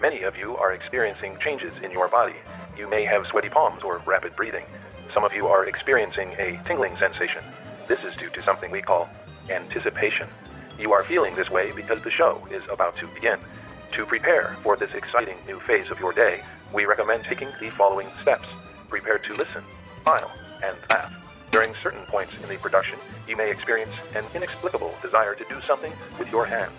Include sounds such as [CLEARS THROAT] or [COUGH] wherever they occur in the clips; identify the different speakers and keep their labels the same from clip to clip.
Speaker 1: Many of you are experiencing changes in your body. You may have sweaty palms or rapid breathing. Some of you are experiencing a tingling sensation. This is due to something we call anticipation. You are feeling this way because the show is about to begin. To prepare for this exciting new phase of your day, we recommend taking the following steps. Prepare to listen, smile, and laugh. During certain points in the production, you may experience an inexplicable desire to do something with your hands.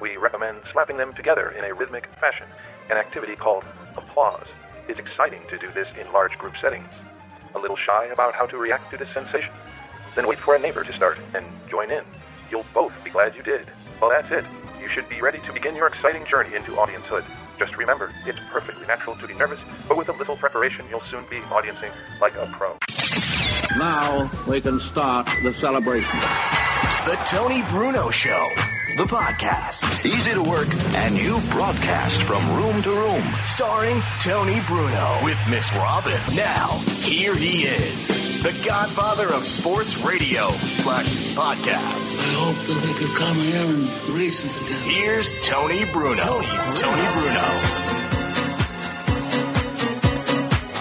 Speaker 1: We recommend slapping them together in a rhythmic fashion, an activity called applause. It's exciting to do this in large group settings. A little shy about how to react to this sensation? Then wait for a neighbor to start and join in. You'll both be glad you did. Well, that's it. You should be ready to begin your exciting journey into audiencehood. Just remember, it's perfectly natural to be nervous, but with a little preparation, you'll soon be audiencing like a pro.
Speaker 2: Now we can start the celebration.
Speaker 3: The Tony Bruno Show, the podcast. Easy to work and you broadcast from room to room. Starring Tony Bruno with Miss Robin. Now, here he is, the godfather of sports radio slash podcasts.
Speaker 4: I hope that they could come here and reason together.
Speaker 3: Here's Tony Bruno. Tony Bruno. Tony Bruno.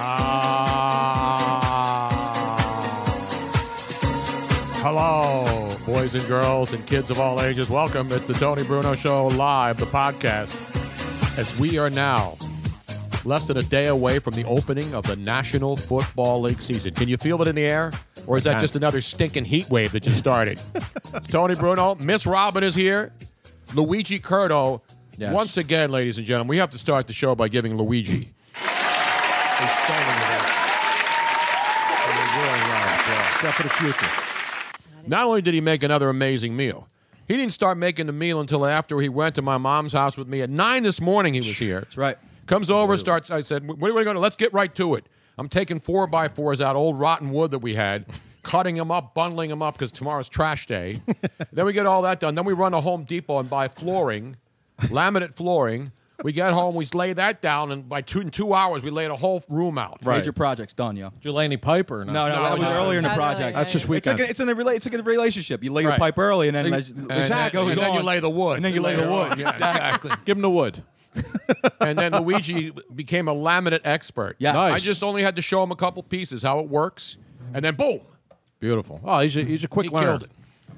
Speaker 5: Ah. Hello, boys and girls and kids of all ages. Welcome. It's the Tony Bruno Show live, the podcast. As we are now less than a day away from the opening of the National Football League season. Can you feel it in the air? Or is that just another stinking heat wave that just started? It's Tony Bruno, Miss Robin is here, Luigi Curto. Once again, ladies and gentlemen, we have to start the show by giving Luigi. Not only did he make another amazing meal, he didn't start making the meal until after he went to my mom's house with me at nine this morning. He was here. That's
Speaker 6: right.
Speaker 5: Comes over, starts. I said, "What are we going to? Let's get right to it." I'm taking four by fours out old rotten wood that we
Speaker 6: [LAUGHS]
Speaker 5: had, cutting them up, bundling them up because tomorrow's trash day. then we get all that done. Then we run to Home Depot and buy flooring, laminate flooring. We get home, we lay that down, and by two in two hours, we laid a whole room out.
Speaker 6: Major project's done, yo.
Speaker 7: Did you lay any pipe or not?
Speaker 6: No, no, that was
Speaker 5: no.
Speaker 6: earlier in the
Speaker 8: Not
Speaker 6: project.
Speaker 8: earlier, That's just
Speaker 6: It's like a, it's in a rela- it's like a relationship. You lay the
Speaker 5: Right.
Speaker 6: pipe early, and then
Speaker 5: And-
Speaker 6: as-
Speaker 5: and-
Speaker 6: it goes
Speaker 5: and then
Speaker 6: on.
Speaker 5: you lay the wood.
Speaker 6: and then you lay the
Speaker 5: Later
Speaker 6: wood.
Speaker 5: on, yeah, exactly.
Speaker 7: Give him the wood.
Speaker 5: [LAUGHS] and then Luigi became a laminate expert.
Speaker 6: Yes.
Speaker 5: I
Speaker 6: Nice.
Speaker 5: just only had to show him a couple pieces how it works, and then boom,
Speaker 7: Beautiful. Oh, he's a, he's a quick
Speaker 5: he
Speaker 7: learner.
Speaker 5: killed it.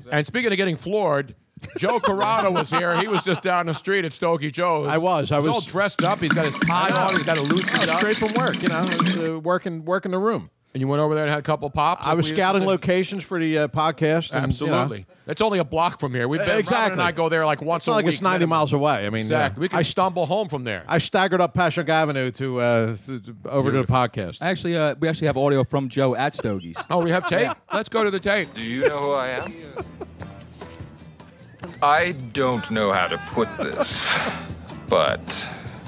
Speaker 5: And speaking of getting floored,
Speaker 6: [LAUGHS]
Speaker 5: Joe Corrado was here. He was just down the street at Stokey Joe's.
Speaker 7: I was. I
Speaker 5: He's
Speaker 7: was-
Speaker 5: all dressed up. He's got his tie on. He's got it loosened
Speaker 7: Oh,
Speaker 5: up.
Speaker 7: straight from work, you know, it's, uh, working working the room.
Speaker 5: And you went over there and had a couple pops.
Speaker 7: I was
Speaker 5: We-
Speaker 7: scouting locations for the uh, podcast. and, you know, Uh,
Speaker 5: Absolutely. It's only a block from here. We've been Robin
Speaker 7: Exactly.
Speaker 5: and I go there like once
Speaker 7: it's not
Speaker 5: a
Speaker 7: like
Speaker 5: week.
Speaker 7: it's ninety
Speaker 5: minimum.
Speaker 7: miles away. I mean, uh,
Speaker 5: Exactly. We can
Speaker 7: I,
Speaker 5: stumble home from
Speaker 7: [LAUGHS]
Speaker 5: there.
Speaker 7: I staggered up Pashack Avenue to uh, th- th- over to the podcast.
Speaker 6: Actually, uh, we actually have audio from Joe at Stogie's.
Speaker 5: oh, we have tape. Let's go to the tape.
Speaker 9: Do you know who I am? I don't know how to put this, but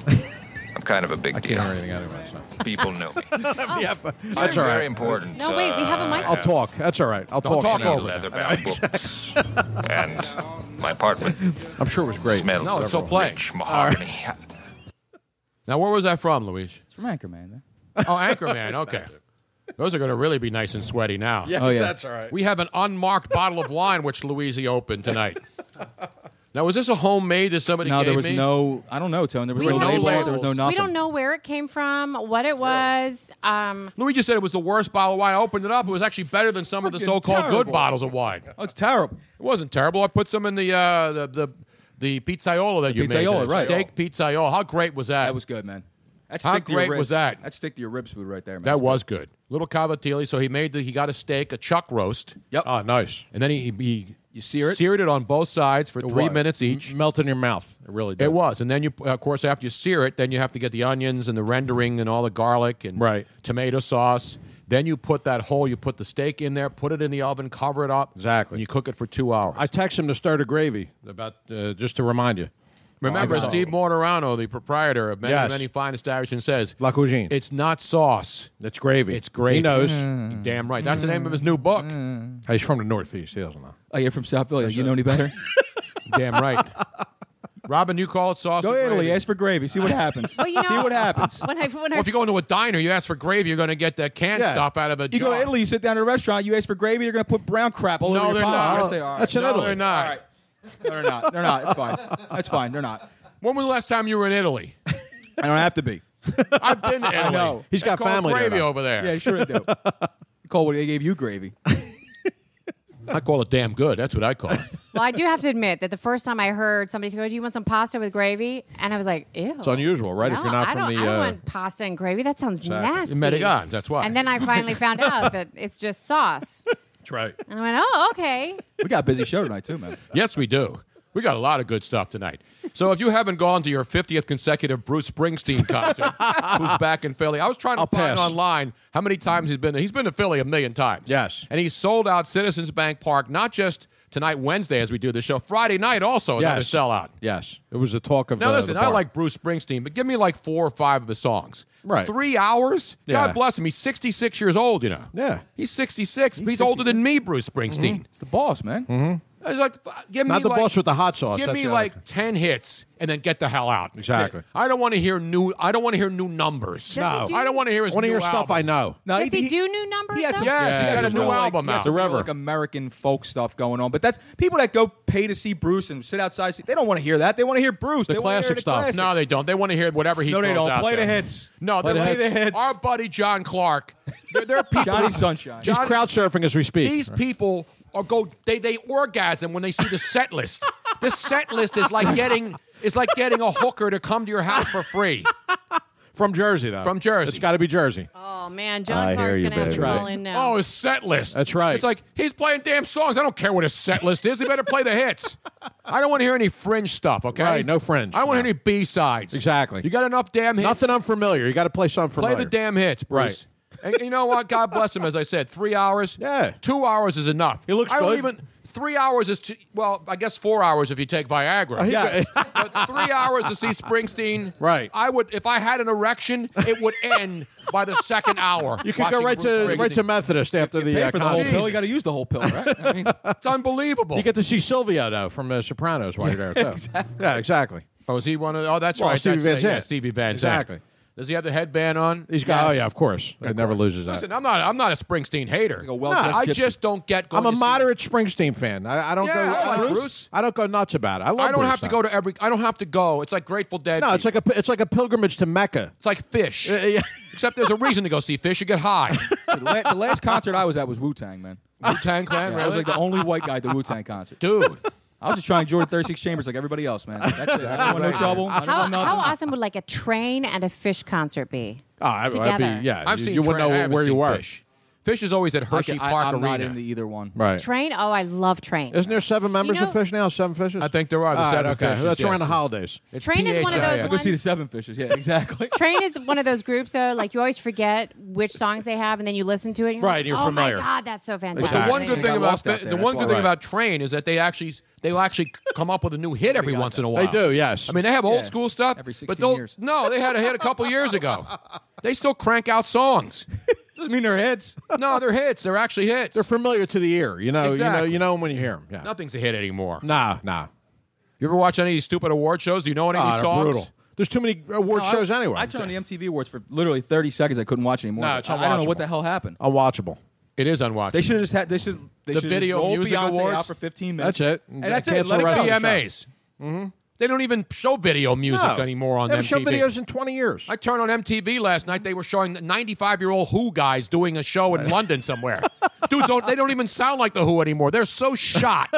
Speaker 9: I'm kind of a big
Speaker 7: Can't
Speaker 9: deal.
Speaker 7: hear anything out of it, so.
Speaker 9: people know
Speaker 5: [LAUGHS]
Speaker 9: me.
Speaker 7: yeah, but
Speaker 9: I'm
Speaker 7: that's all
Speaker 9: very
Speaker 7: right.
Speaker 9: important.
Speaker 8: No, wait, we have a
Speaker 9: uh,
Speaker 8: mic.
Speaker 7: I'll talk. That's all right. I'll
Speaker 9: Don't
Speaker 7: talk.
Speaker 9: talk
Speaker 7: now.
Speaker 5: [LAUGHS]
Speaker 9: over leatherbound books and
Speaker 5: [LAUGHS]
Speaker 9: my apartment.
Speaker 7: I'm sure it was great.
Speaker 9: Smells
Speaker 5: No, it's
Speaker 9: of
Speaker 5: so plain.
Speaker 9: rich mahogany.
Speaker 5: [LAUGHS] Now, where was that from, Luis?
Speaker 6: It's from Anchorman. Man.
Speaker 5: Oh, Anchorman. Okay. Those are going to really be nice and sweaty now.
Speaker 7: Yeah, Oh, yeah. that's all right.
Speaker 5: We have an unmarked bottle of wine which Luisi opened
Speaker 6: [LAUGHS]
Speaker 5: tonight. Now, was this a homemade that somebody
Speaker 6: No,
Speaker 5: gave
Speaker 6: there was
Speaker 5: me?
Speaker 6: no. I don't know, Tony. There was
Speaker 5: We
Speaker 6: no,
Speaker 5: don't
Speaker 6: label.
Speaker 5: know.
Speaker 6: There was no
Speaker 5: We
Speaker 6: nothing.
Speaker 8: We don't know where it came from, what it was. Um,
Speaker 5: Louis just said it was the worst bottle of wine. I opened it up. It was actually better than some of the
Speaker 6: Freaking
Speaker 5: so-called good
Speaker 6: terrible.
Speaker 5: bottles of wine.
Speaker 6: Oh, it's terrible.
Speaker 5: It wasn't terrible. I put some in the uh, the the the pizzaiola that
Speaker 6: The
Speaker 5: you made.
Speaker 6: pizzaiola,
Speaker 5: the
Speaker 6: right.
Speaker 5: Steak pizzaiola. How great was that?
Speaker 6: That was good, man. That
Speaker 5: How
Speaker 6: stick to your
Speaker 5: great was
Speaker 6: ribs.
Speaker 5: that?
Speaker 6: That stick to your ribs food right there, man.
Speaker 5: That was good. Little cavatelli. So he made the he got a steak, a chuck roast.
Speaker 6: Yep.
Speaker 5: Oh, nice. And then he he you
Speaker 6: sear it?
Speaker 5: seared it on both sides for three
Speaker 7: wine.
Speaker 5: minutes each.
Speaker 7: Melt in your mouth. It really did.
Speaker 5: It was, and then you, of course, after you sear it, then you have to get the onions and the rendering and all the garlic and
Speaker 7: Right.
Speaker 5: tomato sauce. Then you put that whole, you put the steak in there, put it in the oven, cover it up,
Speaker 7: Exactly.
Speaker 5: and you cook it for two hours.
Speaker 7: I text him to start a gravy about uh, just to remind you.
Speaker 5: Remember,
Speaker 7: I know.
Speaker 5: Steve Mortarano, the proprietor of many,
Speaker 7: Yes.
Speaker 5: many fine establishments, says
Speaker 7: La cuisine.
Speaker 5: it's not sauce,
Speaker 7: That's gravy.
Speaker 5: it's gravy.
Speaker 7: He knows.
Speaker 5: You damn right. That's the name of
Speaker 6: Mm.
Speaker 5: his new book.
Speaker 7: He's from the Northeast. He doesn't know.
Speaker 6: Oh, you're from South Philly. You know any better?
Speaker 5: damn
Speaker 6: [LAUGHS]
Speaker 5: right. Robin, you call it sauce.
Speaker 6: Go
Speaker 5: or
Speaker 6: to Italy.
Speaker 5: gravy?
Speaker 6: Ask for gravy. See what happens.
Speaker 8: Well, you
Speaker 6: See
Speaker 8: know-
Speaker 6: what
Speaker 8: [LAUGHS]
Speaker 6: happens.
Speaker 8: when I when
Speaker 5: Well,
Speaker 8: I
Speaker 5: if you go into a diner, you ask for gravy, you're going to get that canned
Speaker 7: Yeah.
Speaker 5: stuff out of a
Speaker 6: You go
Speaker 5: jar.
Speaker 6: to Italy, you sit down at a restaurant, you ask for gravy, you're going to put brown crap all
Speaker 5: No,
Speaker 6: over
Speaker 5: they're
Speaker 6: your pasta.
Speaker 5: not.
Speaker 6: Yes, they are.
Speaker 7: That's in
Speaker 5: No,
Speaker 7: Italy.
Speaker 5: they're not.
Speaker 6: All right. No, they're not. They're not. It's fine. That's fine. They're not.
Speaker 5: When was the last time you were in Italy?
Speaker 6: I don't have to be.
Speaker 5: I've been
Speaker 6: [LAUGHS]
Speaker 5: to Italy.
Speaker 6: know.
Speaker 7: He's
Speaker 5: They
Speaker 7: got
Speaker 5: call
Speaker 7: family there
Speaker 5: gravy
Speaker 7: now.
Speaker 5: over there.
Speaker 6: Yeah, sure
Speaker 5: [LAUGHS]
Speaker 6: I do. Cole, what they gave you gravy.
Speaker 5: I call it damn good. That's what I call it.
Speaker 8: well, I do have to admit that the first time I heard somebody go, "Do you want some pasta with gravy?" and I was like, "Ew."
Speaker 7: It's unusual, right?
Speaker 8: Oh. No,
Speaker 7: if you're not
Speaker 8: I
Speaker 7: from
Speaker 8: don't,
Speaker 7: the.
Speaker 8: I don't
Speaker 7: uh,
Speaker 8: want pasta and gravy. That sounds nasty.
Speaker 5: Medigons, that's why.
Speaker 8: And then I finally found out that it's just sauce.
Speaker 7: That's right.
Speaker 8: And I went, "Oh, okay."
Speaker 6: We got a busy show tonight, too, man.
Speaker 5: [LAUGHS] yes, we do. We got a lot of good stuff tonight. So if you haven't gone to your 50th consecutive Bruce Springsteen
Speaker 6: [LAUGHS]
Speaker 5: concert, who's back in Philly, I was trying to
Speaker 7: I'll
Speaker 5: find
Speaker 7: pass.
Speaker 5: online how many times he's been there. He's been to Philly a million times.
Speaker 7: Yes.
Speaker 5: And he's sold out Citizens Bank Park, not just tonight, Wednesday, as we do the show, Friday night also, another
Speaker 7: Yes.
Speaker 5: sellout.
Speaker 7: Yes. It was the talk of.
Speaker 5: Now,
Speaker 7: uh,
Speaker 5: listen,
Speaker 7: the
Speaker 5: I
Speaker 7: bar.
Speaker 5: like Bruce Springsteen, but give me like four or five of his songs.
Speaker 7: Right.
Speaker 5: Three hours?
Speaker 7: Yeah.
Speaker 5: God bless him. He's 66 years old, you know.
Speaker 7: Yeah.
Speaker 5: He's 66. He's, older than me, Mm-hmm. Bruce Springsteen.
Speaker 6: It's the boss, man.
Speaker 5: I was like, uh, give
Speaker 7: Mm-hmm. Not
Speaker 5: me
Speaker 7: the
Speaker 5: like,
Speaker 7: boss with the hot sauce.
Speaker 5: Give
Speaker 7: That's
Speaker 5: me
Speaker 7: the other
Speaker 5: like
Speaker 7: guy.
Speaker 5: ten hits and then get the hell out.
Speaker 7: Exactly.
Speaker 5: That's it. I don't want to hear new. I don't want to hear new numbers.
Speaker 8: Does he No. do-
Speaker 5: I don't want to hear
Speaker 7: I
Speaker 5: his.
Speaker 7: want to hear
Speaker 5: new
Speaker 7: stuff
Speaker 5: album.
Speaker 7: I know.
Speaker 6: No,
Speaker 8: Does he, do new numbers?
Speaker 6: He had
Speaker 8: though?
Speaker 6: some,
Speaker 5: Yeah,
Speaker 6: he had
Speaker 5: he's
Speaker 6: some
Speaker 5: got a
Speaker 6: real,
Speaker 5: new
Speaker 6: like-
Speaker 5: album
Speaker 6: he had
Speaker 5: out.
Speaker 6: some real,
Speaker 7: Forever.
Speaker 6: like American folk stuff going on. But that's people that go pay to see Bruce and sit outside. see- They don't want to hear that. They want to hear Bruce.
Speaker 7: The
Speaker 6: they wanna hear
Speaker 7: classic
Speaker 6: the
Speaker 7: stuff.
Speaker 6: classics.
Speaker 5: No, they don't. They want to hear whatever he.
Speaker 6: No, they
Speaker 5: throws
Speaker 6: don't.
Speaker 5: out
Speaker 6: Play
Speaker 5: there.
Speaker 6: the hits.
Speaker 5: No,
Speaker 6: Play
Speaker 5: they
Speaker 6: the
Speaker 5: want-
Speaker 6: hits. hits.
Speaker 5: Our buddy John Clark. They're, they're people.
Speaker 6: [LAUGHS] Johnny Sunshine.
Speaker 7: He's
Speaker 5: Johnny-
Speaker 7: crowd surfing as we speak.
Speaker 5: These people are go. They they orgasm when they see the set list. the set list is like getting is like getting a hooker to come to your house for free.
Speaker 7: from Jersey, though.
Speaker 5: From Jersey.
Speaker 7: It's got to be Jersey.
Speaker 8: Oh man, John
Speaker 10: I
Speaker 8: Clark's
Speaker 10: hear you,
Speaker 8: gonna have to
Speaker 10: baby.
Speaker 8: roll
Speaker 7: Right.
Speaker 8: in now.
Speaker 5: Oh, his set list.
Speaker 7: That's right.
Speaker 5: It's like he's playing damn songs. I don't care what his set list is. He better play the hits. [LAUGHS] I don't want to hear any fringe stuff. Okay,
Speaker 7: Right, no fringe,
Speaker 5: I don't want to
Speaker 7: no.
Speaker 5: hear any B sides.
Speaker 7: Exactly.
Speaker 5: You got enough damn hits.
Speaker 7: Nothing unfamiliar. You got to play something
Speaker 5: Play
Speaker 7: familiar.
Speaker 5: the damn hits, Bruce. And you know what? God bless him. As I said, three hours.
Speaker 7: Yeah.
Speaker 5: Two hours is enough.
Speaker 7: He looks
Speaker 5: I don't
Speaker 7: good.
Speaker 5: even. Three hours is too, well. I guess four hours if you take Viagra. [LAUGHS]
Speaker 7: Yeah.
Speaker 5: but three hours to see Springsteen.
Speaker 7: Right.
Speaker 5: I would if I had an erection, it would end by the second hour.
Speaker 7: You could go
Speaker 5: watching
Speaker 7: right
Speaker 5: Bruce
Speaker 7: to right
Speaker 5: Springsteen.
Speaker 7: to Methodist after the,
Speaker 6: Pay
Speaker 7: uh,
Speaker 6: for the whole
Speaker 7: concert.
Speaker 6: pill. You got to use the whole pill, right? I mean,
Speaker 5: [LAUGHS] It's unbelievable.
Speaker 7: You get to see Silvio though from uh, Sopranos
Speaker 6: [LAUGHS]
Speaker 7: while you're there. Too. exactly. Yeah, exactly.
Speaker 5: Oh, is he one of? The, oh, that's
Speaker 7: Well,
Speaker 5: right.
Speaker 7: Stevie
Speaker 5: that's
Speaker 7: Van
Speaker 5: it. Yeah,
Speaker 7: Zandt.
Speaker 5: Stevie Van Zandt.
Speaker 7: Exactly.
Speaker 5: Does he have the headband on?
Speaker 7: He's got. Oh yeah, of course. it never loses that.
Speaker 5: Listen, I'm not. I'm not a Springsteen hater.
Speaker 6: like a well-dressed
Speaker 5: I
Speaker 6: gypsy.
Speaker 5: just don't get. Going
Speaker 7: I'm a
Speaker 5: to see-
Speaker 7: moderate Springsteen fan. I, I don't
Speaker 5: Yeah,
Speaker 7: go.
Speaker 5: I like
Speaker 7: I,
Speaker 5: Bruce.
Speaker 7: I don't go nuts about it. I, love
Speaker 5: I don't
Speaker 7: Bruce,
Speaker 5: have to
Speaker 7: though.
Speaker 5: go to every. I don't have to go. It's like Grateful Dead.
Speaker 7: No, it's like a it's like a pilgrimage to Mecca. Uh,
Speaker 5: It's like fish.
Speaker 7: yeah.
Speaker 5: Except there's a reason to go see fish. You get high.
Speaker 6: [LAUGHS] the, la- the last concert I was at was Wu Tang, man.
Speaker 5: Wu Tang Clan.
Speaker 6: I was like the only white guy at the Wu Tang concert.
Speaker 5: dude.
Speaker 6: I was just trying Jordan 36 Chambers like everybody else, man. That's it. I don't want no trouble. I don't
Speaker 8: how,
Speaker 6: want nothing.
Speaker 8: how awesome would like a train and a fish concert be?
Speaker 7: Oh, I, I'd
Speaker 8: Together.
Speaker 7: be, yeah,
Speaker 5: I've
Speaker 7: you,
Speaker 5: seen.
Speaker 7: you
Speaker 5: Train-
Speaker 7: wouldn't
Speaker 5: I
Speaker 7: know
Speaker 5: haven't
Speaker 7: where you
Speaker 5: seen
Speaker 7: were.
Speaker 5: Fish. Fish is [LAUGHS] always at
Speaker 6: I
Speaker 5: Hershey
Speaker 6: ca- I-
Speaker 5: Park
Speaker 6: I'm
Speaker 5: Arena.
Speaker 6: not into either one.
Speaker 7: Right.
Speaker 8: Train? Oh, I love train.
Speaker 7: Isn't there seven members
Speaker 8: know-
Speaker 7: of Fish now? Seven Fishes? I
Speaker 5: think there are.
Speaker 6: the seven
Speaker 7: okay.
Speaker 6: fishes,
Speaker 7: That's around
Speaker 6: yes.
Speaker 7: the holidays.
Speaker 8: Train is one of those
Speaker 6: Go see the seven fishes. Yeah, exactly.
Speaker 7: [LAUGHS]
Speaker 8: Train is one of those groups though, like you always forget which songs they have, and then you listen to it. And you're
Speaker 5: Right,
Speaker 8: like,
Speaker 5: you're
Speaker 8: oh
Speaker 5: familiar.
Speaker 8: my god, that's so
Speaker 5: But
Speaker 8: fantastic.
Speaker 5: the one good
Speaker 6: They
Speaker 5: thing
Speaker 6: got
Speaker 5: about
Speaker 6: lost out
Speaker 5: the,
Speaker 6: there,
Speaker 5: the one
Speaker 6: that's
Speaker 5: good
Speaker 6: why.
Speaker 5: thing about Train is that they actually they will actually [LAUGHS] come up with a new hit every once in a while.
Speaker 7: They do, yes.
Speaker 5: I mean, they have old
Speaker 7: Yeah.
Speaker 5: school stuff.
Speaker 7: Every 16
Speaker 5: but they'll-
Speaker 7: years.
Speaker 5: No, they had a hit a couple years ago. They still crank out songs. Doesn't mean they're hits. No, they're hits. They're actually hits.
Speaker 7: They're familiar to the ear. You know, you know,
Speaker 5: Exactly.
Speaker 7: you know 'em when you hear them. Yeah.
Speaker 5: Nothing's a hit anymore.
Speaker 7: Nah, nah.
Speaker 5: You ever watch any of these stupid award shows? Do you know any of
Speaker 7: Ah,
Speaker 5: these
Speaker 7: they're
Speaker 5: songs?
Speaker 7: brutal. There's too many award
Speaker 6: No, I-
Speaker 7: shows anyway.
Speaker 6: I turned on the MTV Awards for literally 30 seconds. I couldn't watch anymore.
Speaker 7: No, it's
Speaker 6: I, I don't know what
Speaker 7: unwatchable.
Speaker 6: the hell happened.
Speaker 7: Unwatchable.
Speaker 5: It is unwatchable.
Speaker 6: They should have just had. They should. They
Speaker 5: The
Speaker 6: should have
Speaker 5: Video
Speaker 6: just rolled
Speaker 5: Music
Speaker 6: Beyonce
Speaker 5: Awards?
Speaker 6: out for 15 minutes.
Speaker 5: That's it.
Speaker 6: And
Speaker 5: They
Speaker 6: that's it.
Speaker 5: cancel
Speaker 6: Let it
Speaker 5: the
Speaker 6: go.
Speaker 5: rest of the VMAs. Mm-hmm. They don't even show video music
Speaker 7: No.
Speaker 5: anymore on
Speaker 7: They haven't shown
Speaker 5: MTV.
Speaker 7: videos in 20 years.
Speaker 5: I turned on MTV last night. They were showing 95 year old Who guys doing a
Speaker 7: [LAUGHS]
Speaker 5: show in London somewhere. Dudes, don't, they don't even sound like the Who anymore. They're so shot.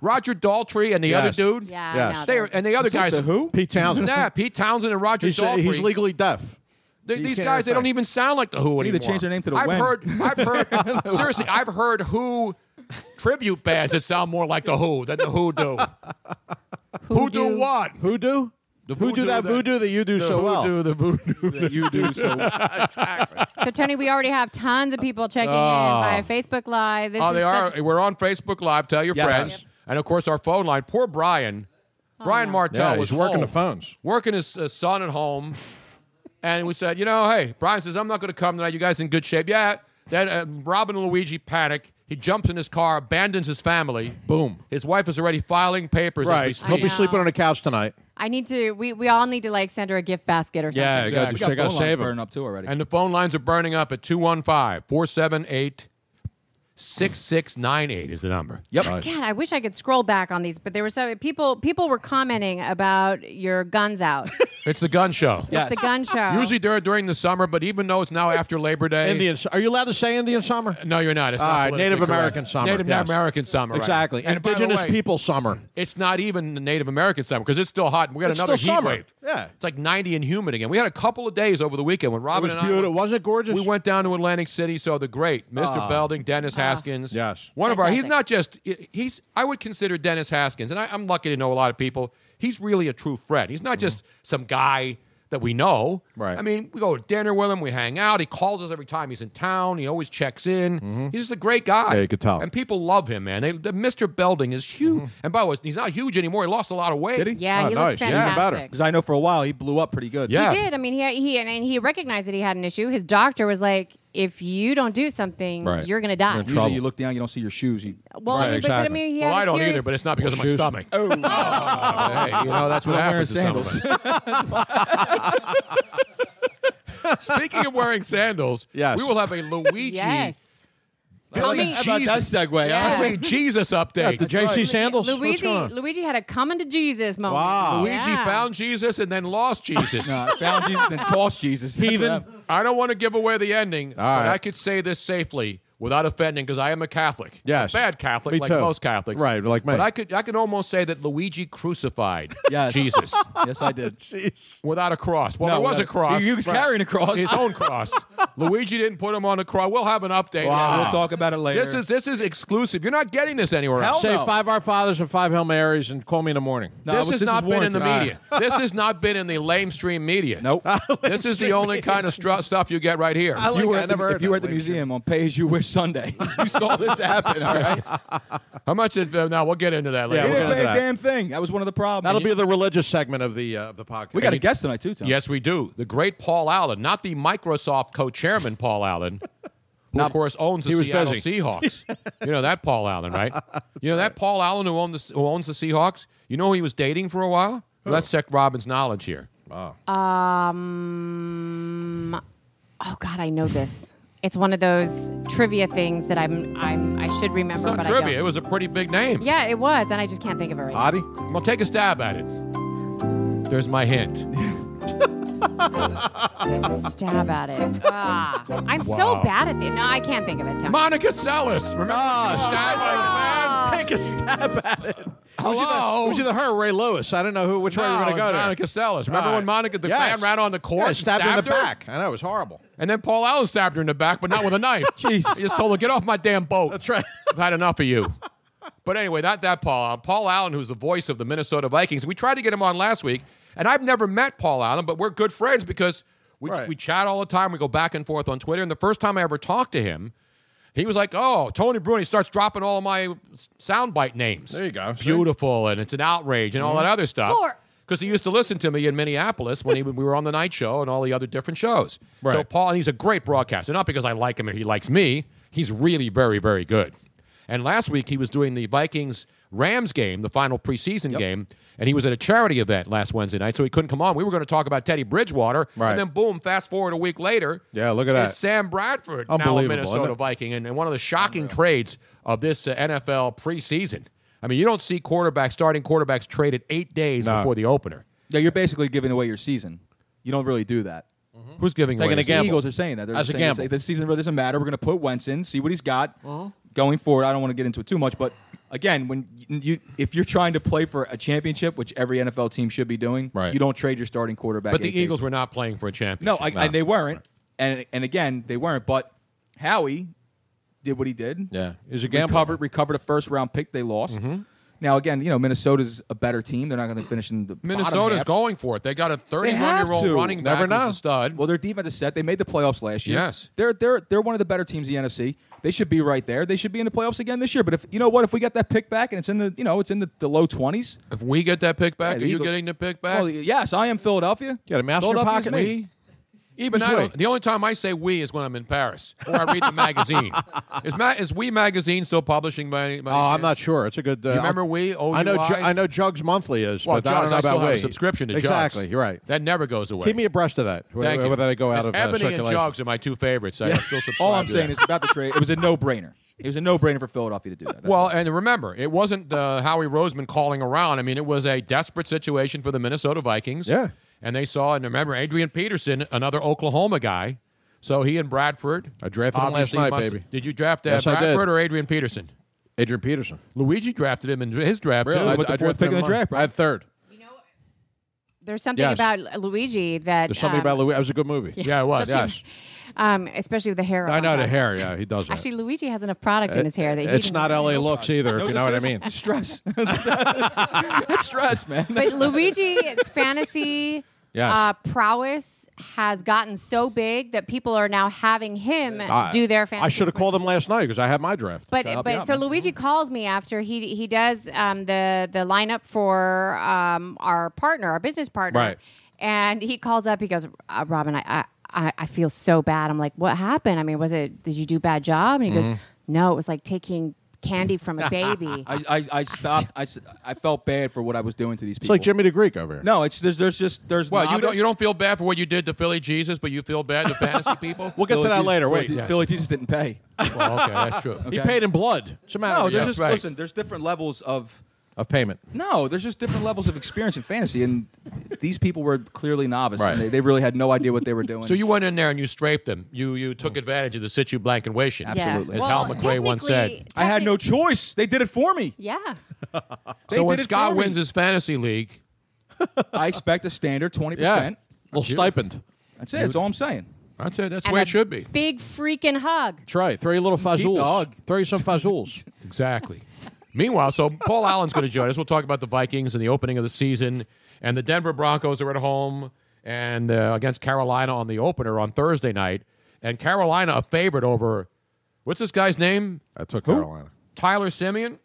Speaker 5: Roger Daltrey and the other
Speaker 7: Yes.
Speaker 5: dude.
Speaker 8: Yeah, I know
Speaker 5: They are, and the other
Speaker 7: It's like
Speaker 5: guys.
Speaker 7: the Who? Pete [LAUGHS] Townsend.
Speaker 5: Yeah, Pete Townsend and Roger
Speaker 7: He's, uh,
Speaker 5: Daltrey.
Speaker 7: he's legally deaf.
Speaker 5: Th-
Speaker 7: You
Speaker 5: these
Speaker 7: can't
Speaker 5: guys, they
Speaker 7: say.
Speaker 5: don't even sound like the Who
Speaker 6: They need
Speaker 5: anymore.
Speaker 6: to change their name to the
Speaker 5: I've
Speaker 6: Wen.
Speaker 5: heard,
Speaker 7: [LAUGHS]
Speaker 5: I've heard, seriously, I've heard Who tribute bands that sound more like the Who than the Who do. Who, do, what?
Speaker 7: Who do?
Speaker 5: The
Speaker 7: Who do that voodoo that you do
Speaker 5: the
Speaker 7: so well?
Speaker 5: voodoo, the voodoo
Speaker 6: that you do
Speaker 5: [LAUGHS]
Speaker 6: so
Speaker 8: So Tony, we already have tons of people checking
Speaker 5: Oh.
Speaker 8: in via Facebook Live. This
Speaker 5: oh,
Speaker 8: is
Speaker 5: they are.
Speaker 8: such-
Speaker 5: We're on Facebook Live. Tell your
Speaker 7: Yes.
Speaker 5: friends, and of course our phone line. Poor Brian.
Speaker 8: Oh,
Speaker 5: Brian Martell
Speaker 7: Yeah,
Speaker 5: was
Speaker 7: he's working the
Speaker 5: home,
Speaker 7: phones.
Speaker 5: working his uh, son at home, and we said, you know, hey, Brian says I'm not going to come tonight. You guys in good shape? Yeah. Then uh, Robin and Luigi panic. He jumps in his car, abandons his family.
Speaker 7: Boom.
Speaker 5: His wife is already filing papers. As we
Speaker 7: Right.
Speaker 5: speak.
Speaker 7: He'll be sleeping on the couch tonight.
Speaker 8: I need to. We, we all need to like send her a gift basket or something.
Speaker 7: Yeah, you gotta
Speaker 5: Exactly.
Speaker 7: just- you gotta
Speaker 6: phone lines
Speaker 7: save him.
Speaker 6: burning up too already.
Speaker 5: And the phone lines are burning up at 215 478 6698 is the number. Yep.
Speaker 8: God, I wish I could scroll back on these, but there were so people. People were commenting about your guns out.
Speaker 5: It's the gun show.
Speaker 8: Yes. the gun show.
Speaker 5: Usually dur- during the summer, but even though it's now after Labor Day. Uh,
Speaker 7: Indian. su- Are you allowed to say Indian summer?
Speaker 5: No, you're not. It's not
Speaker 7: All right,
Speaker 5: politically
Speaker 7: Native
Speaker 5: correct.
Speaker 7: American summer,
Speaker 5: Native
Speaker 7: yes.
Speaker 5: American summer. right.
Speaker 7: Exactly.
Speaker 5: And by the
Speaker 7: Indigenous
Speaker 5: way,
Speaker 7: people summer.
Speaker 5: It's not even the Native American summer because it's still hot. and We got
Speaker 7: It's
Speaker 5: another
Speaker 7: still
Speaker 5: heat
Speaker 7: summer.
Speaker 5: wave.
Speaker 7: Yeah.
Speaker 5: It's like 90 and humid again. We had a couple of days over the weekend when Robin
Speaker 7: was
Speaker 5: and I.
Speaker 7: beautiful. Was it gorgeous?
Speaker 5: We went down to Atlantic City, so the great Mr.
Speaker 7: Ah.
Speaker 5: Belding, Dennis Haskins.
Speaker 7: Yes.
Speaker 5: One of our. He's
Speaker 7: Fantastic.
Speaker 5: not just. He's. I would consider Dennis Haskins, and I, I'm lucky to know a lot of people. He's really a true friend. He's not just some guy that we know.
Speaker 7: Mm-hmm. Right.
Speaker 5: I mean, we go to dinner with him. We hang out. He calls us every time he's in town. He always checks in. He's just a great guy.
Speaker 7: Mm-hmm. Yeah, you could tell. Mm-hmm.
Speaker 5: And people love him, man. They, the Mr. Belding is huge. And by the way, he's not huge anymore. He lost a lot of weight.
Speaker 6: Did he?
Speaker 7: Oh,
Speaker 8: Yeah, he looks fantastic.
Speaker 6: Because I know for a while he blew up pretty good.
Speaker 5: Yeah.
Speaker 8: He did. I mean, he he and, and he recognized that he had an issue. His doctor was like, "If you don't do something, you're gonna die."
Speaker 6: Usually you look down, you don't see your shoes. You,
Speaker 8: Well, I mean, but- but I exactly. mean, he
Speaker 5: well,
Speaker 8: had
Speaker 5: I
Speaker 8: a
Speaker 5: don't
Speaker 8: serious-
Speaker 5: either, but it's not because
Speaker 7: Shoes.
Speaker 5: of my stomach. Oh, hey, you know that's what
Speaker 6: I'm wearing
Speaker 5: happens to some of
Speaker 6: sandals.
Speaker 5: us. [LAUGHS] Speaking of wearing sandals,
Speaker 7: Yes.
Speaker 5: we will have a Luigi.
Speaker 8: Yes.
Speaker 5: Billy
Speaker 8: Coming-
Speaker 6: How about that
Speaker 5: Jesus-
Speaker 6: segue? huh?
Speaker 5: Billy Jesus update.
Speaker 7: the JC sandals. What's
Speaker 8: Luigi
Speaker 7: going on?
Speaker 8: Luigi had a coming to Jesus moment.
Speaker 7: Wow.
Speaker 5: Luigi
Speaker 8: Yeah.
Speaker 5: found Jesus and then lost Jesus.
Speaker 6: [LAUGHS] No, I found Jesus and tossed Jesus.
Speaker 7: Heathen.
Speaker 5: I don't want to give away the ending, but
Speaker 7: right.
Speaker 5: I could say this safely without offending because I am a Catholic.
Speaker 7: Yes.
Speaker 5: A bad Catholic,
Speaker 7: Me
Speaker 5: like
Speaker 7: too.
Speaker 5: most Catholics.
Speaker 7: Right, like me.
Speaker 5: But I could I can almost say that Luigi crucified
Speaker 6: Yes.
Speaker 5: Jesus
Speaker 6: [LAUGHS] yes, I did.
Speaker 7: Jeez.
Speaker 5: without a cross. Well,
Speaker 6: No,
Speaker 5: there was a
Speaker 6: without-
Speaker 5: cross.
Speaker 6: he- he was carrying a cross.
Speaker 5: His own
Speaker 6: [LAUGHS]
Speaker 5: cross. Luigi didn't put him on a cross. We'll have an update.
Speaker 7: Wow.
Speaker 6: We'll talk about it later.
Speaker 5: This is this is exclusive. You're not getting this anywhere
Speaker 6: Hell
Speaker 5: else.
Speaker 7: Say
Speaker 6: no.
Speaker 7: five Our Fathers and five Hail Marys and call me in the morning.
Speaker 6: No, it
Speaker 5: this
Speaker 6: was-
Speaker 5: has not
Speaker 6: is
Speaker 5: been in the
Speaker 6: warranted.
Speaker 5: media. this has not been in the lamestream media.
Speaker 6: Nope.
Speaker 5: [LAUGHS] This is the only kind of stru- stuff you get right here.
Speaker 7: like
Speaker 6: you were
Speaker 7: that.
Speaker 6: at the,
Speaker 7: Never heard
Speaker 6: if you were at
Speaker 7: that.
Speaker 6: the museum on Pay As You Wish
Speaker 7: [LAUGHS]
Speaker 6: Sunday, [LAUGHS] you saw this happen. All right,
Speaker 5: [LAUGHS] How much? Did, uh, now we'll get into that
Speaker 7: Yeah,
Speaker 5: later.
Speaker 6: he
Speaker 7: we'll
Speaker 6: didn't
Speaker 7: get
Speaker 6: pay
Speaker 7: into
Speaker 6: a
Speaker 7: that.
Speaker 6: damn thing. That was one of the problems.
Speaker 7: That'll be the religious segment of the uh, of the podcast.
Speaker 6: we got a guest tonight too, Tom.
Speaker 5: Yes, we do. The great Paul Allen, not the Microsoft co-chairman Paul Allen, who of course owns
Speaker 7: He
Speaker 5: the
Speaker 7: was
Speaker 5: Seattle
Speaker 7: busy.
Speaker 5: Seahawks. you know that Paul Allen, right? you know that Paul Allen who owned the who owns the Seahawks. You know who he was dating for a while. Well, Let's check Robin's knowledge here.
Speaker 8: Um. Oh God, I know this. It's one of those trivia things that I'm I'm I should remember,
Speaker 5: It's not
Speaker 8: but I
Speaker 5: trivia.
Speaker 8: don't.
Speaker 5: It was a pretty big name.
Speaker 8: yeah, it was, and I just can't think of it right. now.
Speaker 7: Adi?
Speaker 5: Well, take a stab at it. There's my hint.
Speaker 8: Stab at it. Ah, I'm so
Speaker 5: Wow.
Speaker 8: bad at it. No, I can't think of it. Tom.
Speaker 5: Monica Seles. Remember? Stab at it, man.
Speaker 7: take a stab at it.
Speaker 5: Hello?
Speaker 7: It was either her or Ray Lewis. I don't know who which way we're
Speaker 5: No,
Speaker 7: going to
Speaker 5: it's
Speaker 7: go to.
Speaker 5: Monica Seles. Remember when Monica- the fan ran on the court
Speaker 7: Yeah,
Speaker 5: and
Speaker 7: stabbed, her in
Speaker 5: stabbed
Speaker 7: the
Speaker 5: her?
Speaker 7: back. I know it was horrible.
Speaker 5: And then Paul Allen stabbed her in the back, but not with a knife. [LAUGHS] Jesus. He just told her, get off my damn boat. That's right. I've had enough of you. But anyway, not that Paul Allen. Paul Allen, who's the voice of the Minnesota Vikings. We tried to get him on last week, and I've never met Paul Allen, but we're good friends because we, we chat all the time. We go back and forth on Twitter. And the first time I ever talked to him, he was like, oh, Tony Bruin, he starts dropping all my s- soundbite names. There you go. Beautiful, and it's an outrage, and all that other stuff.
Speaker 8: Four.
Speaker 5: Because he used to listen to me in Minneapolis when he, [LAUGHS] we were on the night show and all the other different shows. So Paul, and he's a great broadcaster. Not because I like him or he likes me. He's really very, very good. And last week he was doing the Vikings Rams game, the final preseason game, and he was at a charity event last Wednesday night, so he couldn't come on. We were going to talk about Teddy Bridgewater,
Speaker 7: Right.
Speaker 5: and then boom, fast forward a week later,
Speaker 7: Yeah, look at
Speaker 5: it's
Speaker 7: that.
Speaker 5: Sam Bradford, now a
Speaker 7: Unbelievable, isn't
Speaker 5: Minnesota
Speaker 7: it?
Speaker 5: Viking, and, and one of the shocking trades of this uh, NFL preseason. I mean, you don't see quarterbacks, starting quarterbacks, traded eight days
Speaker 6: No.
Speaker 5: before the opener.
Speaker 6: Yeah, you're basically giving away your season. You don't really do that.
Speaker 5: Mm-hmm. Who's giving
Speaker 6: Taking
Speaker 5: away
Speaker 6: a
Speaker 5: his season?
Speaker 6: gamble? The Eagles are saying that. They're
Speaker 5: That's
Speaker 6: just
Speaker 5: a
Speaker 6: saying,
Speaker 5: gamble. Mm-hmm.
Speaker 6: This season really doesn't matter. We're going to put Wentz in, see what he's got
Speaker 10: Mhm.
Speaker 6: going forward. I don't want to get into it too much, but again, when you, you if you're trying to play for a championship, which every NFL team should be doing,
Speaker 5: Right.
Speaker 6: you don't trade your starting quarterback.
Speaker 5: But the
Speaker 6: eight days
Speaker 5: Eagles were not playing for a
Speaker 6: no,
Speaker 5: championship.
Speaker 6: I, and they weren't. And and again, they weren't. But Howie did what he did.
Speaker 7: Yeah. He was a gambler.
Speaker 6: recovered recovered a first round pick they lost.
Speaker 5: Mm-hmm.
Speaker 6: Now again, you know Minnesota's a better team. They're not going to finish in the bottom
Speaker 5: Minnesota's
Speaker 6: half.
Speaker 5: going for it. They got a
Speaker 6: They
Speaker 5: 31
Speaker 6: have
Speaker 5: year old
Speaker 6: to.
Speaker 5: running back. who's a stud.
Speaker 6: Well, their defense is set. They made the playoffs last year.
Speaker 5: Yes.
Speaker 6: they're they're they're one of the better teams in the NFC. They should be right there. They should be in the playoffs again this year. But if you know what, if we get that pick back and it's in the you know it's in the, the low twenties,
Speaker 5: if we get that pick back,
Speaker 6: the
Speaker 5: are you
Speaker 6: Eagles-
Speaker 5: getting the pick back?
Speaker 6: well, yes, I am Philadelphia. Get
Speaker 7: a mouse in your pocket,
Speaker 6: Me.
Speaker 7: we?
Speaker 5: Even
Speaker 6: Who's
Speaker 5: I
Speaker 6: we?
Speaker 5: don't, the only time I say we is when I'm in Paris or I read the
Speaker 6: [LAUGHS]
Speaker 5: magazine. Is, ma- is We magazine still publishing by any? By
Speaker 7: Oh, I'm not sure. It's a good. Uh,
Speaker 5: You remember we?
Speaker 7: I know. Ju-
Speaker 5: OUI?
Speaker 7: I know. Jugs monthly is,
Speaker 5: Well,
Speaker 7: but I don't
Speaker 5: Jugs,
Speaker 7: know
Speaker 5: I
Speaker 7: about
Speaker 5: still have a
Speaker 7: Wade.
Speaker 5: subscription to Jugs.
Speaker 7: exactly. You're right.
Speaker 5: That never goes away.
Speaker 7: Keep me abreast of that. wh-
Speaker 5: Thank you.
Speaker 7: Whether they go out of
Speaker 5: And
Speaker 7: uh,
Speaker 5: Ebony and
Speaker 7: circulation.
Speaker 5: Jogs are my two favorites. I still subscribe.
Speaker 6: All I'm
Speaker 5: to
Speaker 6: saying
Speaker 5: that.
Speaker 6: is about the trade.
Speaker 5: [LAUGHS]
Speaker 6: It was a no brainer. It was a no brainer for Philadelphia to
Speaker 7: [LAUGHS]
Speaker 6: do that. That's
Speaker 5: well, and remember, it wasn't uh, Howie Roseman calling around. I mean, it was a desperate situation for the Minnesota Vikings. Yeah. And they saw, and remember, Adrian Peterson, another Oklahoma guy. So he and Bradford. I
Speaker 7: drafted him last night, baby.
Speaker 5: Did you draft uh,
Speaker 7: Yes, I did.
Speaker 5: Bradford or Adrian Peterson?
Speaker 7: Adrian Peterson.
Speaker 5: Luigi drafted him in his draft.
Speaker 7: Really?
Speaker 5: too.
Speaker 7: I- With the I fourth drafted pick in him the alone. draft, bro. I had third.
Speaker 8: There's something
Speaker 7: Yes.
Speaker 8: about Luigi that.
Speaker 7: There's something
Speaker 8: um,
Speaker 7: about Louis. That was a good movie.
Speaker 8: Yeah, it was.
Speaker 7: Yes.
Speaker 8: Um, especially with the hair.
Speaker 7: I
Speaker 8: on
Speaker 7: know
Speaker 8: top.
Speaker 7: the hair. Yeah, he does. that.
Speaker 8: Actually, Luigi has enough product in his hair that he
Speaker 7: it's
Speaker 8: didn't-
Speaker 7: not LA looks either, if you know what I mean.
Speaker 6: Stress. it's stress, man.
Speaker 8: [LAUGHS] But Luigi's fantasy
Speaker 7: Yes.
Speaker 8: uh, prowess has gotten so big that people are now having him [LAUGHS]
Speaker 7: I-
Speaker 8: do their fantasy.
Speaker 7: I should have called them last night because I had my draft.
Speaker 8: But but so Luigi
Speaker 7: Mm-hmm.
Speaker 8: calls me after he he does um, the the lineup for um, our partner, our business partner,
Speaker 7: Right.
Speaker 8: and he calls up. He goes, uh, Robin, I, I- I I feel so bad. I'm like, what happened? I mean, was it did you do bad job? And he
Speaker 6: Mhm.
Speaker 8: goes,
Speaker 7: Mm-hmm.
Speaker 8: No, it was like taking candy from a
Speaker 7: [LAUGHS]
Speaker 6: [LAUGHS]
Speaker 8: baby.
Speaker 6: I, I, I stopped. I, s- I felt bad for what I was doing to these
Speaker 7: It's
Speaker 6: people.
Speaker 7: like Jimmy DeGreek over here.
Speaker 6: no, it's there's there's just there's
Speaker 5: Well, you
Speaker 6: novice-
Speaker 5: don't you don't feel bad for what you did to Philly Jesus, but you feel bad to
Speaker 8: [LAUGHS]
Speaker 5: fantasy people.
Speaker 7: We'll get to
Speaker 6: Philly
Speaker 7: that
Speaker 6: Jesus-
Speaker 7: later.
Speaker 6: Philly
Speaker 7: Wait.
Speaker 6: Je-
Speaker 7: Yes.
Speaker 6: Philly Jesus didn't pay.
Speaker 5: [LAUGHS] Well, okay, that's true.
Speaker 7: He paid in blood. What's the matter
Speaker 6: No,
Speaker 7: with
Speaker 6: there's
Speaker 7: you?
Speaker 6: just
Speaker 7: Right.
Speaker 6: listen. There's different levels of
Speaker 7: Of payment.
Speaker 6: no. There's just different levels of experience in fantasy, and these people were clearly novice,
Speaker 5: Right.
Speaker 6: and they, they really had no idea
Speaker 5: [LAUGHS]
Speaker 6: what they were doing.
Speaker 5: So you went in there and you strafed them. You you took advantage of the situ blankation.
Speaker 6: Mm. Absolutely.
Speaker 5: as
Speaker 6: Yeah.
Speaker 5: Hal
Speaker 6: Well,
Speaker 5: McRae once said.
Speaker 6: I had no choice. They did it for me. [LAUGHS]
Speaker 8: yeah.
Speaker 6: They
Speaker 5: so when
Speaker 6: did it
Speaker 5: Scott
Speaker 6: for me.
Speaker 5: wins his fantasy league,
Speaker 6: I expect a standard twenty percent.
Speaker 7: Little stipend.
Speaker 6: That's it. That's all I'm saying.
Speaker 5: That's it. That's
Speaker 8: And
Speaker 5: where
Speaker 8: a
Speaker 5: it should be.
Speaker 8: Big freaking hug.
Speaker 7: That's right. Throw your little fazools.
Speaker 5: dog.
Speaker 7: Throw you some fazools.
Speaker 5: [LAUGHS] Exactly. Meanwhile, so Paul Allen's going to join us. We'll talk about the Vikings and the opening of the season, and the Denver Broncos are at home and uh, against Carolina on the opener on Thursday night, and Carolina a favorite over what's this guy's name?
Speaker 7: I took Carolina.
Speaker 5: Tyler Simeon.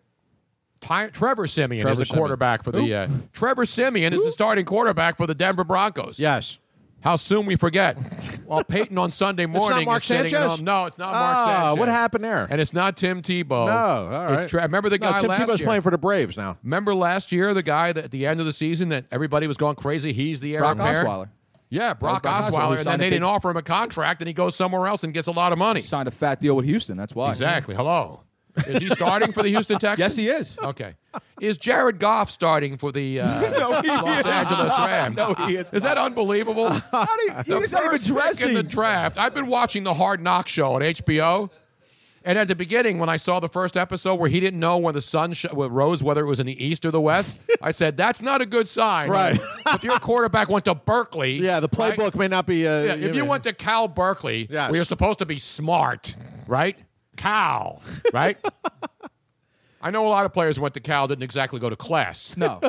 Speaker 5: Ty- Trevor Simeon is
Speaker 7: Trevor
Speaker 5: the
Speaker 7: Siemian.
Speaker 5: quarterback for
Speaker 7: Who?
Speaker 5: the. Uh, Trevor Simeon is the starting quarterback for the Denver Broncos.
Speaker 7: Yes.
Speaker 5: How soon we forget. Well, Peyton on Sunday
Speaker 7: not
Speaker 5: morning.
Speaker 7: Mark
Speaker 5: is sitting at
Speaker 7: Sanchez?
Speaker 5: home. No, it's not
Speaker 7: Ah,
Speaker 5: Mark Sanchez.
Speaker 7: what happened there?
Speaker 5: And it's not Tim Tebow.
Speaker 7: No, all
Speaker 5: It's
Speaker 7: right.
Speaker 5: Tra- remember the
Speaker 7: No,
Speaker 5: guy
Speaker 7: Tim
Speaker 5: last
Speaker 7: Tebow's
Speaker 5: year?
Speaker 7: playing for the Braves now.
Speaker 5: Remember last year, the guy that at the end of the season that everybody was going crazy. He's the heir
Speaker 6: Brock
Speaker 5: apparent?
Speaker 6: Osweiler.
Speaker 5: Yeah, Brock,
Speaker 6: Brock Osweiler,
Speaker 5: Osweiler.
Speaker 6: who
Speaker 5: And
Speaker 6: signed
Speaker 5: then
Speaker 6: a
Speaker 5: they
Speaker 6: big-
Speaker 5: didn't offer him a contract, and he goes somewhere else and gets a lot of money.
Speaker 6: Signed a fat deal with Houston. That's why.
Speaker 5: Exactly.
Speaker 6: [LAUGHS]
Speaker 5: Hello. Is he starting for
Speaker 7: [LAUGHS]
Speaker 5: the Houston Texans?
Speaker 6: Yes, he is.
Speaker 5: Okay. Is Jared Goff starting for
Speaker 6: [LAUGHS]
Speaker 5: the uh,
Speaker 6: No, he
Speaker 5: Los
Speaker 6: is
Speaker 5: Angeles
Speaker 6: not.
Speaker 5: Rams?
Speaker 6: No, he is
Speaker 5: Is that unbelievable?
Speaker 6: [LAUGHS] How do you- he
Speaker 5: The
Speaker 6: was not even
Speaker 5: first pick in the
Speaker 6: dressing.
Speaker 5: draft. I've been watching the Hard Knock show on HBO. And at the beginning, when I saw the first episode where he didn't know when the sun sh- rose, whether it was in the east or
Speaker 7: [LAUGHS]
Speaker 5: the west, I said, that's not a good sign.
Speaker 7: Right.
Speaker 5: [LAUGHS] if your quarterback went to Berkeley.
Speaker 7: Yeah, the
Speaker 5: right?
Speaker 7: playbook may not be. Uh,
Speaker 5: Yeah, if you went to Cal Berkeley,
Speaker 7: Yes.
Speaker 5: where you're supposed to be smart, right? Cal, right? I know a lot of players who went to Cal didn't exactly go to class.
Speaker 6: No.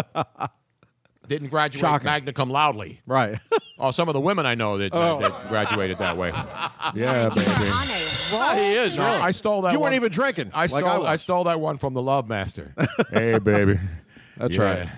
Speaker 5: [LAUGHS] didn't graduate
Speaker 7: Shocking.
Speaker 5: magna cum laude.
Speaker 7: Right.
Speaker 5: [LAUGHS] Oh, some of the women I know that,
Speaker 7: Oh.
Speaker 5: that graduated that way.
Speaker 7: Yeah, baby. He is.
Speaker 5: No,
Speaker 7: Really.
Speaker 5: I stole that.
Speaker 7: You
Speaker 5: one.
Speaker 7: weren't even drinking.
Speaker 5: I stole.
Speaker 7: Like I,
Speaker 5: I,
Speaker 7: was.
Speaker 5: stole that one from the Love Master.
Speaker 7: [LAUGHS] hey, baby. That's
Speaker 5: Yeah.
Speaker 7: right.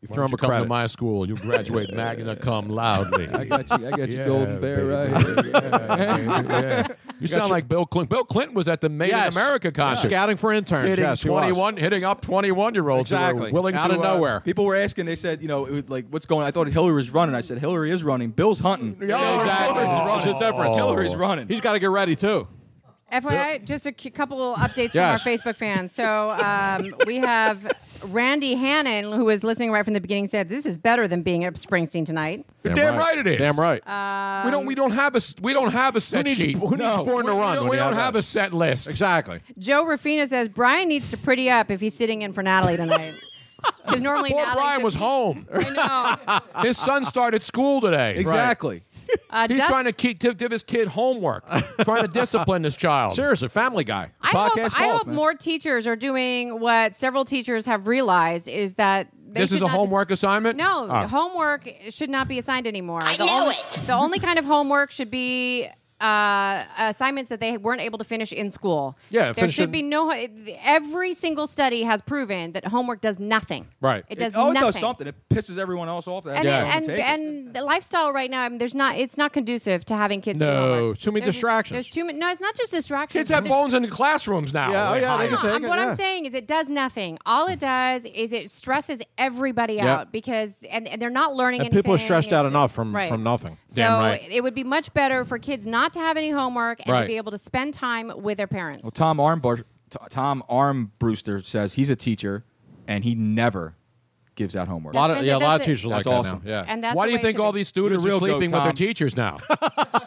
Speaker 5: You
Speaker 7: throw him a
Speaker 5: come
Speaker 7: credit.
Speaker 5: to my school.
Speaker 7: [LAUGHS]
Speaker 5: You graduate magna cum laude.
Speaker 6: I got you. I got
Speaker 5: [LAUGHS]
Speaker 6: you,
Speaker 5: Yeah,
Speaker 6: golden bear.
Speaker 5: baby.
Speaker 6: Right. here.
Speaker 7: [LAUGHS]
Speaker 5: Yeah, baby, yeah. You
Speaker 7: Got
Speaker 5: sound
Speaker 7: your-
Speaker 5: like Bill Clinton. Bill Clinton was at the Made
Speaker 7: Yes.
Speaker 5: in America concert,
Speaker 7: Scouting for interns.
Speaker 5: hitting
Speaker 7: yes, he was.
Speaker 5: twenty-one, hitting up twenty-one-year-olds who
Speaker 7: Exactly.
Speaker 5: were willing
Speaker 7: Out
Speaker 5: to
Speaker 7: of
Speaker 5: uh,
Speaker 7: nowhere.
Speaker 6: People were asking. They said, you know, it was like, what's going? on? I thought Hillary was running. I said, Hillary is running. Bill's hunting.
Speaker 7: Yeah, exactly.
Speaker 6: Hillary's
Speaker 7: There's
Speaker 6: running. Oh.
Speaker 7: a difference. Oh.
Speaker 6: Hillary's running.
Speaker 7: He's got to get ready too.
Speaker 8: FYI, just a cu- couple updates
Speaker 7: Yes.
Speaker 8: from our Facebook fans. So um, we have Randy Hannon, who was listening right from the beginning, said, This is better than being at Springsteen tonight.
Speaker 5: Damn, right. it is.
Speaker 7: Damn right.
Speaker 8: Um,
Speaker 5: we don't. We don't have a. s- We don't have a set
Speaker 7: needs-
Speaker 5: sheet.
Speaker 7: who needs No. Born to
Speaker 5: We- we
Speaker 7: Run
Speaker 5: don't-
Speaker 7: when
Speaker 5: We
Speaker 7: you
Speaker 5: don't
Speaker 7: have
Speaker 5: have
Speaker 7: that?
Speaker 5: a set list.
Speaker 7: exactly.
Speaker 8: Joe Rufino says, Brian needs to pretty up if he's sitting in for
Speaker 5: [LAUGHS]
Speaker 8: Natalie tonight. Because normally
Speaker 5: Poor
Speaker 8: Natalie.
Speaker 5: Brian was home.
Speaker 8: I
Speaker 7: [LAUGHS]
Speaker 8: know.
Speaker 5: His son started school today.
Speaker 6: Exactly.
Speaker 8: Uh,
Speaker 5: He's
Speaker 8: Dust-
Speaker 5: trying to keep, to give his kid
Speaker 7: [LAUGHS]
Speaker 5: homework, trying to discipline this child.
Speaker 7: Seriously, Family Guy.
Speaker 8: I
Speaker 5: Podcast
Speaker 8: hope, I
Speaker 5: calls,
Speaker 8: hope
Speaker 5: man.
Speaker 8: more teachers are doing what several teachers have realized is that they
Speaker 5: This is
Speaker 8: should
Speaker 5: a
Speaker 8: not do-
Speaker 5: homework assignment.
Speaker 8: No,
Speaker 5: Oh.
Speaker 8: homework should not be assigned anymore. I the know only, it. The only kind of homework should be uh, assignments that they weren't able to finish in school.
Speaker 5: Yeah,
Speaker 8: there
Speaker 5: finish
Speaker 8: should
Speaker 5: it-
Speaker 8: be no. Every single study has proven that homework does nothing.
Speaker 5: Right.
Speaker 8: It does
Speaker 6: oh,
Speaker 8: nothing.
Speaker 6: it does something. It pisses everyone else off. That
Speaker 8: And,
Speaker 6: yeah.
Speaker 8: and, and the lifestyle right now, I mean, there's not. It's not conducive to having kids. do
Speaker 5: No,
Speaker 8: homework.
Speaker 5: too many
Speaker 8: There's-
Speaker 5: distractions.
Speaker 8: There's too many. No, it's not just distractions.
Speaker 5: Kids have
Speaker 8: There's-
Speaker 5: phones in the classrooms now.
Speaker 7: Yeah, oh, yeah, they can
Speaker 8: no,
Speaker 7: take
Speaker 8: I'm-
Speaker 7: it,
Speaker 8: what
Speaker 7: yeah.
Speaker 8: I'm saying is it does nothing. All it does is it stresses everybody
Speaker 7: Yep.
Speaker 8: out because and, and they're not learning
Speaker 7: And
Speaker 8: anything.
Speaker 7: people are stressed out
Speaker 8: It's-
Speaker 7: enough from
Speaker 8: right.
Speaker 7: from nothing.
Speaker 8: So it would be much better for kids not to have any homework and
Speaker 6: Right.
Speaker 8: to be able to spend time with their parents.
Speaker 6: Well, Tom Armbar- T- Tom Arm Brewster says he's a teacher, and he never gives out homework.
Speaker 7: Lot of- yeah, a lot of teachers are
Speaker 6: That's
Speaker 7: like that
Speaker 6: awesome.
Speaker 7: now. Yeah.
Speaker 8: And that's
Speaker 5: Why
Speaker 8: the
Speaker 5: do you
Speaker 8: way it
Speaker 5: think
Speaker 8: should
Speaker 5: all
Speaker 8: be.
Speaker 5: these students
Speaker 6: You're
Speaker 5: are
Speaker 6: a real goat,
Speaker 5: sleeping with their
Speaker 6: Tom.
Speaker 5: teachers now?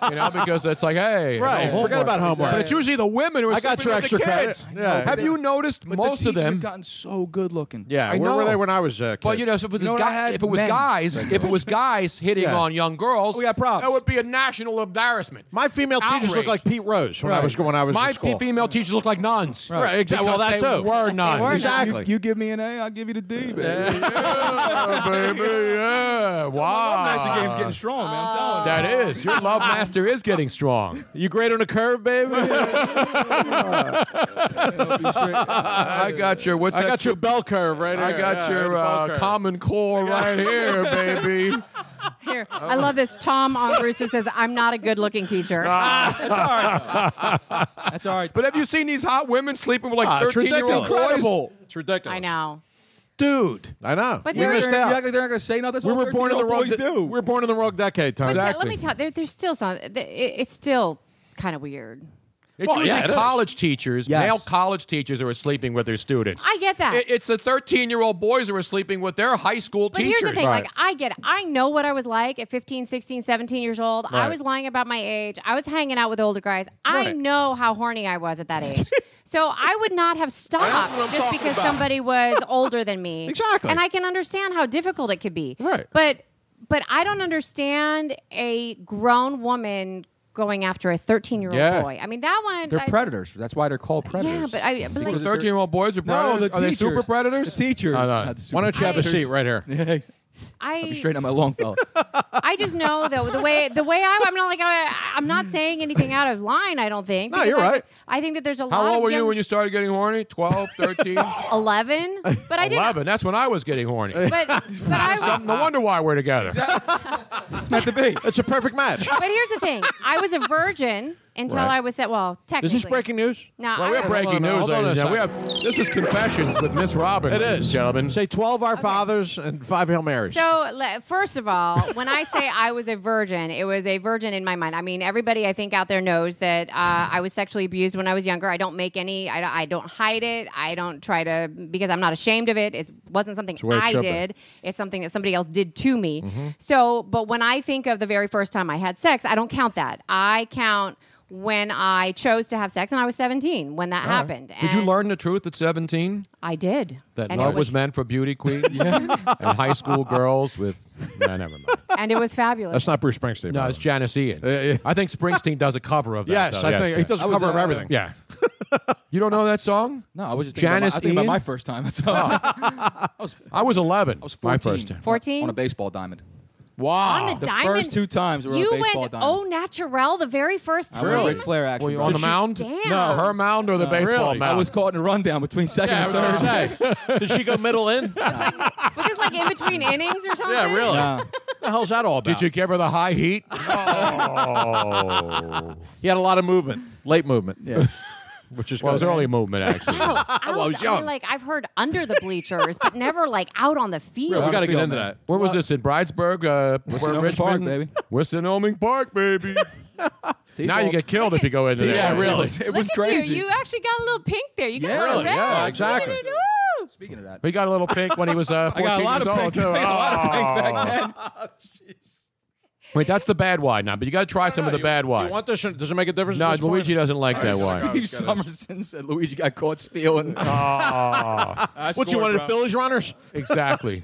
Speaker 5: you know, because it's like, hey,
Speaker 7: [LAUGHS] Right,
Speaker 5: no
Speaker 7: forget about homework.
Speaker 5: But it's usually the women who are
Speaker 7: I got
Speaker 5: sleeping
Speaker 7: your
Speaker 5: with the
Speaker 7: extra
Speaker 5: kids.
Speaker 7: credit. I know, Yeah. but
Speaker 5: Have
Speaker 7: they-
Speaker 5: you noticed
Speaker 6: But
Speaker 5: most
Speaker 6: the
Speaker 5: of
Speaker 6: teachers
Speaker 5: them?
Speaker 6: have gotten so good looking.
Speaker 7: Yeah,
Speaker 5: I
Speaker 7: where were
Speaker 5: know.
Speaker 7: they when I was a kid?
Speaker 5: But you know, so if it was,
Speaker 6: You know what I
Speaker 5: guy,
Speaker 6: had?
Speaker 5: if it was
Speaker 6: Men.
Speaker 5: guys,
Speaker 6: Right.
Speaker 5: if it was guys hitting
Speaker 7: Yeah.
Speaker 5: on young girls,
Speaker 6: We got problems.
Speaker 5: That would be a national embarrassment.
Speaker 7: my female teachers
Speaker 5: Outrage.
Speaker 7: look like Pete Rose when I
Speaker 6: Right.
Speaker 7: was when I was
Speaker 5: My
Speaker 7: in school.
Speaker 5: female teachers look like nuns.
Speaker 7: Right, exactly. Well, that
Speaker 5: Because
Speaker 7: too.
Speaker 5: they Were
Speaker 8: were
Speaker 5: nuns.
Speaker 8: nuns.
Speaker 7: exactly.
Speaker 6: You give me an A, I'll give you the D, baby.
Speaker 5: Yeah, baby, yeah. Wow.
Speaker 6: Nice game's getting strong, man. I'm telling you.
Speaker 5: That is. Your love master is getting strong.
Speaker 7: You great on a curve,
Speaker 5: [LAUGHS]
Speaker 7: baby. I
Speaker 5: I got your what's that
Speaker 7: got your
Speaker 5: stupid-
Speaker 7: bell curve right here.
Speaker 5: I got
Speaker 7: Yeah,
Speaker 5: your
Speaker 7: bell
Speaker 5: uh,
Speaker 7: curve.
Speaker 5: common
Speaker 7: [LAUGHS]
Speaker 5: core right here, baby.
Speaker 8: Here, I love this. Tom on Brewster says, "I'm not a good-looking teacher."
Speaker 6: That's all right.
Speaker 5: But have you seen these hot women sleeping with like
Speaker 7: Ah, it's
Speaker 5: 13 year old
Speaker 7: ridiculous.
Speaker 5: boys?
Speaker 6: Incredible.
Speaker 7: It's ridiculous.
Speaker 8: I know.
Speaker 5: Dude.
Speaker 7: I know.
Speaker 8: But
Speaker 7: we
Speaker 8: they're-
Speaker 7: missed
Speaker 6: They're,
Speaker 7: out.
Speaker 6: act like they're not going to say nothing. That's
Speaker 7: we
Speaker 6: what
Speaker 7: were born in the
Speaker 6: 13-year-old
Speaker 7: wrong.
Speaker 6: boys do.
Speaker 7: we were born in the wrong decade, Tom.
Speaker 8: Tell- Let me tell. There, there's still some. th- it- It's still kind of weird.
Speaker 5: It's
Speaker 7: Well,
Speaker 5: usually
Speaker 7: yeah, it is.
Speaker 5: college teachers,
Speaker 6: Yes.
Speaker 5: male college teachers who are sleeping with their students.
Speaker 8: I get that.
Speaker 5: It- it's the 13 year old boys who are sleeping with their high school
Speaker 8: But
Speaker 5: teachers.
Speaker 8: here's the thing, like I get it. I know what I was like at 15, 16, 17 years old. I
Speaker 5: Right.
Speaker 8: was lying about my age. I was hanging out with older guys. I
Speaker 5: Right.
Speaker 8: know how horny I was at that
Speaker 7: [LAUGHS]
Speaker 8: age. so I would not have
Speaker 7: That's what I'm
Speaker 8: stopped just
Speaker 7: talking
Speaker 8: because
Speaker 7: about. [LAUGHS]
Speaker 8: somebody was older than me.
Speaker 7: Exactly.
Speaker 8: And I can understand how difficult it could be.
Speaker 7: Right.
Speaker 8: But but I don't understand a grown woman going after a 13-year-old
Speaker 7: Yeah.
Speaker 8: boy. I mean, that one uh,
Speaker 6: They're
Speaker 8: I-
Speaker 6: predators. That's why they're called
Speaker 8: Yeah,
Speaker 6: predators.
Speaker 8: but I but
Speaker 5: the
Speaker 8: like,
Speaker 5: 13 year old boys are
Speaker 6: no,
Speaker 5: predators.
Speaker 6: the
Speaker 5: are
Speaker 6: teachers.
Speaker 5: they super predators?
Speaker 6: The teachers.
Speaker 5: I know.
Speaker 6: not the super
Speaker 7: Why don't you have a
Speaker 8: predators.
Speaker 7: seat right here?
Speaker 5: [LAUGHS]
Speaker 6: predators.
Speaker 8: I
Speaker 6: Straight on my long fellow.
Speaker 8: I just know though the way the way I, I'm not like I, I'm not saying anything out of line. I don't think.
Speaker 7: No,
Speaker 8: because
Speaker 7: you're
Speaker 8: I,
Speaker 7: right.
Speaker 8: I think that there's a lot.
Speaker 5: How
Speaker 8: of
Speaker 5: old were
Speaker 8: young,
Speaker 5: you when you started getting horny?
Speaker 8: [LAUGHS]
Speaker 5: 12, 13?
Speaker 8: Eleven, but I didn't.
Speaker 5: 11. That's when I was getting horny.
Speaker 8: [LAUGHS] But but I was.
Speaker 5: no wonder why we're together.
Speaker 6: It's meant to be.
Speaker 7: It's a perfect
Speaker 8: [LAUGHS]
Speaker 7: match.
Speaker 8: But here's the thing: I was a virgin until
Speaker 7: Right.
Speaker 8: I was set. Well,
Speaker 7: Is
Speaker 8: technically.
Speaker 7: this breaking news?
Speaker 8: No,
Speaker 5: Well, we
Speaker 8: I
Speaker 5: have
Speaker 8: was-
Speaker 5: breaking
Speaker 7: Hold on,
Speaker 5: news,
Speaker 7: hold on
Speaker 5: ladies
Speaker 7: a
Speaker 5: and gentlemen.
Speaker 7: second.
Speaker 5: We have this is confessions with Miss Robin.
Speaker 7: It
Speaker 5: ladies
Speaker 7: is.
Speaker 5: and gentlemen.
Speaker 7: Say 12 Our Fathers and 5 Hail Marys.
Speaker 8: So, le- first of all, when I say I was a virgin, it was a virgin in my mind. I mean, everybody I think out there knows that uh, I was sexually abused when I was younger. I don't make any, I, don't- I don't hide it. I don't try to, because I'm not ashamed of it. It wasn't something
Speaker 7: the way it
Speaker 8: I
Speaker 7: should be.
Speaker 8: did, it's something that somebody else did to
Speaker 5: Mm-hmm.
Speaker 8: me. So, but when I think of the very first time I had sex, I don't count that. I count when I chose to have sex, and I was 17 when that
Speaker 5: All right.
Speaker 8: happened.
Speaker 5: Did
Speaker 8: And
Speaker 5: you learn the truth at 17?
Speaker 8: I did.
Speaker 5: That
Speaker 8: and
Speaker 5: love
Speaker 8: it
Speaker 5: was... meant for
Speaker 7: [LAUGHS]
Speaker 5: beauty queens and high school girls with. Nah, never mind.
Speaker 8: and it
Speaker 5: [LAUGHS]
Speaker 8: was fabulous.
Speaker 5: not Bruce Springsteen. No, it's Janice Ian. I think Springsteen does a cover of that.
Speaker 7: Yes,
Speaker 5: though.
Speaker 7: I think he does a I was, cover of uh, everything.
Speaker 6: [LAUGHS]
Speaker 5: Yeah. you don't know that song?
Speaker 6: No, I was just thinking, about my, I
Speaker 5: Janice
Speaker 6: think about
Speaker 5: Ian?
Speaker 6: my first time. That's
Speaker 5: [LAUGHS]
Speaker 6: all.
Speaker 5: I was 11.
Speaker 6: I was 14.
Speaker 5: My first time.
Speaker 8: 14?
Speaker 6: On a baseball diamond.
Speaker 5: Wow.
Speaker 8: On the
Speaker 6: Ah. the
Speaker 8: diamond?
Speaker 6: first two times we were on
Speaker 8: you
Speaker 6: a baseball
Speaker 8: went
Speaker 6: diamond.
Speaker 8: au naturel the very first
Speaker 6: I
Speaker 8: time.
Speaker 6: went Ric Flair action.
Speaker 5: Were you
Speaker 6: bro.
Speaker 5: on the mound?
Speaker 8: Damn.
Speaker 5: No, her mound or the
Speaker 6: No,
Speaker 5: baseball
Speaker 6: really?
Speaker 5: mound?
Speaker 6: I was caught in a rundown between second
Speaker 7: Yeah,
Speaker 6: and
Speaker 7: I was
Speaker 6: third.
Speaker 7: gonna
Speaker 6: [LAUGHS]
Speaker 7: say. Did she go middle in?
Speaker 8: Which is like in between innings or something.
Speaker 7: Yeah, really.
Speaker 6: Nah.
Speaker 7: What the hell's that all about?
Speaker 5: Did you give her the high [LAUGHS] heat?
Speaker 7: Oh. he had a lot of movement, late movement.
Speaker 5: [LAUGHS]
Speaker 6: Yeah.
Speaker 7: Which is
Speaker 5: Well, it was
Speaker 7: good.
Speaker 5: early movement,
Speaker 7: [LAUGHS]
Speaker 5: [LAUGHS] actually.
Speaker 8: No, Oh, out,
Speaker 7: I was
Speaker 8: I
Speaker 7: young.
Speaker 8: mean, like I've heard under the bleachers, but never like out on
Speaker 7: [LAUGHS]
Speaker 8: the field.
Speaker 7: Yeah, we got to
Speaker 6: Feel,
Speaker 7: get into
Speaker 6: man.
Speaker 7: that.
Speaker 5: Where was this? In Bridesburg? Uh, where
Speaker 6: Wyoming Park,
Speaker 5: Richmond?
Speaker 6: baby.
Speaker 5: Western Park,
Speaker 6: [LAUGHS]
Speaker 5: baby. now you
Speaker 6: T-ball.
Speaker 5: get killed if you go
Speaker 6: [LAUGHS]
Speaker 5: into there.
Speaker 7: Yeah,
Speaker 6: It
Speaker 7: really.
Speaker 6: was, it [LAUGHS]
Speaker 8: Look
Speaker 6: was
Speaker 8: at
Speaker 6: crazy.
Speaker 8: you. You actually got a little pink there. You got
Speaker 6: Yeah,
Speaker 8: a little
Speaker 6: really,
Speaker 8: red.
Speaker 6: yeah,
Speaker 8: Look at
Speaker 5: exactly.
Speaker 8: it. Woo!
Speaker 6: Speaking of that,
Speaker 5: He got a little pink when he was uh, 14
Speaker 6: I got a lot
Speaker 5: years
Speaker 6: of
Speaker 5: old,
Speaker 6: pink.
Speaker 5: too.
Speaker 6: [LAUGHS] I got a lot of pink
Speaker 5: Oh.
Speaker 6: back then.
Speaker 5: Wait, that's the bad wine now, but you got to try some of the
Speaker 7: You-
Speaker 5: bad wine.
Speaker 7: You want this? or- Does it make a difference?
Speaker 5: no,
Speaker 7: at this point?
Speaker 5: Luigi doesn't like that wine.
Speaker 6: Steve Summerson said Luigi got
Speaker 5: [LAUGHS]
Speaker 6: caught stealing.
Speaker 5: Oh,
Speaker 6: I
Speaker 7: What you
Speaker 6: scored,
Speaker 7: wanted
Speaker 6: bro.
Speaker 7: to fill his
Speaker 6: [LAUGHS]
Speaker 7: runners?
Speaker 5: exactly.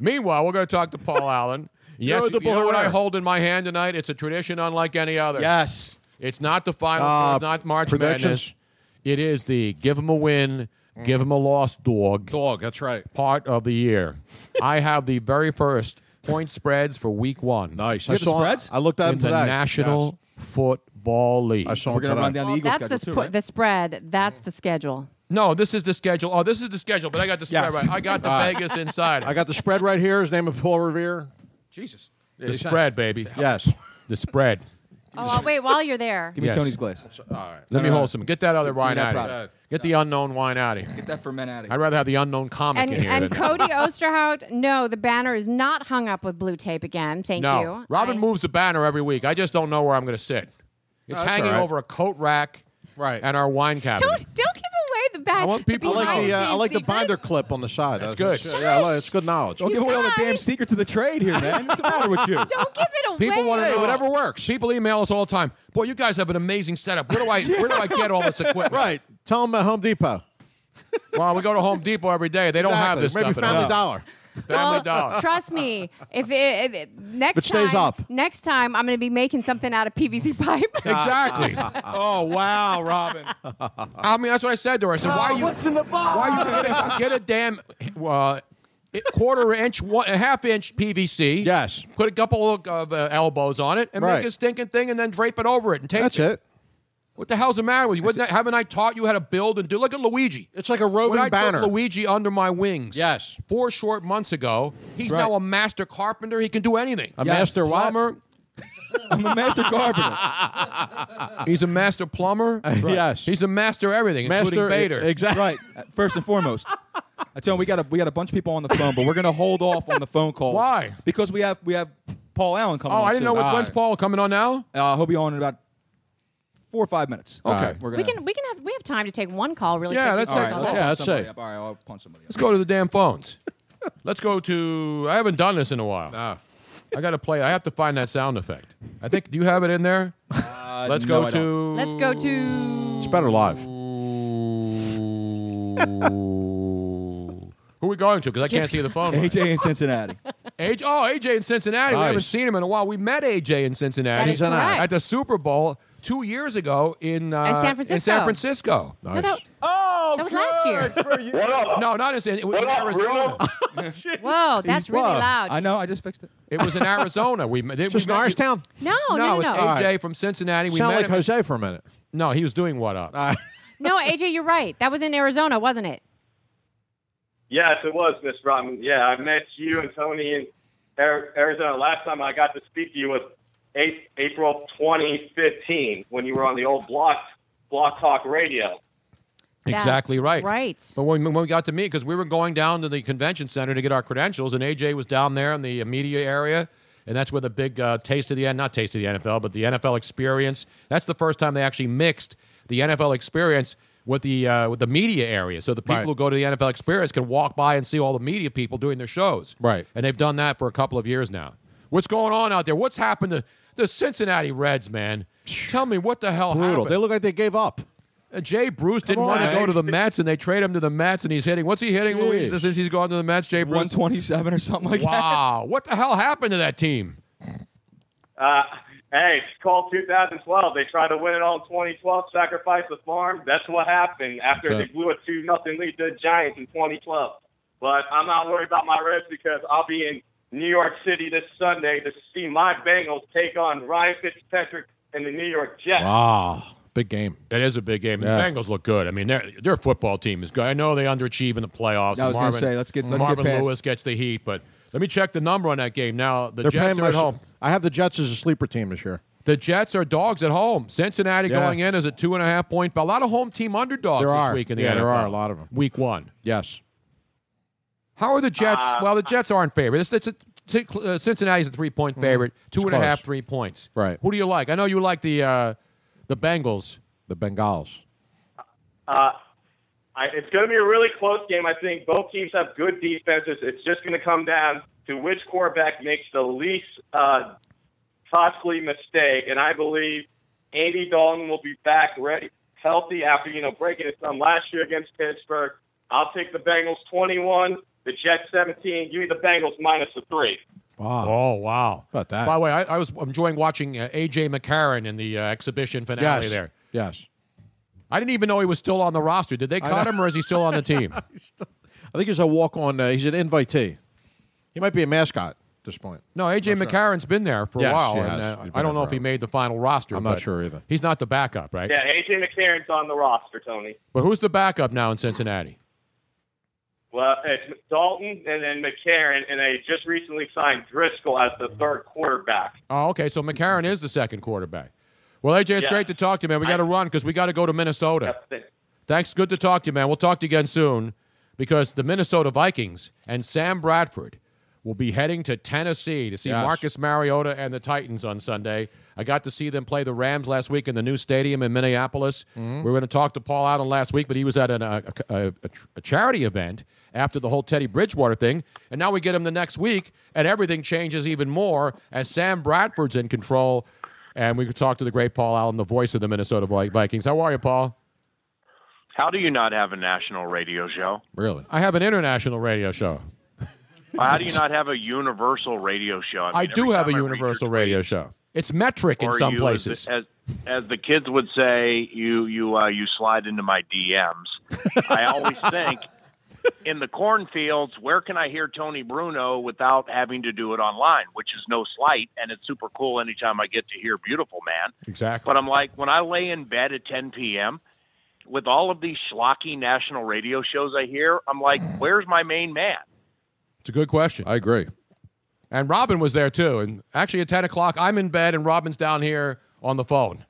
Speaker 5: Meanwhile, we're going to talk to Paul Allen. Yes,
Speaker 7: Throw
Speaker 5: you
Speaker 7: the
Speaker 5: know what I
Speaker 7: balloon.
Speaker 5: hold in my hand tonight? It's a tradition unlike any other.
Speaker 6: Yes.
Speaker 5: It's not the final,
Speaker 7: Uh,
Speaker 5: it's not March Madness.
Speaker 7: predictions?
Speaker 5: It is the give him a win, give him a loss dog
Speaker 7: Dog. That's right.
Speaker 5: part of the year. I have the very first point spreads for week one.
Speaker 7: Nice.
Speaker 6: You
Speaker 7: I
Speaker 6: have the
Speaker 7: saw.
Speaker 6: spreads?
Speaker 7: I looked at
Speaker 5: In
Speaker 7: him
Speaker 5: the
Speaker 7: today.
Speaker 5: National Football League.
Speaker 7: Yes. I saw.
Speaker 6: We're
Speaker 7: him
Speaker 6: gonna
Speaker 7: today.
Speaker 6: run down the
Speaker 8: Well,
Speaker 6: Eagles
Speaker 8: that's the,
Speaker 6: schedule too,
Speaker 8: sp-
Speaker 6: right?
Speaker 8: the spread. That's
Speaker 7: [LAUGHS]
Speaker 8: the schedule.
Speaker 5: No, this is the schedule. Oh, this is the schedule, but I got the spread
Speaker 6: Yes.
Speaker 5: right. I got
Speaker 7: [LAUGHS]
Speaker 5: the
Speaker 7: All right.
Speaker 5: Vegas inside.
Speaker 7: I got the spread right here. His name is Paul Revere.
Speaker 6: Jesus.
Speaker 5: the spread, baby.
Speaker 7: Yes.
Speaker 5: [LAUGHS] The spread.
Speaker 8: Oh, I'll wait while you're there.
Speaker 6: Give me
Speaker 5: Yes.
Speaker 6: Tony's glass.
Speaker 5: Let me
Speaker 7: Uh,
Speaker 6: no,
Speaker 5: hold some. Get that other wine
Speaker 6: that
Speaker 5: out of here.
Speaker 6: product.
Speaker 5: Get the unknown wine out of here.
Speaker 6: Get that ferment out of
Speaker 5: I'd
Speaker 6: here.
Speaker 5: rather have the unknown comic
Speaker 8: And,
Speaker 5: in here.
Speaker 8: and
Speaker 7: [LAUGHS]
Speaker 5: than-
Speaker 8: Cody Osterhout, no, the banner is not hung up with blue tape again.
Speaker 5: [LAUGHS]
Speaker 8: Thank
Speaker 5: no.
Speaker 8: you.
Speaker 5: Robin
Speaker 8: I-
Speaker 5: moves the banner every week. I just don't know where I'm going to sit.
Speaker 7: that's
Speaker 5: It's hanging
Speaker 7: all right.
Speaker 5: over a coat rack
Speaker 7: Right.
Speaker 5: and our wine cabinet.
Speaker 8: Don't don't give away the banner.
Speaker 5: I want people
Speaker 7: I
Speaker 5: to
Speaker 7: like the
Speaker 5: Behind
Speaker 7: uh, I like the binder clip on the side.
Speaker 5: That's good.
Speaker 7: Yeah, I like- it's good knowledge.
Speaker 6: Don't give away all the damn
Speaker 8: guys-
Speaker 6: secret to the trade here, man. What's the matter with you?
Speaker 8: [LAUGHS] Don't give it away.
Speaker 5: People want to know
Speaker 7: whatever works.
Speaker 5: People email us all the time. Boy, you guys have an amazing setup. Where do I where do I get all this
Speaker 6: [LAUGHS]
Speaker 5: equipment?
Speaker 7: Right. Tell them at Home Depot.
Speaker 5: Well, we go to Home Depot every day. They don't
Speaker 7: Exactly.
Speaker 5: have this
Speaker 7: Maybe
Speaker 5: stuff. at
Speaker 7: Family
Speaker 5: home.
Speaker 7: Dollar.
Speaker 5: Family
Speaker 8: Well,
Speaker 5: Dollar.
Speaker 8: Trust me, if it, it- it- next
Speaker 7: It stays
Speaker 8: time,
Speaker 7: up.
Speaker 8: next time I'm going to be making something out of PVC pipe.
Speaker 5: [LAUGHS]
Speaker 8: [LAUGHS]
Speaker 5: Exactly.
Speaker 6: [LAUGHS] Oh wow, Robin.
Speaker 5: I mean, that's what I said to her. I said, "Why are you?
Speaker 2: in the box?
Speaker 5: Why are you get a, get a damn uh, it- quarter inch, one, a half inch PVC?
Speaker 7: Yes.
Speaker 5: Put a couple of uh, elbows on it and
Speaker 7: Right.
Speaker 5: make a stinking thing, and then drape it over it and tape
Speaker 7: That's it.
Speaker 5: What the hell's the matter with you? Wasn't that, haven't I taught you how to build and do? Look at Luigi.
Speaker 7: It's like a roving
Speaker 5: When I
Speaker 7: banner.
Speaker 5: took Luigi under my wings.
Speaker 7: Yes.
Speaker 5: Four short months ago, he's
Speaker 6: right.
Speaker 5: now a master carpenter. He can do anything.
Speaker 7: A
Speaker 6: Yes.
Speaker 7: master what?
Speaker 5: plumber.
Speaker 6: [LAUGHS] I'm a master carpenter.
Speaker 5: [LAUGHS] He's a master plumber.
Speaker 7: Yes.
Speaker 5: He's a master everything,
Speaker 7: Master
Speaker 5: including Bader.
Speaker 7: Exactly.
Speaker 6: e- Right. Uh, First and foremost. I tell you, we got a we got a bunch of people on the phone, but we're gonna hold off on the phone calls.
Speaker 5: Why?
Speaker 6: Because we have we have Paul Allen coming.
Speaker 5: oh,
Speaker 6: on
Speaker 5: I didn't know
Speaker 6: soon.
Speaker 5: with when's Paul coming on now.
Speaker 6: Uh, he'll be on in about four or five minutes.
Speaker 5: Okay. All right.
Speaker 6: we're gonna.
Speaker 8: we can we can have we have time to take one call really.
Speaker 5: Yeah,
Speaker 8: quick.
Speaker 5: that's
Speaker 6: all right,
Speaker 5: take
Speaker 6: let's
Speaker 5: one.
Speaker 7: Yeah,
Speaker 6: punch
Speaker 7: I'd say.
Speaker 6: somebody up. All right, I'll punch somebody.
Speaker 5: Let's go to the damn
Speaker 6: [LAUGHS]
Speaker 5: phones. Let's go to. I haven't done this in a while.
Speaker 6: Ah.
Speaker 5: I got to play. I have to find that sound effect. I think. Do you have it in there?
Speaker 6: Up.
Speaker 5: Let's go to.
Speaker 8: Let's go
Speaker 5: [LAUGHS]
Speaker 8: to
Speaker 7: It's better live.
Speaker 5: Who are we going to? Because I can't see the phone.
Speaker 6: [LAUGHS]
Speaker 5: right.
Speaker 6: AJ in Cincinnati.
Speaker 5: AJ, oh, AJ in Cincinnati. We
Speaker 7: Nice.
Speaker 5: haven't seen him in a while. We met AJ in Cincinnati
Speaker 8: That is correct.
Speaker 5: at the Super Bowl two years ago in, uh,
Speaker 8: In San
Speaker 5: In San Francisco.
Speaker 8: Francisco. No, that,
Speaker 11: Oh,
Speaker 8: that was last year.
Speaker 9: What up?
Speaker 5: No, not in San. It was in
Speaker 9: What up,
Speaker 5: Arizona.
Speaker 6: [LAUGHS]
Speaker 8: Whoa, that's really
Speaker 7: Whoa.
Speaker 8: loud.
Speaker 6: I know. I just fixed it.
Speaker 5: It was in Arizona. We met.
Speaker 7: Just
Speaker 5: we met you-
Speaker 7: Norristown.
Speaker 8: No,
Speaker 5: No,
Speaker 8: no, no,
Speaker 5: it's
Speaker 8: no.
Speaker 5: AJ from Cincinnati. We
Speaker 7: Sound
Speaker 5: met
Speaker 7: like
Speaker 5: him-
Speaker 7: Jose for a minute.
Speaker 5: No, he was doing what
Speaker 7: [LAUGHS]
Speaker 5: up.
Speaker 7: Uh,
Speaker 8: No, AJ, you're right. That was in Arizona, wasn't it?
Speaker 10: Yes, it was, Miss Rotten. Yeah, I met you and Tony in Ar- Arizona. Last time I got to speak to you was eight, April 2015 when you were on the old Block Block Talk Radio.
Speaker 5: exactly
Speaker 8: That's
Speaker 5: right.
Speaker 8: Right.
Speaker 5: But when, when we got to meet, because we were going down to the convention center to get our credentials, and AJ was down there in the uh, media area, and that's where the big uh, taste of the N not taste of the NFL, but the NFL experience. That's the first time they actually mixed the NFL experience with the uh, with the media area. So the people
Speaker 7: Right.
Speaker 5: who go to the NFL experience can walk by and see all the media people doing their shows.
Speaker 7: Right.
Speaker 5: And they've done that for a couple of years now. What's going on out there? What's happened to the Cincinnati Reds, man? Tell me what the hell
Speaker 7: Brutal.
Speaker 5: happened.
Speaker 7: They look like they gave up.
Speaker 5: Uh, Jay Bruce [LAUGHS] didn't
Speaker 7: on,
Speaker 5: want to
Speaker 7: man.
Speaker 5: go to the Mets, and they trade him to the Mets, and he's hitting. What's he hitting, Luis?
Speaker 7: Jeez.
Speaker 5: This is he's gone to the Mets. Jay Bruce, one
Speaker 6: twenty-seven or something like
Speaker 5: wow. that. Wow, what the hell happened to that team?
Speaker 10: Uh, hey, it's called 2012. They tried to win it all in 2012, sacrifice the farm. That's what happened after
Speaker 5: Okay.
Speaker 10: they blew a 2 nothing lead to the Giants in 2012. But I'm not worried about my Reds because I'll be in New York City this Sunday to see my Bengals take on Ryan Fitzpatrick and the New York Jets.
Speaker 7: Wow, big game.
Speaker 5: It is a big game.
Speaker 7: Yeah.
Speaker 5: The Bengals look good. I mean, their their football team is good. I know they underachieve in the playoffs.
Speaker 6: I was gonna
Speaker 5: Marvin-
Speaker 6: say, let's get- let's get
Speaker 5: Marvin
Speaker 6: past-
Speaker 5: Lewis gets the heat, but let me check the number on that game now. The
Speaker 7: They're
Speaker 5: Jets
Speaker 7: paying
Speaker 5: are
Speaker 7: my
Speaker 5: at home.
Speaker 7: I have the Jets as a sleeper team this year.
Speaker 5: The Jets are dogs at home. Cincinnati
Speaker 7: Yeah.
Speaker 5: going in as a two and a half point. A lot of home team underdogs
Speaker 7: There
Speaker 5: this
Speaker 7: are.
Speaker 5: week in the
Speaker 7: Yeah,
Speaker 5: NFL.
Speaker 7: there are a lot of 'em.
Speaker 5: Week one.
Speaker 7: Yes.
Speaker 5: How are the Jets?
Speaker 7: Uh,
Speaker 5: well, the Jets aren't favored. It's, it's a, t- uh, Cincinnti's a three point favorite. Two
Speaker 7: It's
Speaker 5: and a half, three
Speaker 7: close.
Speaker 5: points.
Speaker 7: Right.
Speaker 5: Who do you like? I know you like the uh, the Bengals.
Speaker 7: The Bengals.
Speaker 10: Uh, I, it's going to be a really close game. I think both teams have good defenses. It's just going to come down to which quarterback makes the least uh, costly mistake. And I believe Andy Dalton will be back ready, healthy after you know breaking his thumb last year against Pittsburgh. I'll take the Bengals 21, the Jets 17. Give me the Bengals minus the three.
Speaker 7: Wow.
Speaker 5: Oh wow.
Speaker 7: About that.
Speaker 5: By the way, I, I was enjoying watching uh, AJ McCarron in the uh, exhibition finale
Speaker 7: yes.
Speaker 5: there.
Speaker 7: Yes.
Speaker 5: I didn't even know he was still on the roster. Did they
Speaker 7: I
Speaker 5: cut
Speaker 7: know.
Speaker 5: him or is he still on the team?
Speaker 7: I think he's a walk on. Uh, he's an invitee. He might be a mascot at this point.
Speaker 5: No, AJ McCarron's been there for
Speaker 7: Yes,
Speaker 5: a while.
Speaker 7: he
Speaker 5: and,
Speaker 7: has.
Speaker 5: uh,
Speaker 7: He's been
Speaker 5: I don't
Speaker 7: there
Speaker 5: know if he made the final roster.
Speaker 7: I'm not
Speaker 5: but
Speaker 7: sure either.
Speaker 5: He's not the backup, right?
Speaker 10: Yeah, AJ McCarron's on the roster, Tony.
Speaker 5: But who's the backup now in Cincinnati?
Speaker 10: Well, it's Dalton and then McCarron, and they just recently signed Driscoll as the third quarterback.
Speaker 5: Oh, okay. So McCarron is the second quarterback. Well, AJ, it's
Speaker 10: Yeah.
Speaker 5: great to talk to you, man. We got to run because we got to go to Minnesota. Thanks. Good to talk to you, man. We'll talk to you again soon because the Minnesota Vikings and Sam Bradford will be heading to Tennessee to see
Speaker 7: Yes.
Speaker 5: Marcus Mariota and the Titans on Sunday. I got to see them play the Rams last week in the new stadium in Minneapolis. We were going to talk to Paul Allen last week, but he was at an, uh, a, a, a, a charity event after the whole Teddy Bridgewater thing. And now we get him the next week, and everything changes even more as Sam Bradford's in control. And we could talk to the great Paul Allen, the voice of the Minnesota Vi- Vikings. How are you, Paul?
Speaker 12: How do you not have a national radio show?
Speaker 7: Really?
Speaker 5: I have an international radio show.
Speaker 12: How do you not have a universal radio show?
Speaker 5: I,
Speaker 12: mean,
Speaker 5: do have a universal radio show. It's metric in
Speaker 12: or
Speaker 5: some
Speaker 12: you,
Speaker 5: places.
Speaker 12: As, as, as the kids would say, you you uh, you slide into my DMs. I always think in the cornfields, where can I hear Tony Bruno without having to do it online? Which is no slight, and it's super cool. Anytime I get to hear "Beautiful Man,"
Speaker 5: Exactly.
Speaker 12: But I'm like, when I lay in bed at 10 p.m. with all of these schlocky national radio shows I hear, I'm like, where's my main man?
Speaker 5: It's a good question. I
Speaker 7: agree.
Speaker 5: And Robin was there too. And actually, at 10 o'clock, I'm in bed and Robin's down here on the phone.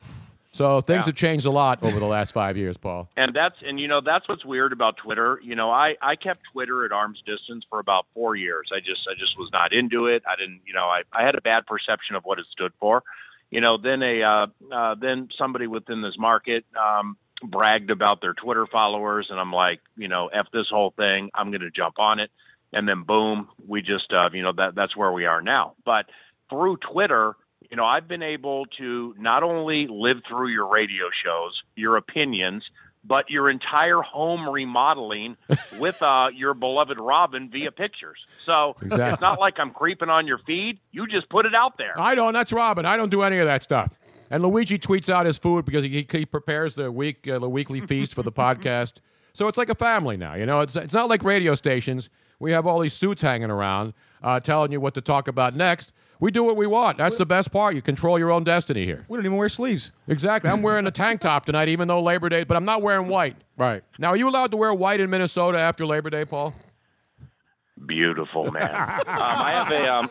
Speaker 5: So things
Speaker 12: Yeah.
Speaker 5: have changed a lot over the last five years, Paul.
Speaker 12: And that's and you know that's what's weird about Twitter. You know, I I kept Twitter at arm's distance for about 4 years. I just I just was not into it. I didn't, you know, I I had a bad perception of what it stood for. You know, then a uh, uh then somebody within this market um bragged about their Twitter followers and I'm like, you know, f this whole thing. I'm going to jump on it. And then boom, we just uh you know that that's where we are now. But through Twitter, you know, I've been able to not only live through your radio shows, your opinions, but your entire home remodeling with uh, your beloved Robin via pictures. So
Speaker 5: Exactly.
Speaker 12: it's not like I'm creeping on your feed. You just put it out there.
Speaker 5: I don't. That's Robin. I don't do any of that stuff. And Luigi tweets out his food because he, he prepares the week uh, the weekly feast for
Speaker 6: [LAUGHS]
Speaker 5: the podcast. So it's like a family now. You know, it's it's not like radio stations. We have all these suits hanging around uh, telling you what to talk about next. We do what we want. That's the best part. You control your own destiny here.
Speaker 6: We don't even wear sleeves.
Speaker 5: Exactly. I'm wearing a tank top tonight, even though Labor Day, but I'm not wearing white.
Speaker 7: Right.
Speaker 5: Now, are you allowed to wear white in Minnesota after Labor Day, Paul?
Speaker 12: Beautiful man. um, I have a um,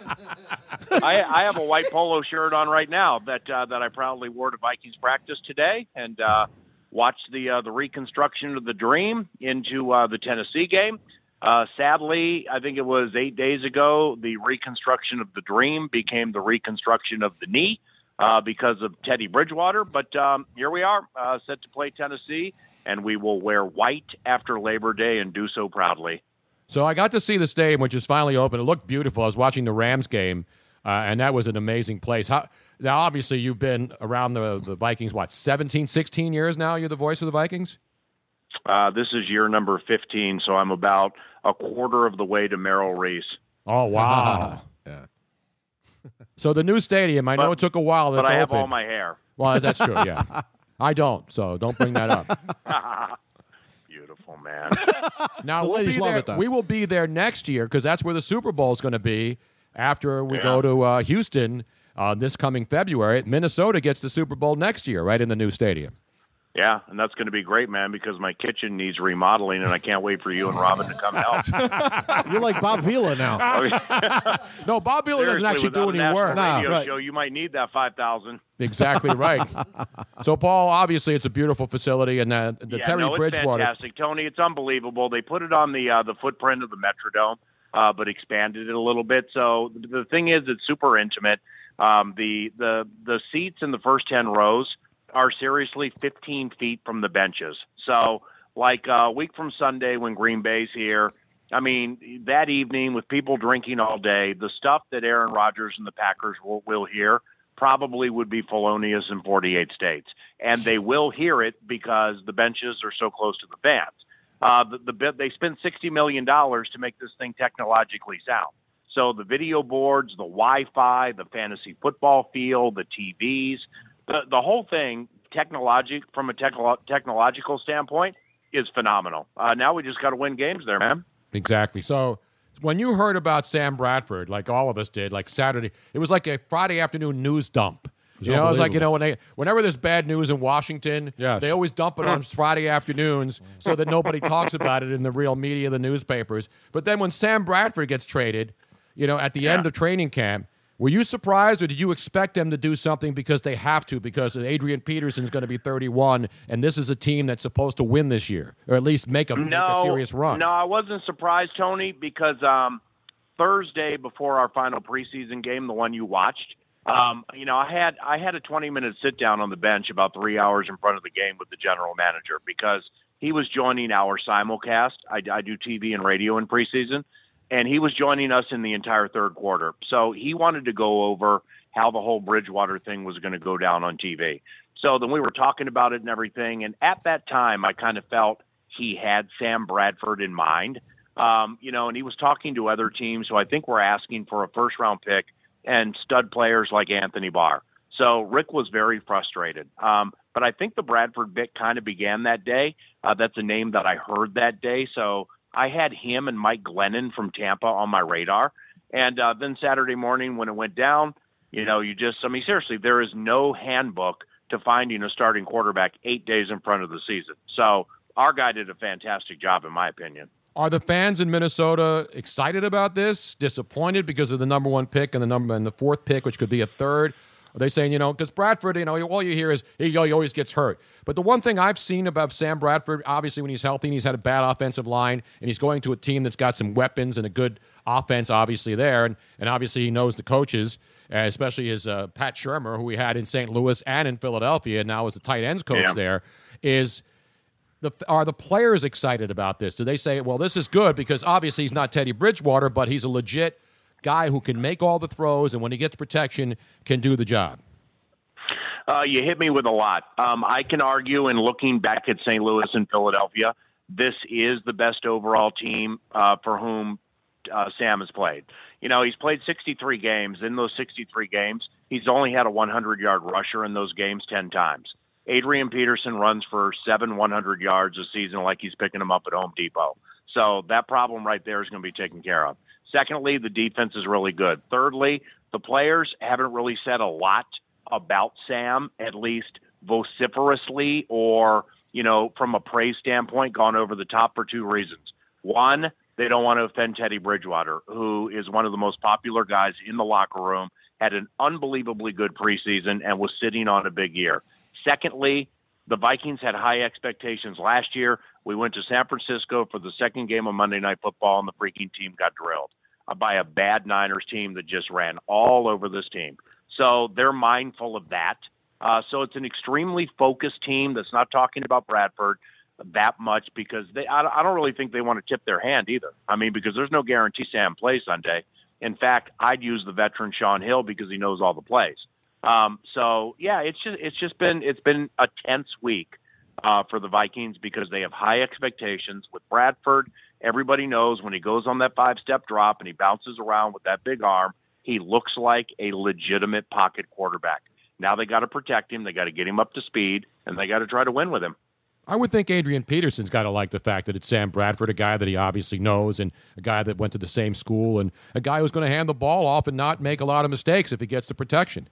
Speaker 12: I, I have a white polo shirt on right now that uh, that I proudly wore to Vikings practice today and uh, watched the uh, the reconstruction of the dream into uh, the Tennessee game. Uh, sadly, I think it was eight days ago the reconstruction of the dream became the reconstruction of the knee uh, because of Teddy Bridgewater. But um, here we are, uh, set to play Tennessee, and we will wear white after Labor Day and do so proudly.
Speaker 5: So I got to see the stadium, which is finally open. It looked beautiful. I was watching the Rams game uh, and that was an amazing place. How, now, obviously, you've been around the, the Vikings, what, 17, 16 years now? You're the voice of the Vikings?
Speaker 12: Uh, this is year number 15, so I'm about a quarter of the way to Merrill Reese.
Speaker 5: Oh, wow. [LAUGHS] So the new stadium, I know it took a while.
Speaker 12: but
Speaker 5: That's
Speaker 12: I have
Speaker 5: open.
Speaker 12: all my hair.
Speaker 5: Well, that's
Speaker 12: [LAUGHS]
Speaker 5: true, yeah. I don't, so don't bring that up.
Speaker 12: Beautiful man.
Speaker 5: [LAUGHS] Now
Speaker 12: The
Speaker 5: we'll
Speaker 12: ladies
Speaker 5: be
Speaker 12: love
Speaker 5: there.
Speaker 12: it, though.
Speaker 5: we will be there next year because that's where the Super Bowl is going to be. After we go to uh, Houston uh, this coming February, Minnesota gets the Super Bowl next year, right in the new stadium.
Speaker 12: Yeah, and that's going to be great, man, because my kitchen needs remodeling, and I can't wait for you and Robin to come
Speaker 5: [LAUGHS]
Speaker 7: [LAUGHS]
Speaker 12: help.
Speaker 7: You're like Bob Vila
Speaker 12: [LAUGHS]
Speaker 7: now.
Speaker 12: Oh,
Speaker 5: no, Bob
Speaker 7: Vila doesn't actually do any work. Nah.
Speaker 12: Radio
Speaker 7: Right.
Speaker 12: show, you might need that five thousand.
Speaker 5: Exactly
Speaker 12: [LAUGHS]
Speaker 5: right. so, Paul, obviously, it's a beautiful facility, and uh, the
Speaker 12: yeah,
Speaker 5: Terry
Speaker 12: no, it's
Speaker 5: Bridgewater.
Speaker 12: fantastic, Tony. It's unbelievable. They put it on the uh, the footprint of the Metrodome, uh, but expanded it a little bit. So th- the thing is, it's super intimate. Um, the the the seats in the first ten rows are seriously 15 feet from the benches. So like uh, a week from Sunday when Green Bay's here. I mean, that evening with people drinking all day, the stuff that Aaron Rodgers and the Packers will, will hear probably would be felonious in 48 states. And they will hear it because the benches are so close to the fans. Uh, the, the, bit- they spent $60 million to make this thing technologically sound. So the video boards, the Wi Fi, the fantasy football field, the TVs, the, the whole thing, technologic, from a technolo- technological standpoint, is phenomenal. Uh, now we just got to win games there, man.
Speaker 5: Exactly. So when you heard about Sam Bradford, like all of us did, like Saturday, it was like a Friday afternoon news dump.
Speaker 7: was
Speaker 5: You know, it's like you know when they, whenever there's bad news in Washington, they always dump it
Speaker 12: [CLEARS THROAT]
Speaker 5: on Friday afternoons so that nobody talks about it in the real media, the newspapers. But then when Sam Bradford gets traded, you know, at the end of training camp, were you surprised or did you expect them to do something because they have to because Adrian Peterson's going to be 31 and this is a team that's supposed to win this year or at least make a, make a serious run?
Speaker 12: No, I wasn't surprised, Tony, because um, Thursday before our final preseason game, the one you watched, um, you know, I had I had a 20 minute sit down on the bench about three hours in front of the game with the general manager because he was joining our simulcast. I, I do TV and radio in preseason, and he was joining us in the entire third quarter. So he wanted to go over how the whole Bridgewater thing was going to go down on TV. So then we were talking about it and everything. And at that time, I kind of felt he had Sam Bradford in mind. Um, you know, and he was talking to other teams. So I think we're asking for a first round pick and stud players like Anthony Barr. So Rick was very frustrated. Um, but I think the Bradford bit kind of began that day. Uh, that's a name that I heard that day. So I had him and Mike Glennon from Tampa on my radar. And uh, then Saturday morning when it went down, you know, you just, I mean, seriously, there is no handbook to finding a starting quarterback eight days in front of the season. So our guy did a fantastic job, in my opinion.
Speaker 5: Are the fans in Minnesota excited about this? Disappointed because of the number one pick and the number and the fourth pick, which could be a third? Are they saying you know because Bradford, you know, all you hear is he, he always gets hurt. But the one thing I've seen about Sam Bradford, obviously when he's healthy and he's had a bad offensive line and he's going to a team that's got some weapons and a good offense, obviously there, and and obviously he knows the coaches, uh, especially his uh, Pat Shermer, who we had in St. Louis and in Philadelphia, and now is the tight ends coach
Speaker 13: Yeah.
Speaker 5: there, is the, are the players excited about this? Do they say, well, this is good because obviously he's not Teddy Bridgewater, but he's a legit guy who can make all the throws and when he gets protection can do the job?
Speaker 12: Uh, you hit me with a lot. Um, I can argue, and looking back at St. Louis and Philadelphia, this is the best overall team uh, for whom uh, Sam has played. You know, he's played 63 games. In those 63 games, he's only had a 100 yard rusher in those games 10 times. Adrian Peterson runs for seven 100 yards a season like he's picking them up at Home Depot. So that problem right there is going to be taken care of. Secondly, the defense is really good. Thirdly, the players haven't really said a lot about Sam, at least vociferously or, you know, from a praise standpoint, gone over the top for two reasons. One, they don't want to offend Teddy Bridgewater, who is one of the most popular guys in the locker room, had an unbelievably good preseason, and was sitting on a big year. Secondly, the Vikings had high expectations last year. We went to San Francisco for the second game of Monday Night Football, and the freaking team got drilled uh, by a bad Niners team that just ran all over this team. So they're mindful of that. Uh, so it's an extremely focused team that's not talking about Bradford that much because they I, I don't really think they want to tip their hand either. I mean, because there's no guarantee Sam plays Sunday, In fact, I'd use the veteran Sean Hill because he knows all the plays. Um, so yeah, it's just it's just been it's been a tense week uh, for the Vikings because they have high expectations with Bradford. Everybody knows when he goes on that five step drop and he bounces around with that big arm, he looks like a legitimate pocket quarterback. Now they got to protect him, they got to get him up to speed, and they got to try to win with him.
Speaker 5: I would think Adrian Peterson's got to like the fact that it's Sam Bradford, a guy that he obviously knows, and a guy that went to the same school, and a guy who's going to hand the ball off and not make a lot of mistakes if he gets the protection.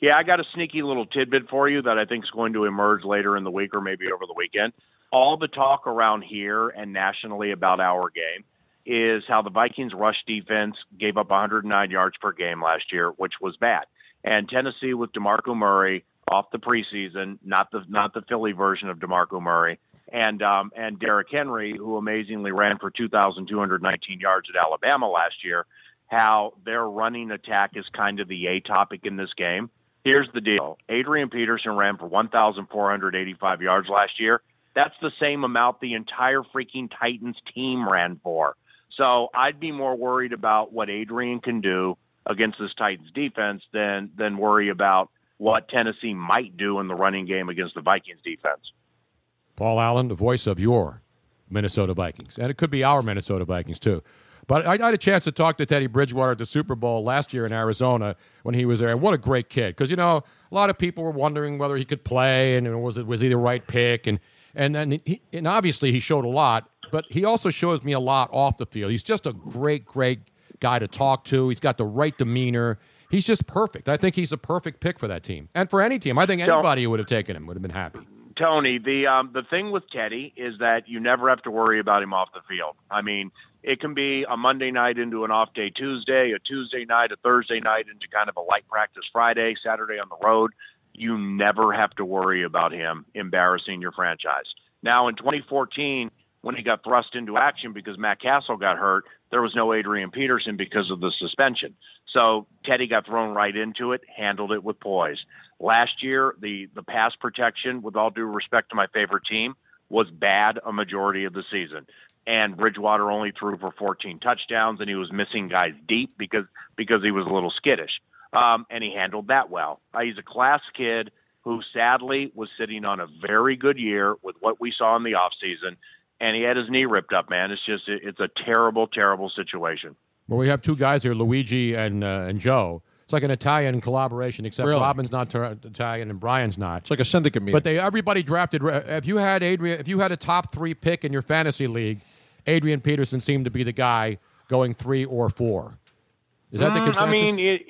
Speaker 12: Yeah, I got a sneaky little tidbit for you that I think is going to emerge later in the week or maybe over the weekend. All the talk around here and nationally about our game is how the Vikings rush defense gave up 109 yards per game last year, which was bad. And Tennessee with DeMarco Murray off the preseason, not the not the Philly version of DeMarco Murray, and um, and Derrick Henry, who amazingly ran for 2,219 yards at Alabama last year. How their running attack is kind of the A topic in this game. Here's the deal: Adrian Peterson ran for 1,485 yards last year. That's the same amount the entire freaking Titans team ran for. So I'd be more worried about what Adrian can do against this Titans defense than than worry about what Tennessee might do in the running game against the Vikings defense.
Speaker 5: Paul Allen, the voice of your Minnesota Vikings. And it could be our Minnesota Vikings, too. But I I had a chance to talk to Teddy Bridgewater at the Super Bowl last year in Arizona when he was there. And what a great kid. Because, you know, a lot of people were wondering whether he could play and you know, was, it, was he the right pick. And, and, then he, and obviously he showed a lot, but he also shows me a lot off the field. He's just a great, great guy to talk to. He's got the right demeanor. He's just perfect. I think he's a perfect pick for that team and for any team. I think
Speaker 12: Don't-
Speaker 5: anybody who would have taken him would have been happy.
Speaker 12: Tony, the um, the thing with Teddy is that you never have to worry about him off the field. I mean, it can be a Monday night into an off day Tuesday, a Tuesday night, a Thursday night into kind of a light practice Friday, Saturday on the road. You never have to worry about him embarrassing your franchise. Now, in 2014, when he got thrust into action because Matt Castle got hurt, there was no Adrian Peterson because of the suspension. So Teddy got thrown right into it, handled it with poise. Last year, the the pass protection, with all due respect to my favorite team, was bad a majority of the season. And Bridgewater only threw for 14 touchdowns, and he was missing guys deep because because he was a little skittish. Um, and he handled that well. Uh, he's a class kid who sadly was sitting on a very good year with what we saw in the offseason, and he had his knee ripped up. Man, it's just it- it's a terrible, terrible situation.
Speaker 5: Well, we have two guys here, Luigi and uh, and Joe. It's like an Italian collaboration, except
Speaker 7: Really?
Speaker 5: Robin's not ter- Italian and Brian's not. It's
Speaker 7: like a syndicate meeting.
Speaker 5: But they everybody drafted. If you had Adrian, if you had a top three pick in your fantasy league, Adrian Peterson seemed to be the guy going three or four. Is that the
Speaker 12: Mm,
Speaker 5: consensus?
Speaker 12: I mean, it,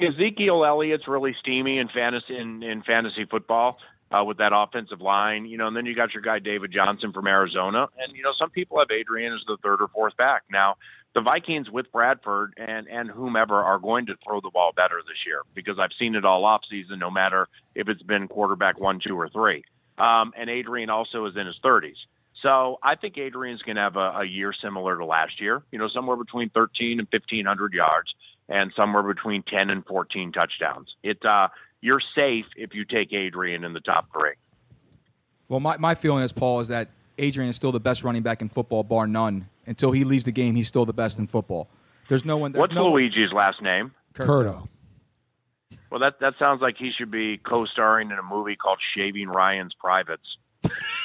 Speaker 12: Ezekiel Elliott's really steamy in fantasy in, in fantasy football uh, with that offensive line, you know. And then you got your guy David Johnson from Arizona, and you know some people have Adrian as the third or fourth back. Now the Vikings with Bradford and and whomever are going to throw the ball better this year because I've seen it all off season, no matter if it's been quarterback one, two, or three. Um, and Adrian also is in his 30s. So I think Adrian's going to have a, a year similar to last year, you know, somewhere between 13 and 1,500 yards and somewhere between 10 and 14 touchdowns. It, uh, you're safe if you take Adrian in the top three.
Speaker 6: Well, my, my feeling is, Paul, is that Adrian is still the best running back in football, bar none. Until he leaves the game, he's still the best in football. There's no one. There's
Speaker 12: What's
Speaker 6: no
Speaker 12: Luigi's last name?
Speaker 5: Curto.
Speaker 12: Well, that, that sounds like he should be co starring in a movie called Shaving Ryan's Privates.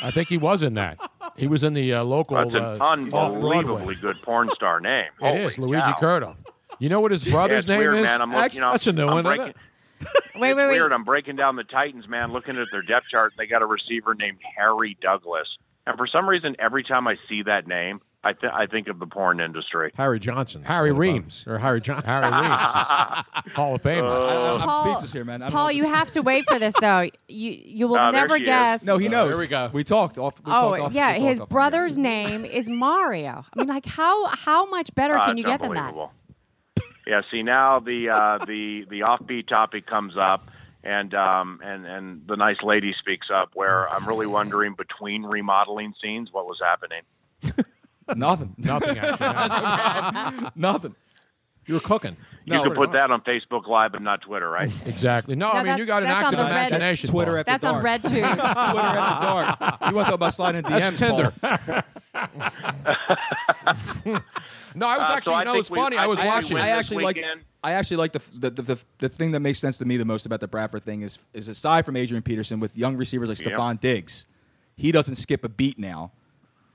Speaker 5: I think he was in that. He was in the uh, local.
Speaker 12: That's an
Speaker 5: uh, off-Broadway.
Speaker 12: unbelievably good porn star
Speaker 8: [LAUGHS]
Speaker 12: name.
Speaker 5: It is Luigi Curto. You know what his brother's
Speaker 12: yeah, it's
Speaker 5: name
Speaker 12: weird,
Speaker 5: is?
Speaker 12: Man. I'm looking, you know, I'm breaking, [LAUGHS]
Speaker 8: Wait, wait,
Speaker 12: weird. I'm breaking down the Titans, man, looking at their depth chart. They got a receiver named Harry Douglas. And for some reason, every time I see that name, I, th- I think of the porn industry.
Speaker 7: Harry Johnson.
Speaker 5: Harry Reams.
Speaker 7: Or Harry Johnson.
Speaker 5: [LAUGHS] Harry
Speaker 7: [LAUGHS]
Speaker 12: [LAUGHS]
Speaker 5: Hall of Famer.
Speaker 6: I, am
Speaker 8: Paul-
Speaker 6: speechless here, man. I don't know
Speaker 8: Paul,
Speaker 6: what
Speaker 8: you have to wait for
Speaker 6: [LAUGHS]
Speaker 8: this though. You you will
Speaker 6: Ah, there
Speaker 8: never
Speaker 6: she is.
Speaker 8: guess.
Speaker 5: Oh,
Speaker 6: No, he knows. we go. We talked off. We talked
Speaker 8: oh
Speaker 6: off,
Speaker 8: yeah,
Speaker 6: we talked
Speaker 8: his
Speaker 6: off.
Speaker 8: brother's name is Mario. I mean, like how how much better
Speaker 12: Ah,
Speaker 8: can you
Speaker 12: it's
Speaker 8: get than that?
Speaker 12: unbelievable. yeah. See, now the uh, the the offbeat topic comes up, and um and and the nice lady speaks up. Where I'm really wondering between remodeling scenes, what was happening.
Speaker 6: Nothing.
Speaker 5: [LAUGHS] Nothing.
Speaker 12: [LAUGHS]
Speaker 6: Actually, nothing.
Speaker 5: You were cooking.
Speaker 12: You could put that on Facebook Live and not Twitter, right?
Speaker 5: Exactly. No,
Speaker 8: No,
Speaker 5: I mean you
Speaker 8: that's-
Speaker 5: got an
Speaker 8: that's on
Speaker 5: active
Speaker 8: the red-
Speaker 5: imagination.
Speaker 6: Twitter
Speaker 5: Paul.
Speaker 6: at
Speaker 8: That's
Speaker 6: the
Speaker 8: on
Speaker 6: dark. [LAUGHS]
Speaker 8: RedTube. Twitter
Speaker 6: [LAUGHS] at the dark. You want to talk about sliding DMs,
Speaker 5: That's Tinder.
Speaker 6: Paul.
Speaker 5: No, I was
Speaker 12: Uh, so
Speaker 5: actually.
Speaker 12: I
Speaker 5: no,
Speaker 12: think
Speaker 5: it's
Speaker 12: we-
Speaker 5: funny. I,
Speaker 12: I
Speaker 5: was
Speaker 12: think we
Speaker 5: watching.
Speaker 12: win
Speaker 6: I
Speaker 12: this
Speaker 6: actually like.
Speaker 12: weekend.
Speaker 6: I actually like the, f- the the the- the thing that makes sense to me the most about the Bradford thing is is aside from Adrian Peterson with young receivers like
Speaker 12: Yep.
Speaker 6: Stephon Diggs, he doesn't skip a beat now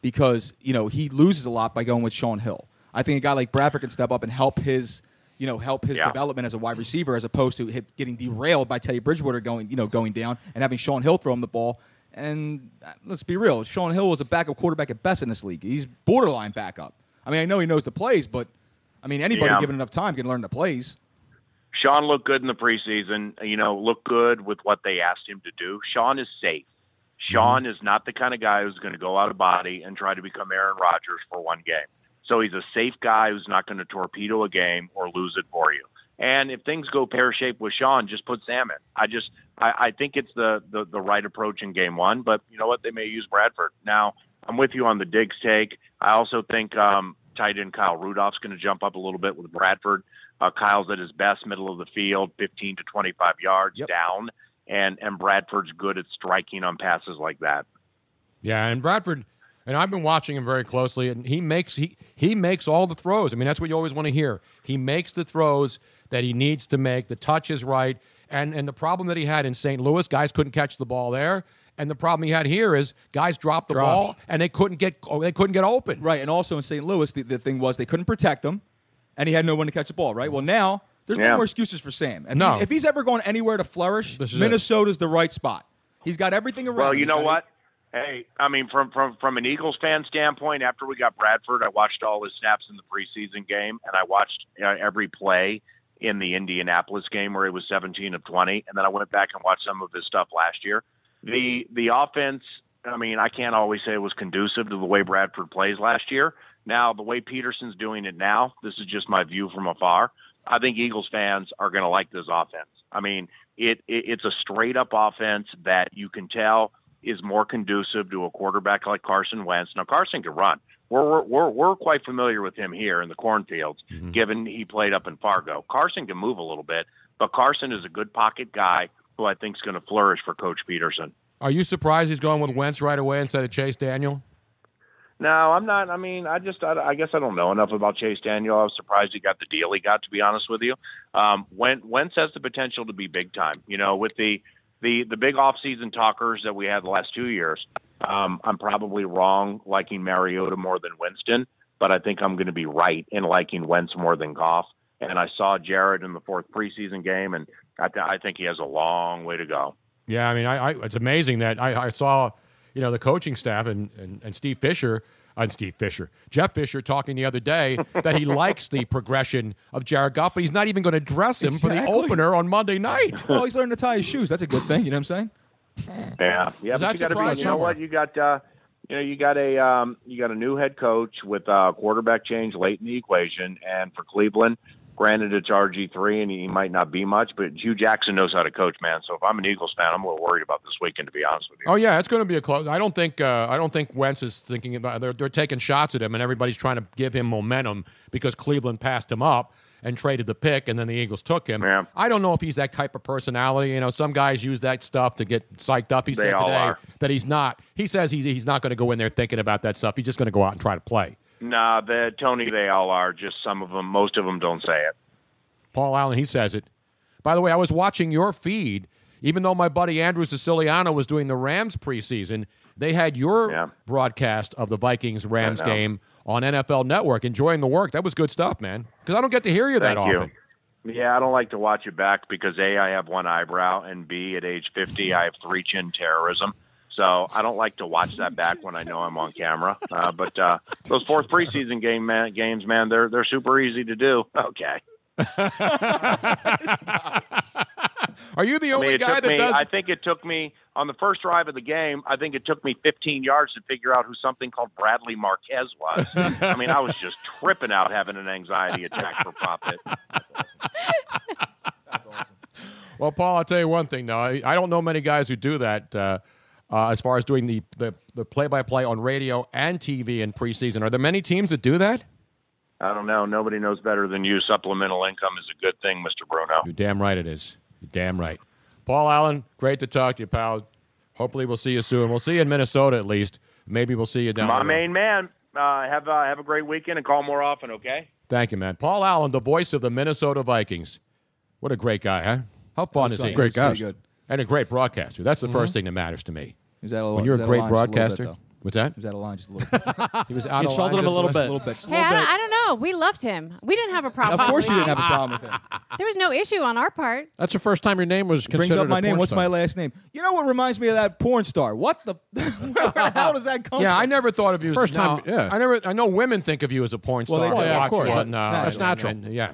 Speaker 6: because you know he loses a lot by going with Sean Hill. I think a guy like Bradford can step up and help his you know help his development as a wide receiver as opposed to hit, getting derailed by Teddy Bridgewater going you know going down and having Sean Hill throw him the ball. And uh, let's be real, Sean Hill was a backup quarterback at best in this league. He's borderline backup. I mean, I know he knows the plays, but I mean anybody
Speaker 12: Yeah.
Speaker 6: given enough time can learn the plays.
Speaker 12: Sean looked good in the preseason. You know, looked good with what they asked him to do. Sean is safe. Sean is not the kind of guy who's going to go out of body and try to become Aaron Rodgers for one game. So he's a safe guy who's not going to torpedo a game or lose it for you. And if things go pear shaped with Sean, just put Sam in. I just I, I think it's the, the the right approach in game one. But you know what? They may use Bradford. Now I'm with you on the Diggs take. I also think um, tight end Kyle Rudolph's going to jump up a little bit with Bradford. Uh, Kyle's at his best, middle of the field, 15 to 25 yards down, and and Bradford's good at striking on passes like that.
Speaker 5: Yeah, and Bradford, and I've been watching him very closely, and he makes he he makes all the throws. I mean, that's what you always want to hear. He makes the throws that he needs to make. The touch is right, and and the problem that he had in St. Louis, guys couldn't catch the ball there, and the problem he had here is guys dropped the
Speaker 6: Drops.
Speaker 5: ball and they couldn't get oh, they couldn't get open.
Speaker 6: Right, and also in St. Louis, the, the thing was they couldn't protect him, and he had no one to catch the ball. Right. Well, now there's
Speaker 5: Yeah.
Speaker 6: no more excuses for Sam. If,
Speaker 5: No.
Speaker 6: he's, if he's ever going anywhere to flourish,
Speaker 5: is it.
Speaker 6: Minnesota's the right spot. He's got everything around.
Speaker 12: Well,
Speaker 6: him.
Speaker 12: you
Speaker 6: He's
Speaker 12: know
Speaker 6: got-
Speaker 12: what? Hey, I mean, from from from an Eagles fan standpoint, after we got Bradford, I watched all his snaps in the preseason game, and I watched uh, every play in the Indianapolis game where he was 17 of 20, and then I went back and watched some of his stuff last year. The the offense, I mean, I can't always say it was conducive to the way Bradford plays last year. Now, the way Peterson's doing it now, this is just my view from afar. I think Eagles fans are going to like this offense. I mean, it, it it's a straight up offense that you can tell is more conducive to a quarterback like Carson Wentz. Now Carson can run. We're we're we're, we're quite familiar with him here in the cornfields, given he played up in Fargo. Carson can move a little bit, but Carson is a good pocket guy who I think is going to flourish for Coach Peterson.
Speaker 5: Are you surprised he's going with Wentz right away instead of Chase Daniel?
Speaker 12: No, I'm not. I mean, I just, I, I guess I don't know enough about Chase Daniel. I was surprised he got the deal he got. To be honest with you, um, Wen- Wentz has the potential to be big time. You know, with the the the big offseason talkers that we had the last two years, um, I'm probably wrong liking Mariota more than Winston, but I think I'm going to be right in liking Wentz more than Goff. And I saw Jared in the fourth preseason game, and I, th- I think he has a long way to go.
Speaker 5: Yeah, I mean, I, I it's amazing that I, I saw, you know, the coaching staff and, and, and Steve Fisher uh, and Steve Fisher, Jeff Fisher talking the other day that he likes the progression of Jared Goff, but he's not even going to dress him for the
Speaker 6: Exactly.
Speaker 5: opener on Monday night.
Speaker 6: [LAUGHS] Well, he's learning to tie his shoes. That's a good thing. You know what I'm saying?
Speaker 12: Yeah, yeah. But
Speaker 6: Is that
Speaker 12: you got to be. You know
Speaker 6: surprising?
Speaker 12: what? You got. Uh, you know, you got a um, you got a new head coach with a quarterback change late in the equation, and for Cleveland, granted it's RG three, and he might not be much, but Hugh Jackson knows how to coach, man. So if I'm an Eagles fan, I'm a little worried about this weekend, to be honest with you.
Speaker 5: Oh yeah, it's going to be a close. I don't think uh, I don't think Wentz is thinking about. They're, they're taking shots at him, and everybody's trying to give him momentum because Cleveland passed him up and traded the pick, and then the Eagles took him. I don't know if he's that type of personality. You know, some guys use that stuff to get psyched up. He
Speaker 12: They
Speaker 5: said
Speaker 12: all
Speaker 5: today
Speaker 12: are.
Speaker 5: that he's not. He says he's he's not going to go in there thinking about that stuff. He's just going to go out and try to play.
Speaker 12: Nah, the Tony, they all are. Just some of them, most of them don't say it.
Speaker 5: Paul Allen, he says it. By the way, I was watching your feed. Even though my buddy Andrew Siciliano was doing the Rams preseason, they had your broadcast of the Vikings Rams
Speaker 12: I know.
Speaker 5: game on NFL Network. Enjoying the work. That was good stuff, man. Because I don't get to hear you that
Speaker 12: Thank you.
Speaker 5: often.
Speaker 12: Yeah, I don't like to watch it back because A, I have one eyebrow, and B, at age 50, I have three chin terrorism. So I don't like to watch that back when I know I'm on camera. Uh, but uh, those fourth preseason game man, games, man, they're they're super easy to do. Okay.
Speaker 5: [LAUGHS] Are you the
Speaker 12: I mean,
Speaker 5: only
Speaker 12: it
Speaker 5: guy
Speaker 12: took
Speaker 5: that
Speaker 12: me-
Speaker 5: does?
Speaker 12: I think it took me on the first drive of the game. I think it took me 15 yards to figure out who something called Bradley Marquez was. I mean, I was just tripping out having an anxiety attack for profit.
Speaker 5: Well, Paul, I'll tell you one thing though. I, I don't know many guys who do that. Uh, uh, as far as doing the the the play by play on radio and TV in preseason, are there many teams that do that?
Speaker 12: I don't know. Nobody knows better than you. Supplemental income is a good thing, Mr. Bruno.
Speaker 5: You're damn right it is. You're damn right. Paul Allen, great to talk to you, pal. Hopefully we'll see you soon. We'll see you in Minnesota at least. Maybe we'll see you down.
Speaker 12: My
Speaker 5: the road.
Speaker 12: main man. Uh, have uh, have a great weekend and call more often. Okay.
Speaker 5: Thank you, man. Paul Allen, the voice of the Minnesota Vikings. What a great guy, huh? How fun
Speaker 6: That's
Speaker 5: is he?
Speaker 6: nice. Great That's pretty guy. good.
Speaker 5: And a great broadcaster. That's the
Speaker 6: Mhm.
Speaker 5: first thing that matters to me.
Speaker 6: Is that a-
Speaker 5: when you're
Speaker 6: is that
Speaker 5: a
Speaker 6: a
Speaker 5: great
Speaker 6: line just a little bit,
Speaker 5: broadcaster?
Speaker 6: though?
Speaker 5: what's that?
Speaker 6: Is that a line just a little
Speaker 5: [LAUGHS]
Speaker 6: bit?
Speaker 5: he was out of
Speaker 6: Insulted
Speaker 5: line
Speaker 6: him a
Speaker 5: just
Speaker 6: little
Speaker 5: last-
Speaker 6: bit. Little bit.
Speaker 8: Hey, I don't, I don't know. We loved him. We didn't have a problem.
Speaker 6: Of course
Speaker 8: with
Speaker 6: you didn't
Speaker 8: him.
Speaker 6: have
Speaker 5: [LAUGHS]
Speaker 6: a problem with it.
Speaker 8: [LAUGHS] There was no issue on our part.
Speaker 7: That's the first time your name was considered.
Speaker 6: Brings up
Speaker 7: a
Speaker 6: my name.
Speaker 7: porn
Speaker 6: What's my
Speaker 7: star.
Speaker 6: last name? You know what reminds me of that porn star? What the? [LAUGHS] Where the hell does that come
Speaker 5: Yeah,
Speaker 6: from?
Speaker 5: I never thought of you. as-
Speaker 6: First time-
Speaker 5: no,
Speaker 6: yeah.
Speaker 5: I never. I know women think of you as a porn
Speaker 6: Well,
Speaker 5: star. Oh,
Speaker 6: they do.
Speaker 5: They
Speaker 6: Yeah, of
Speaker 5: watch you,
Speaker 6: course.
Speaker 5: but uh,
Speaker 6: Yes.
Speaker 5: no,
Speaker 6: That's
Speaker 5: I-
Speaker 6: natural.
Speaker 5: and- yeah,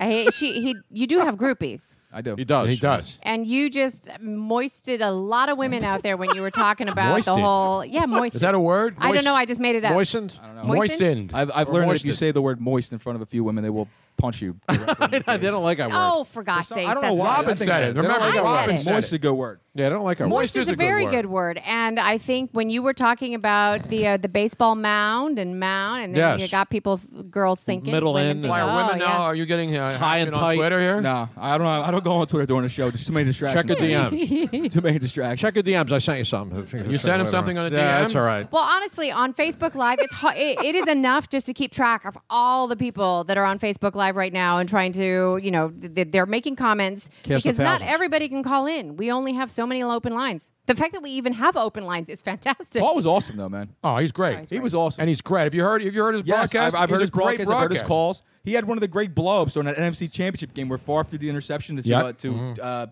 Speaker 8: Hey, she, he, you do have groupies,
Speaker 6: I do.
Speaker 5: He does. He does.
Speaker 8: and you just moisted a lot of women out there when you were talking about the
Speaker 5: Moisted?
Speaker 8: whole. Yeah, moisted.
Speaker 5: Is that a word?
Speaker 8: I don't know. I just made it up.
Speaker 6: I don't know.
Speaker 8: Moistened?
Speaker 6: I've, I've
Speaker 5: Or
Speaker 6: learned that if you
Speaker 5: moisted.
Speaker 6: say the word moist in front of a few women, they will punch you.
Speaker 7: they don't like that word.
Speaker 8: Oh, for God's sake!
Speaker 6: I don't know why.
Speaker 5: Robin said it. Remember, Robin said
Speaker 6: Moist is a good word.
Speaker 7: Yeah, I don't like
Speaker 8: Moist is a very good word, and I think when you were talking about the uh, the baseball mound and mound, and then
Speaker 5: Yes.
Speaker 8: you got people, girls thinking women think,
Speaker 5: Why
Speaker 8: oh,
Speaker 5: are women
Speaker 8: yeah.
Speaker 5: now? Are you getting uh,
Speaker 6: High
Speaker 5: action on Twitter here?
Speaker 6: No, I don't. I don't go on Twitter during the show. There's too many distractions.
Speaker 7: Check the
Speaker 6: DMs. too many distractions.
Speaker 7: Check your DMs. I sent you
Speaker 6: [LAUGHS]
Speaker 7: something.
Speaker 5: You sent him something on a
Speaker 7: Yeah,
Speaker 5: DM?
Speaker 7: that's all right.
Speaker 8: Well, honestly, on Facebook Live, it's ho- it, it is enough just to keep track of all the people that are on Facebook Live right now and trying to, you know, th- th- they're making comments
Speaker 13: Cast the
Speaker 8: because not
Speaker 13: thousands.
Speaker 8: everybody can call in. We only have so many open lines. The fact that we even have open lines is fantastic.
Speaker 6: Paul was awesome though, man.
Speaker 5: Oh, he's great.
Speaker 6: he was awesome,
Speaker 5: and he's great. Have you heard? Have you heard his
Speaker 6: yes,
Speaker 5: broadcast?
Speaker 6: I've, I've
Speaker 5: He's
Speaker 6: heard
Speaker 5: a
Speaker 6: his
Speaker 5: great
Speaker 6: broadcast. I've heard his
Speaker 5: broadcaster.
Speaker 6: calls. He had one of the great blow-ups during that NFC Championship game where Favre threw the interception to
Speaker 5: Yep.
Speaker 6: uh, to uh,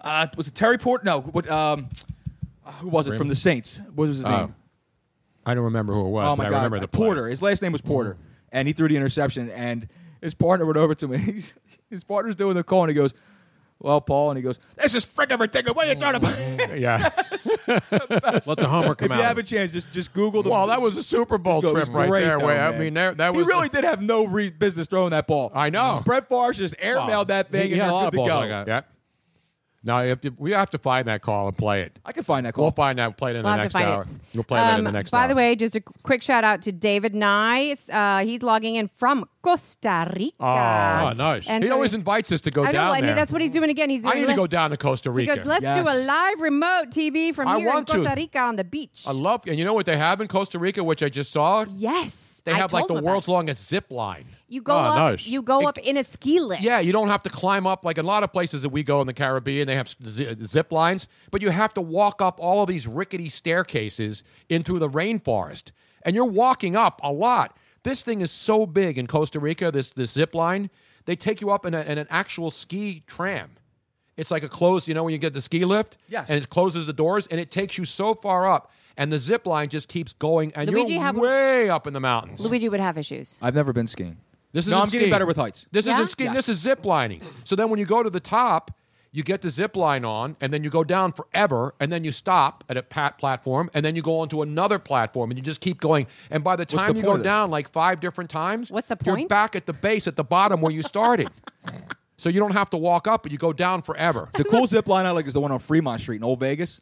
Speaker 6: uh, was it Terry Port? No, what? Um, uh, who was it from the Saints? What was his
Speaker 5: Oh.
Speaker 6: name?
Speaker 5: I don't remember who it was.
Speaker 6: oh my
Speaker 5: but
Speaker 6: god,
Speaker 5: I remember the play. Mm-hmm.
Speaker 6: Porter. His last name was Porter, and he threw the interception. And his partner went over to me. [LAUGHS] He's, his partner's doing the call, and he goes, "Well, Paul," and he goes, "This is freaking ridiculous. What are you trying to?"
Speaker 5: [LAUGHS]
Speaker 6: [LAUGHS]
Speaker 5: yeah.
Speaker 6: Let
Speaker 5: the homer come
Speaker 6: if
Speaker 5: out
Speaker 6: you
Speaker 5: of
Speaker 6: have a chance, just just Google the.
Speaker 5: Well, that was a Super Bowl
Speaker 6: Just go- it
Speaker 5: trip
Speaker 6: was
Speaker 5: right
Speaker 6: great,
Speaker 5: there.
Speaker 6: though,
Speaker 5: where- I
Speaker 6: man.
Speaker 5: mean, there, that
Speaker 6: he
Speaker 5: was
Speaker 6: really did have no re- business throwing that ball. I
Speaker 5: know.
Speaker 6: Brett Favre just airmailed that thing, and you're good to go.
Speaker 5: Yeah. Now you have to- we have to find that call and play it. I
Speaker 6: can find that
Speaker 5: call. We'll find that. Play it in
Speaker 8: We'll
Speaker 5: the
Speaker 8: have to
Speaker 5: next
Speaker 8: find it.
Speaker 5: hour. We'll play that in the
Speaker 8: Um,
Speaker 5: next
Speaker 8: by
Speaker 5: hour.
Speaker 8: the way, just a qu- quick shout out to David Nye. It's, Uh, he's logging in from Costa Rica.
Speaker 5: oh, nice.
Speaker 8: And
Speaker 5: he
Speaker 8: so
Speaker 5: always
Speaker 8: he-
Speaker 5: invites us to go
Speaker 8: I know,
Speaker 5: down
Speaker 8: and
Speaker 5: there.
Speaker 8: that's what he's doing again. He's doing
Speaker 5: I need to
Speaker 8: li-
Speaker 5: go down to Costa
Speaker 8: He
Speaker 5: Rica.
Speaker 8: goes, let's do a live remote TV from
Speaker 5: I
Speaker 8: here in
Speaker 5: want to.
Speaker 8: Costa Rica on the beach.
Speaker 5: I love, and you know what they have in Costa Rica, which I just saw.
Speaker 8: Yes,
Speaker 5: they
Speaker 8: I
Speaker 5: have like
Speaker 8: told
Speaker 5: the
Speaker 8: him about
Speaker 5: world's longest zip line.
Speaker 8: You go
Speaker 5: Ah,
Speaker 8: up. You go up in a ski lift.
Speaker 5: Yeah, you don't have to climb up like a lot of places that we go in the Caribbean. They have zi- zip lines, but you have to walk up all of these rickety staircases into the rainforest, and you're walking up a lot. This thing is so big in Costa Rica. This this zip line, they take you up in, a, in an actual ski tram. It's like a closed, you know, when you get the ski lift,
Speaker 6: Yes.
Speaker 5: and it closes the doors, and it takes you so far up, and the zip line just keeps going, and
Speaker 8: Luigi
Speaker 5: you're
Speaker 8: have-
Speaker 5: way up in the mountains.
Speaker 8: Luigi would have issues.
Speaker 6: I've never been skiing.
Speaker 5: This is
Speaker 6: no, I'm getting better with heights.
Speaker 5: This isn't skiing. This is zip lining. So then when you go to the top, you get the zip line on, and then you go down forever, and then you stop at a pat platform, and then you go onto another platform, and you just keep going. And by the
Speaker 6: What's
Speaker 5: time
Speaker 6: the
Speaker 5: you
Speaker 6: point
Speaker 5: go
Speaker 6: of this?
Speaker 5: down like five different times, what's the You're
Speaker 8: point?
Speaker 5: back at the base at the bottom where you [LAUGHS] started. so you don't have to walk up, but you go down forever.
Speaker 6: The cool zip line I like is the one on Fremont Street in Old Vegas,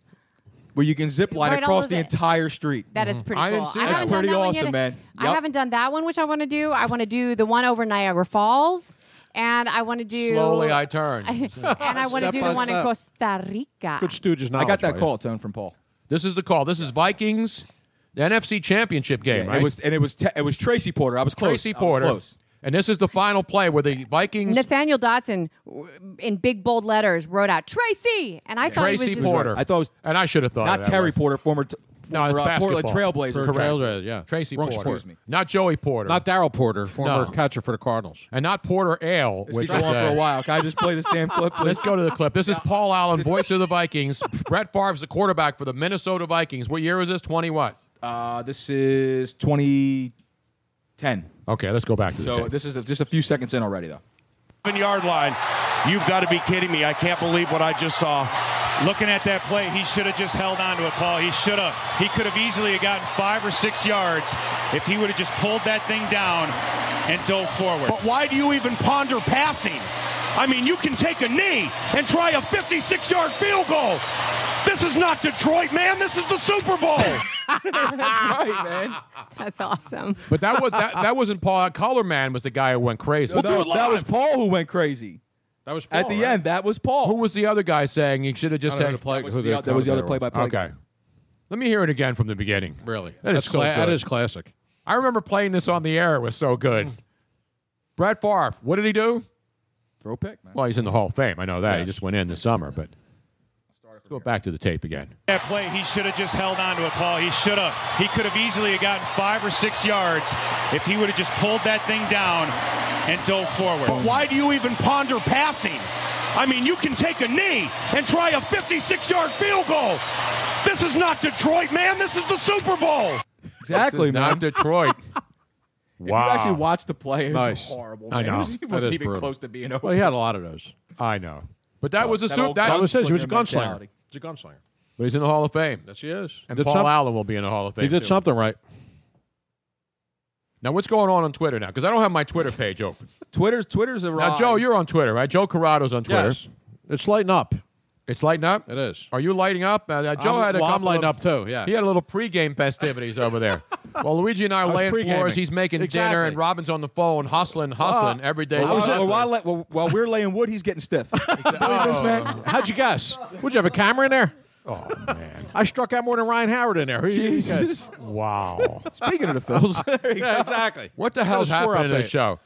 Speaker 6: where you can zip line
Speaker 8: Right all
Speaker 6: across
Speaker 8: of
Speaker 6: the
Speaker 8: it.
Speaker 6: entire street.
Speaker 8: That
Speaker 5: Mm-hmm.
Speaker 8: is pretty
Speaker 6: Mm-hmm. I
Speaker 8: cool.
Speaker 6: didn't see
Speaker 8: I
Speaker 6: that. That's
Speaker 8: haven't done
Speaker 6: pretty
Speaker 8: that one
Speaker 6: awesome,
Speaker 8: yet.
Speaker 6: man.
Speaker 8: I
Speaker 6: Yep.
Speaker 8: haven't done that one, which I want to do. I want to do the one over Niagara Falls, and I want to do
Speaker 5: Slowly I turn.
Speaker 8: [LAUGHS] and I want to
Speaker 5: Step
Speaker 8: do
Speaker 5: by
Speaker 8: the one in
Speaker 5: step.
Speaker 8: Costa Rica.
Speaker 5: Stooges
Speaker 6: I got that call tone from Paul.
Speaker 5: This is the call. This is Vikings, the NFC Championship game,
Speaker 6: Yeah,
Speaker 5: right?
Speaker 6: It was and it was te- it was Tracy Porter. I was close.
Speaker 5: Tracy
Speaker 6: I was
Speaker 5: Porter.
Speaker 6: close.
Speaker 5: And this is the final play where the Vikings
Speaker 8: Nathaniel Dotson, w- in big bold letters, wrote out Tracy, and I thought he was
Speaker 5: Tracy
Speaker 8: just
Speaker 5: Porter.
Speaker 6: I thought it was
Speaker 5: and I should have thought
Speaker 6: not
Speaker 5: of that
Speaker 6: Terry
Speaker 5: word.
Speaker 6: Porter, former t-
Speaker 5: No, it's
Speaker 6: former, uh, Portland
Speaker 5: basketball.
Speaker 6: Trailblazer.
Speaker 5: Correct.
Speaker 7: Trailblazer, yeah.
Speaker 5: Tracy
Speaker 7: Wrong
Speaker 5: Porter.
Speaker 7: sport.
Speaker 5: Excuse me. Not Joey Porter.
Speaker 7: Not Daryl Porter, former
Speaker 5: No.
Speaker 7: catcher for the Cardinals.
Speaker 5: and not Porter Ale.
Speaker 7: This
Speaker 5: which
Speaker 7: could go
Speaker 5: is,
Speaker 7: on for a
Speaker 6: while. Can I just play this damn
Speaker 5: [LAUGHS]
Speaker 6: clip?
Speaker 5: Let's go to the clip. This is Paul Allen, voice of the
Speaker 6: [LAUGHS]
Speaker 5: Vikings. Brett Favre's the quarterback for the Minnesota Vikings. What year is this? Twenty what?
Speaker 6: Uh, this is 2010.
Speaker 5: Okay, let's go back to
Speaker 6: so
Speaker 5: the tape.
Speaker 6: this is just a few seconds in already, though.
Speaker 14: seven yard line. You've got to be kidding me. I can't believe what I just saw. Looking at that play, he should have just held on to it, Paul. He should have. He could have easily have gotten five or six yards if he would have just pulled that thing down and dove forward. But why do you even ponder passing? I mean, you can take a knee and try a 56 yard field goal. This is not Detroit, man. This is the Super Bowl.
Speaker 8: That's right, man. [LAUGHS] That's awesome.
Speaker 5: But that was that, that wasn't Paul. Color Man was the guy who went crazy.
Speaker 6: Well, We'll do that- it that live. was Paul who went crazy.
Speaker 5: That was
Speaker 6: At the end, that was Paul.
Speaker 5: Who was the other guy saying he should have just
Speaker 6: I don't know
Speaker 5: taken
Speaker 6: the play- That was who the the- oth- that was the other play-by-play guy.
Speaker 5: Okay, let me hear it again from the beginning. Really,
Speaker 7: That's so good.
Speaker 5: that is classic. I remember playing this on the air. It was so good. Brett Favre, what did he do?
Speaker 6: Throw pick, man.
Speaker 5: Well, he's in the Hall of Fame. I know that. He just went in this summer, but let's go back to the tape again.
Speaker 14: That play, he should have just held on to it, Paul. He should have. He could have easily gotten five or six yards if he would have just pulled that thing down and dove forward. But why do you even ponder passing? I mean, you can take a knee and try a 56 yard field goal. This is not Detroit, man. This is the Super Bowl.
Speaker 6: Exactly, man.
Speaker 5: Not Detroit.
Speaker 6: If
Speaker 5: wow.
Speaker 6: you actually watch the play, it was
Speaker 5: Nice.
Speaker 6: horrible.
Speaker 5: I
Speaker 6: man.
Speaker 5: know.
Speaker 6: [LAUGHS] It was, it
Speaker 5: That
Speaker 6: wasn't
Speaker 5: is
Speaker 6: even
Speaker 5: brutal.
Speaker 6: close to being over.
Speaker 7: Well, he had a lot of those.
Speaker 5: I know. But that was a
Speaker 7: That
Speaker 5: super.
Speaker 7: old That was his. He was a gunslinger mentality. He's a gunslinger.
Speaker 5: But he's in the Hall of Fame.
Speaker 7: Yes, he is.
Speaker 5: And
Speaker 7: Did
Speaker 5: Paul
Speaker 7: some-
Speaker 5: Allen will be in the Hall of Fame.
Speaker 7: He did
Speaker 5: too.
Speaker 7: something right.
Speaker 5: Now, what's going on on Twitter now? Because I don't have my Twitter page
Speaker 7: [LAUGHS]
Speaker 5: open.
Speaker 6: Twitter's Twitter's a
Speaker 5: Now, Joe, you're on Twitter, right? Joe Corrado's on Twitter.
Speaker 7: Yes. It's lighting up.
Speaker 5: It's lighting up.
Speaker 7: It is.
Speaker 5: Are you lighting up? Uh, uh, Joe
Speaker 7: I'm-
Speaker 5: had a
Speaker 7: well, I'm
Speaker 5: couple
Speaker 7: lighting
Speaker 5: of-
Speaker 7: up too, yeah.
Speaker 5: he had a little pregame festivities
Speaker 7: [LAUGHS]
Speaker 5: over there. Well, Luigi and I are
Speaker 7: I was
Speaker 5: laying
Speaker 7: pregaming.
Speaker 5: floors. He's making dinner,
Speaker 7: Exactly.
Speaker 5: and Robin's on the phone hustling, hustling every day.
Speaker 6: Well, I was-
Speaker 5: Hustling.
Speaker 6: well, while, I- well, while we're laying wood, he's
Speaker 5: [LAUGHS]
Speaker 6: getting stiff.
Speaker 7: How'd you guess? Would you have a camera in there?
Speaker 5: Oh man!
Speaker 7: I struck out more than Ryan Howard in there. [LAUGHS] Who- you guys-
Speaker 6: Jesus.
Speaker 5: Wow.
Speaker 6: Speaking of the Phils,
Speaker 7: [LAUGHS]
Speaker 6: [LAUGHS]
Speaker 7: yeah, exactly.
Speaker 5: What the
Speaker 7: Got a
Speaker 5: hell's
Speaker 7: score
Speaker 5: happening in
Speaker 7: update.
Speaker 5: this show?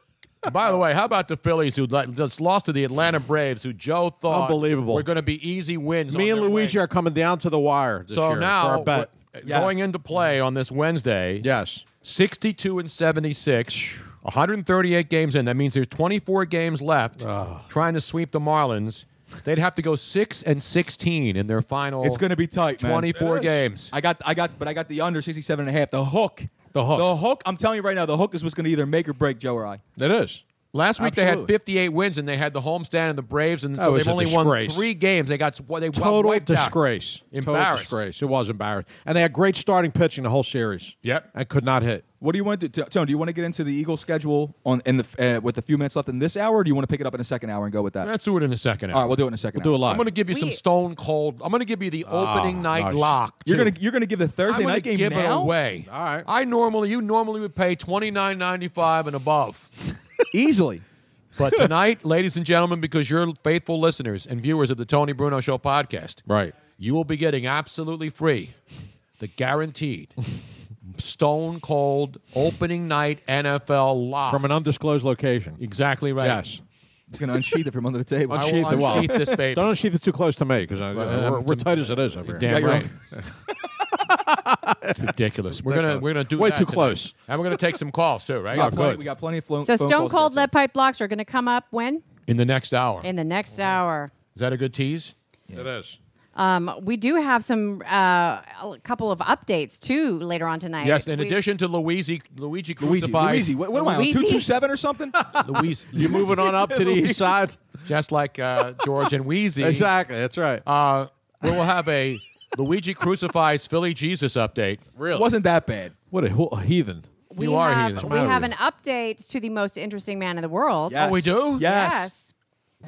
Speaker 5: [LAUGHS] By the way, how about the Phillies who let- just lost to the Atlanta Braves, who Joe thought
Speaker 7: Unbelievable.
Speaker 5: were going to be easy wins?
Speaker 7: Me
Speaker 5: on
Speaker 7: and
Speaker 5: their
Speaker 7: Luigi are coming down to the wire.
Speaker 5: way.
Speaker 7: This
Speaker 5: so
Speaker 7: year
Speaker 5: now
Speaker 7: for our bet.
Speaker 5: what- going into play on this Wednesday,
Speaker 7: yes,
Speaker 5: sixty-two and seventy-six. 138 games in. That means there's 24 games left. Trying to sweep the Marlins, they'd have to go six and 16 in their final.
Speaker 6: It's going to be tight, man.
Speaker 5: 24 games.
Speaker 6: I got, I got, but I got the under 67 and a half. The hook.
Speaker 7: The hook.
Speaker 6: The hook. I'm telling you right now, the hook is what's going to either make or break Joe or I.
Speaker 7: it is.
Speaker 5: Last week they had
Speaker 7: Absolutely.
Speaker 5: 58 wins and they had the homestand and the Braves, and
Speaker 7: That
Speaker 5: so
Speaker 7: was
Speaker 5: they've
Speaker 7: a
Speaker 5: only won
Speaker 7: disgrace.
Speaker 5: three games. They got they got
Speaker 7: Total
Speaker 5: wiped out.
Speaker 7: disgrace. Total
Speaker 5: Embarrassed.
Speaker 7: disgrace. It was embarrassed. And they had great starting pitching the whole series.
Speaker 5: Yep.
Speaker 7: And could not hit.
Speaker 6: What do you want to do, Tony? Do you want to get into the Eagles schedule on in the uh, with a few minutes left in this hour, or do you want to pick it up in the second hour and go with that?
Speaker 5: Let's do it in a second.
Speaker 6: All right, we'll do it in a second.
Speaker 7: We'll do it live.
Speaker 6: hour.
Speaker 5: I'm going to give you some
Speaker 8: We-
Speaker 5: stone cold. I'm going to give you the opening night
Speaker 7: nice.
Speaker 5: lock.
Speaker 6: You're gonna you're gonna give the
Speaker 5: I'm
Speaker 6: Thursday
Speaker 5: gonna
Speaker 6: night game
Speaker 5: give
Speaker 6: now.
Speaker 5: it away.
Speaker 7: All right.
Speaker 5: I normally you normally would pay 29.95 and above.
Speaker 6: [LAUGHS] easily.
Speaker 5: But tonight, [LAUGHS] ladies and gentlemen, because you're faithful listeners and viewers of the Tony Bruno Show podcast,
Speaker 7: Right.
Speaker 5: you will be getting absolutely free the guaranteed
Speaker 6: [LAUGHS]
Speaker 5: stone cold opening night NFL lock
Speaker 7: From an undisclosed location.
Speaker 5: exactly right.
Speaker 7: Yes.
Speaker 6: He's gonna unsheath it from under the table.
Speaker 5: I
Speaker 7: Sheath
Speaker 5: will
Speaker 7: it well.
Speaker 5: unsheath this baby.
Speaker 7: Don't sheath it too close to me because
Speaker 5: Well,
Speaker 7: we're,
Speaker 5: I'm-
Speaker 7: we're tight as it is over here.
Speaker 5: Damn
Speaker 6: Yeah,
Speaker 5: right. [LAUGHS] It's ridiculous. We're gonna we're gonna do
Speaker 7: Way
Speaker 5: that
Speaker 7: too
Speaker 5: tonight.
Speaker 7: close. Oh,
Speaker 5: and we're gonna take some calls too, right?
Speaker 6: we, got plenty,
Speaker 7: good.
Speaker 6: we got plenty of flo-
Speaker 8: So
Speaker 6: phone
Speaker 8: Stone
Speaker 6: calls to
Speaker 8: Cold
Speaker 6: get to.
Speaker 8: lead pipe blocks are going to come up when
Speaker 5: In the next hour,
Speaker 8: in the next hour.
Speaker 5: is that a good tease?
Speaker 7: It is.
Speaker 8: Um, we do have some uh, a couple of updates too later on tonight.
Speaker 5: Yes. In
Speaker 8: We-
Speaker 5: addition to Luigi, Luigi
Speaker 6: Luigi,
Speaker 5: crucified,
Speaker 6: Luigi, what, what am I on
Speaker 8: Luigi?
Speaker 6: two two seven or something?
Speaker 5: Luigi,
Speaker 7: You moving on up to the east side?
Speaker 5: just like uh, George and Wheezy.
Speaker 7: Exactly. That's right.
Speaker 5: Uh, we will have a Luigi crucifies Philly Jesus update.
Speaker 7: really?
Speaker 6: Wasn't that bad?
Speaker 7: what a, ho- a [LAUGHS] heathen.
Speaker 8: we
Speaker 5: you are
Speaker 8: have,
Speaker 5: heathen.
Speaker 8: We
Speaker 7: What's the
Speaker 8: have
Speaker 7: matter
Speaker 8: an update to the most interesting man in the world.
Speaker 6: Yes.
Speaker 5: Oh, we do?
Speaker 6: Yes.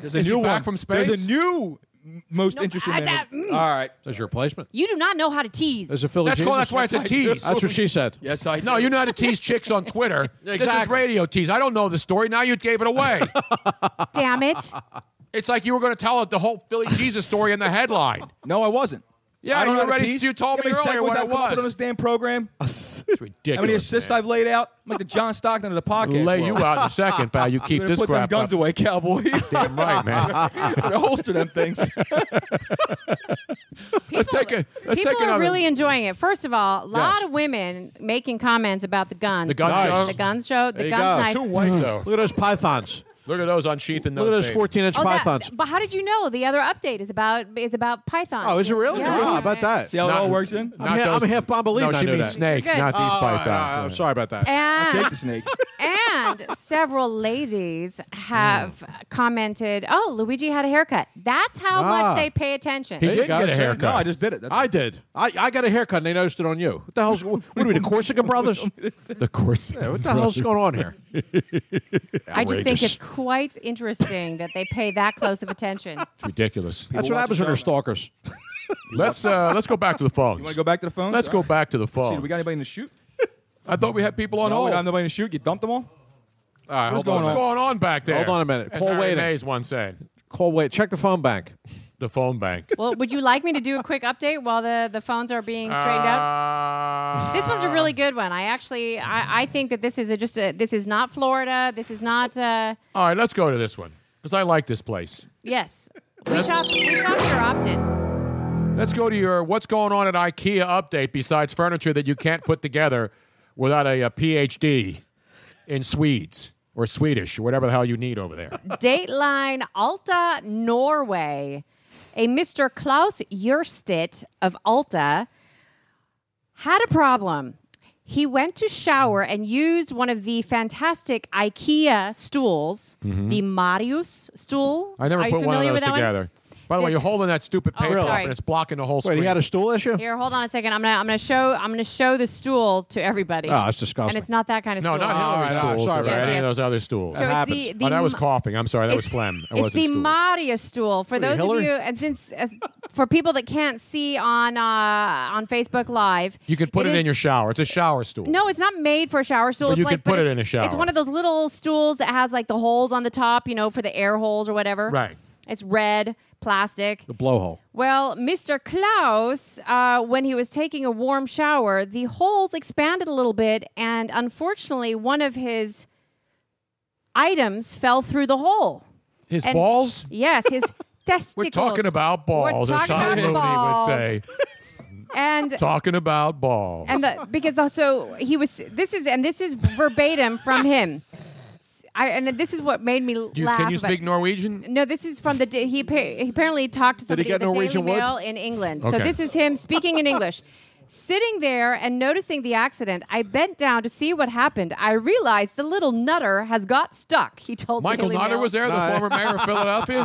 Speaker 6: There's a
Speaker 5: Is he
Speaker 6: new
Speaker 5: back
Speaker 6: one
Speaker 5: from space?
Speaker 6: There's a new m- most
Speaker 8: No,
Speaker 6: interesting
Speaker 8: I-
Speaker 6: man.
Speaker 8: I- mm.
Speaker 6: All right.
Speaker 7: That's your replacement.
Speaker 8: You do not know how to tease.
Speaker 7: There's a Philly
Speaker 5: That's cool.
Speaker 7: Jesus.
Speaker 5: That's why it's a tease.
Speaker 7: That's what she said.
Speaker 6: Yes, I.
Speaker 5: No,
Speaker 6: do.
Speaker 5: you're not to tease chicks on
Speaker 6: [LAUGHS]
Speaker 5: Twitter. This is
Speaker 7: Exactly.
Speaker 5: radio tease. I don't know the story. Now you gave
Speaker 7: [LAUGHS]
Speaker 5: it away.
Speaker 8: Damn it.
Speaker 5: it's like you were going to tell it the whole Philly
Speaker 6: [LAUGHS]
Speaker 5: Jesus story in the headline.
Speaker 6: No, I wasn't.
Speaker 5: Yeah,
Speaker 6: I
Speaker 5: you
Speaker 6: don't know how to
Speaker 5: already-
Speaker 6: tease.
Speaker 5: you told
Speaker 6: How
Speaker 5: me
Speaker 6: many
Speaker 5: earlier
Speaker 6: segues
Speaker 5: what
Speaker 6: I've
Speaker 5: it
Speaker 6: come up with
Speaker 5: was.
Speaker 6: on this damn
Speaker 5: [LAUGHS]
Speaker 6: program.
Speaker 5: It's
Speaker 6: How
Speaker 5: ridiculous.
Speaker 6: many assists
Speaker 5: man.
Speaker 6: I've laid out? I'm like the John Stockton of the podcast.
Speaker 5: lay
Speaker 6: world.
Speaker 5: you out in a second, pal.
Speaker 6: [LAUGHS]
Speaker 5: You keep
Speaker 6: Better
Speaker 5: this
Speaker 6: put
Speaker 5: crap
Speaker 6: them guns
Speaker 5: up.
Speaker 6: away, cowboy.
Speaker 5: [LAUGHS] Damn right,
Speaker 6: [LAUGHS]
Speaker 5: man.
Speaker 6: Better holster them
Speaker 5: [LAUGHS]
Speaker 6: things.
Speaker 5: Let's
Speaker 8: People-
Speaker 5: take a- let's
Speaker 8: people
Speaker 5: take
Speaker 8: are
Speaker 5: another-
Speaker 8: really enjoying it. First of all, a lot
Speaker 5: Yes.
Speaker 8: of women making comments about the guns.
Speaker 5: The gun Nice. show.
Speaker 8: The guns show. The
Speaker 7: There you
Speaker 8: guns
Speaker 7: go. Mm.
Speaker 8: nice.
Speaker 5: Too white though.
Speaker 7: Hmm. Look at those pythons.
Speaker 5: Look at those unsheathing those.
Speaker 7: Look at those
Speaker 5: babies.
Speaker 7: 14 inch
Speaker 8: Oh, that-
Speaker 7: pythons.
Speaker 8: but how did you know? The other update is about is about pythons.
Speaker 7: Oh, is it really?
Speaker 8: Yeah.
Speaker 7: Oh, how about that?
Speaker 6: See how it
Speaker 5: Not-
Speaker 6: all works in?
Speaker 7: I'm half- I'm half Bombalina,
Speaker 5: No,
Speaker 7: I
Speaker 5: she
Speaker 7: knew
Speaker 5: means
Speaker 7: that.
Speaker 5: snakes,
Speaker 8: Good.
Speaker 5: not these
Speaker 7: Oh,
Speaker 5: pythons.
Speaker 7: all right, I'm sorry about that.
Speaker 6: Jake
Speaker 8: And
Speaker 6: the snake.
Speaker 8: [LAUGHS] and several ladies have commented, "Oh, Luigi had a haircut." That's
Speaker 7: Ah.
Speaker 8: how much they pay attention.
Speaker 5: He
Speaker 7: There you
Speaker 5: did
Speaker 7: go,
Speaker 5: get a
Speaker 7: sir.
Speaker 5: haircut.
Speaker 6: No, I just did it. That's
Speaker 7: I did. I, I got a haircut and they noticed it on you. What the hell's what are we, the
Speaker 5: [LAUGHS]
Speaker 7: Corsican brothers?
Speaker 5: The course.
Speaker 7: Yeah, what the hell's going on
Speaker 5: [LAUGHS]
Speaker 7: here?
Speaker 8: I just think
Speaker 7: Outrageous.
Speaker 8: it's quite interesting that they pay that close of attention.
Speaker 5: It's ridiculous.
Speaker 7: That's what happens when they're stalkers.
Speaker 5: [LAUGHS] let's uh, let's go back to the phones.
Speaker 6: You want to go back to the phone?
Speaker 5: Let's go back to the
Speaker 6: See,
Speaker 5: phones.
Speaker 6: do we got anybody in the shoot?
Speaker 5: I thought we had people on
Speaker 6: No, we
Speaker 5: hold.
Speaker 6: don't have nobody in the shoot. You dumped them all?
Speaker 7: All right,
Speaker 6: What's
Speaker 7: hold
Speaker 6: going
Speaker 5: What's
Speaker 7: on.
Speaker 5: going on back there?
Speaker 7: Hold on a minute.
Speaker 5: As
Speaker 7: Paul
Speaker 5: Harry
Speaker 7: Waiting.
Speaker 5: Mays once said.
Speaker 7: Call wait. Check the phone bank.
Speaker 5: the phone bank.
Speaker 8: Well, would you like me to do a quick update while the, the phones are being straightened
Speaker 5: Uh,
Speaker 8: out? This one's a really good one. I actually, I, I think that this is a, just a, this is not Florida. This is not. Uh,
Speaker 5: All right, let's go to this one because I like this place.
Speaker 8: yes, we shop we shop here often.
Speaker 5: Let's go to your what's going on at IKEA update besides furniture that you can't put together without a, a PhD in Swedes or Swedish or whatever the hell you need over there.
Speaker 8: Dateline Alta, Norway. A Mr. Klaus Jurstedt of Alta had a problem. He went to shower and used one of the fantastic IKEA stools,
Speaker 5: Mhm.
Speaker 8: the Marius stool.
Speaker 5: I never
Speaker 8: Are you
Speaker 5: put one of
Speaker 8: familiar
Speaker 5: those
Speaker 8: with that
Speaker 5: together. By the way,
Speaker 8: Did-
Speaker 5: you're holding that stupid
Speaker 8: Oh,
Speaker 5: paper up
Speaker 8: sorry.
Speaker 5: and it's blocking the whole
Speaker 7: Wait,
Speaker 5: screen.
Speaker 7: he had a stool issue?
Speaker 8: Here, hold on a second. I'm gonna I'm gonna show I'm gonna show the stool to everybody.
Speaker 5: Oh, that's disgusting.
Speaker 8: And it's not that kind of
Speaker 5: no,
Speaker 8: stool.
Speaker 5: not Hillary's
Speaker 7: right,
Speaker 5: stools
Speaker 7: sorry
Speaker 5: or
Speaker 7: about
Speaker 5: any
Speaker 7: that.
Speaker 5: of those other stools.
Speaker 8: So That it's happens. the- the
Speaker 5: oh, that was
Speaker 8: m-
Speaker 5: coughing. I'm sorry, that was
Speaker 8: it's-
Speaker 5: phlegm. It
Speaker 8: it's
Speaker 5: wasn't
Speaker 8: the
Speaker 5: stool.
Speaker 8: Maria stool for
Speaker 5: Wait,
Speaker 8: those
Speaker 5: Hillary-
Speaker 8: of you, and since as, for people that can't see on uh, on Facebook Live,
Speaker 5: you can put it,
Speaker 8: is-
Speaker 5: in your shower. It's a shower stool.
Speaker 8: No, it's not made for a shower stool.
Speaker 5: But
Speaker 8: It's
Speaker 5: you
Speaker 8: like,
Speaker 5: can put it
Speaker 8: it's-
Speaker 5: in a shower.
Speaker 8: It's one of those little stools that has like the holes on the top, you know, for the air holes or whatever.
Speaker 5: Right.
Speaker 8: It's red plastic.
Speaker 7: The blowhole.
Speaker 8: Well, Mr. Klaus, uh, when he was taking a warm shower, the holes expanded a little bit, and unfortunately, one of his items fell through the hole.
Speaker 5: His
Speaker 8: And-
Speaker 5: balls?
Speaker 8: Yes, his
Speaker 5: [LAUGHS]
Speaker 8: testicles.
Speaker 5: We're talking about
Speaker 8: We're
Speaker 5: balls, as
Speaker 8: talking
Speaker 5: Tom
Speaker 8: about
Speaker 5: Mooney
Speaker 8: balls.
Speaker 5: would
Speaker 8: [LAUGHS]
Speaker 5: say. [LAUGHS]
Speaker 8: And
Speaker 5: talking about balls.
Speaker 8: and the, because the, so he was. This is and this is verbatim from him. S- I, and this is what made me
Speaker 5: Do you,
Speaker 8: laugh.
Speaker 5: can you
Speaker 8: about-
Speaker 5: speak Norwegian?
Speaker 8: No, this is from the da- he, appa- he apparently talked to
Speaker 5: Did he
Speaker 8: somebody
Speaker 5: get
Speaker 8: at the
Speaker 5: Norwegian
Speaker 8: Daily
Speaker 5: wood?
Speaker 8: Mail in England. So
Speaker 5: Okay.
Speaker 8: this is him speaking in English. Sitting there and noticing the accident, I bent down to see what happened. I realized the little nutter has got stuck. He told the
Speaker 5: Michael
Speaker 8: Daily
Speaker 5: Nutter
Speaker 8: Mail.
Speaker 5: was there, the former mayor of Philadelphia.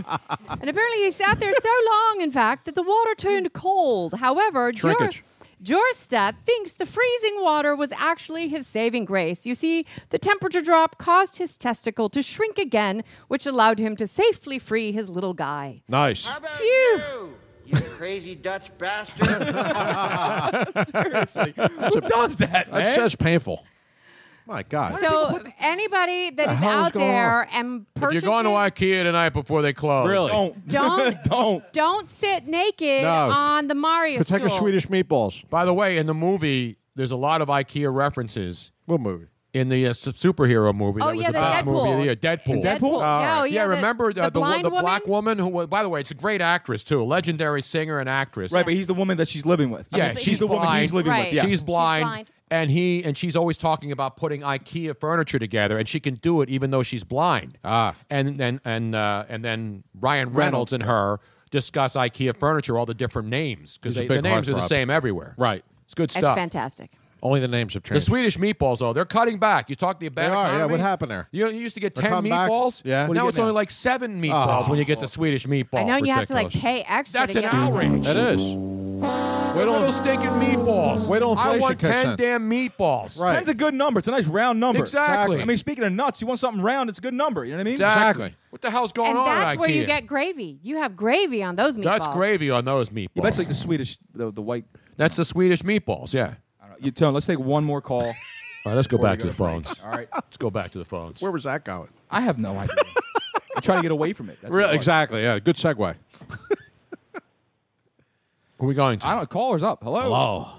Speaker 8: And apparently he
Speaker 5: [LAUGHS]
Speaker 8: sat there so long, in fact, that the water turned cold. However, Jor-
Speaker 5: Shrinkage.
Speaker 8: Jorstad thinks the freezing water was actually his saving grace. You see, the temperature drop caused his testicle to shrink again, which allowed him to safely free his little guy.
Speaker 5: [LAUGHS]
Speaker 7: Nice.
Speaker 8: Phew!
Speaker 4: You crazy Dutch bastard.
Speaker 7: Seriously.
Speaker 4: Who does that,
Speaker 7: That's
Speaker 4: man?
Speaker 7: just painful. My God.
Speaker 8: So anybody that
Speaker 7: The
Speaker 8: is
Speaker 7: hell is
Speaker 8: out
Speaker 7: going
Speaker 8: there
Speaker 7: on?
Speaker 8: and
Speaker 5: If you're
Speaker 8: purchases,
Speaker 5: going to IKEA tonight before they close,
Speaker 7: Really?
Speaker 5: don't,
Speaker 8: [LAUGHS]
Speaker 5: [LAUGHS]
Speaker 8: Don't.
Speaker 5: don't.
Speaker 8: don't sit naked
Speaker 5: No.
Speaker 8: on the Mario stool.
Speaker 5: meatballs. By the way, in the movie, there's a lot of IKEA references. What movie? In the uh, su- superhero movie,
Speaker 8: Oh,
Speaker 5: that was
Speaker 8: yeah,
Speaker 5: the
Speaker 8: the
Speaker 5: best movie of the year,
Speaker 8: Deadpool.
Speaker 5: Deadpool.
Speaker 8: The Deadpool? Deadpool. Yeah, oh, yeah, the-
Speaker 5: remember
Speaker 8: the
Speaker 5: uh, wo-
Speaker 8: blind
Speaker 5: the
Speaker 8: woman?
Speaker 5: black woman who, wa- by the way, it's a great actress too, legendary singer and actress.
Speaker 6: Right, but he's the woman that she's living with. I
Speaker 5: Yeah,
Speaker 6: mean,
Speaker 5: she's,
Speaker 6: she's the woman he's
Speaker 5: blind.
Speaker 6: living with. Yes.
Speaker 5: She's blind.
Speaker 6: blind.
Speaker 5: And he and she's always talking about putting IKEA furniture together, and she can do it even though she's blind. Ah. And then and uh, and then Ryan Reynolds,
Speaker 7: Reynolds.
Speaker 5: and her discuss IKEA furniture, all the different names because
Speaker 7: He's a
Speaker 5: the
Speaker 7: big
Speaker 5: names are the
Speaker 7: heartthrob.
Speaker 5: same everywhere.
Speaker 7: Right.
Speaker 5: It's good
Speaker 8: That's
Speaker 5: stuff.
Speaker 8: fantastic.
Speaker 7: Only the names have
Speaker 5: The
Speaker 7: changed.
Speaker 5: Swedish meatballs, though, they're cutting back. You talk to the bad
Speaker 7: They are, yeah.
Speaker 5: economy.
Speaker 7: What happened there?
Speaker 5: You, you used to get
Speaker 7: They're
Speaker 5: ten
Speaker 7: cutting back?
Speaker 5: meatballs.
Speaker 7: Yeah. What do you
Speaker 5: Now
Speaker 7: get
Speaker 5: it's only
Speaker 7: now?
Speaker 5: like seven meatballs
Speaker 7: Oh.
Speaker 5: when you get the Swedish meatball.
Speaker 8: I know and you have to like
Speaker 5: Oh, Ridiculous.
Speaker 8: pay extra.
Speaker 5: That's
Speaker 8: to
Speaker 5: an
Speaker 8: get
Speaker 5: outrage.
Speaker 7: That is.
Speaker 5: Wait little stinking meatballs.
Speaker 7: Wait till
Speaker 5: I
Speaker 7: inflation
Speaker 5: want
Speaker 7: kicks
Speaker 5: ten
Speaker 7: in.
Speaker 5: damn meatballs.
Speaker 6: Right. Ten's a good number. It's a nice round number.
Speaker 5: Exactly.
Speaker 6: I mean, speaking of nuts, you want something round, it's a good number. You know what I mean?
Speaker 5: Exactly. What the hell's going
Speaker 8: and
Speaker 5: on?
Speaker 8: that's
Speaker 5: at
Speaker 8: where you
Speaker 5: IKEA?
Speaker 8: get gravy. You have gravy on those meatballs.
Speaker 5: That's gravy on those meatballs.
Speaker 6: that's like the Swedish, the, the white.
Speaker 5: That's the Swedish meatballs. Yeah.
Speaker 6: You tell. Let's take one more call. All
Speaker 5: right, [LAUGHS] let's go back to the phones.
Speaker 6: All right,
Speaker 5: [LAUGHS] let's go back to the phones.
Speaker 7: Where was that going?
Speaker 6: I have
Speaker 5: [LAUGHS]
Speaker 6: no idea. I'm trying to get away from it. That's what
Speaker 7: Real-
Speaker 6: it was.
Speaker 7: exactly. Yeah. Good segue. Where
Speaker 5: are we going to?
Speaker 6: I don't. Caller's up. Hello.
Speaker 7: Hello.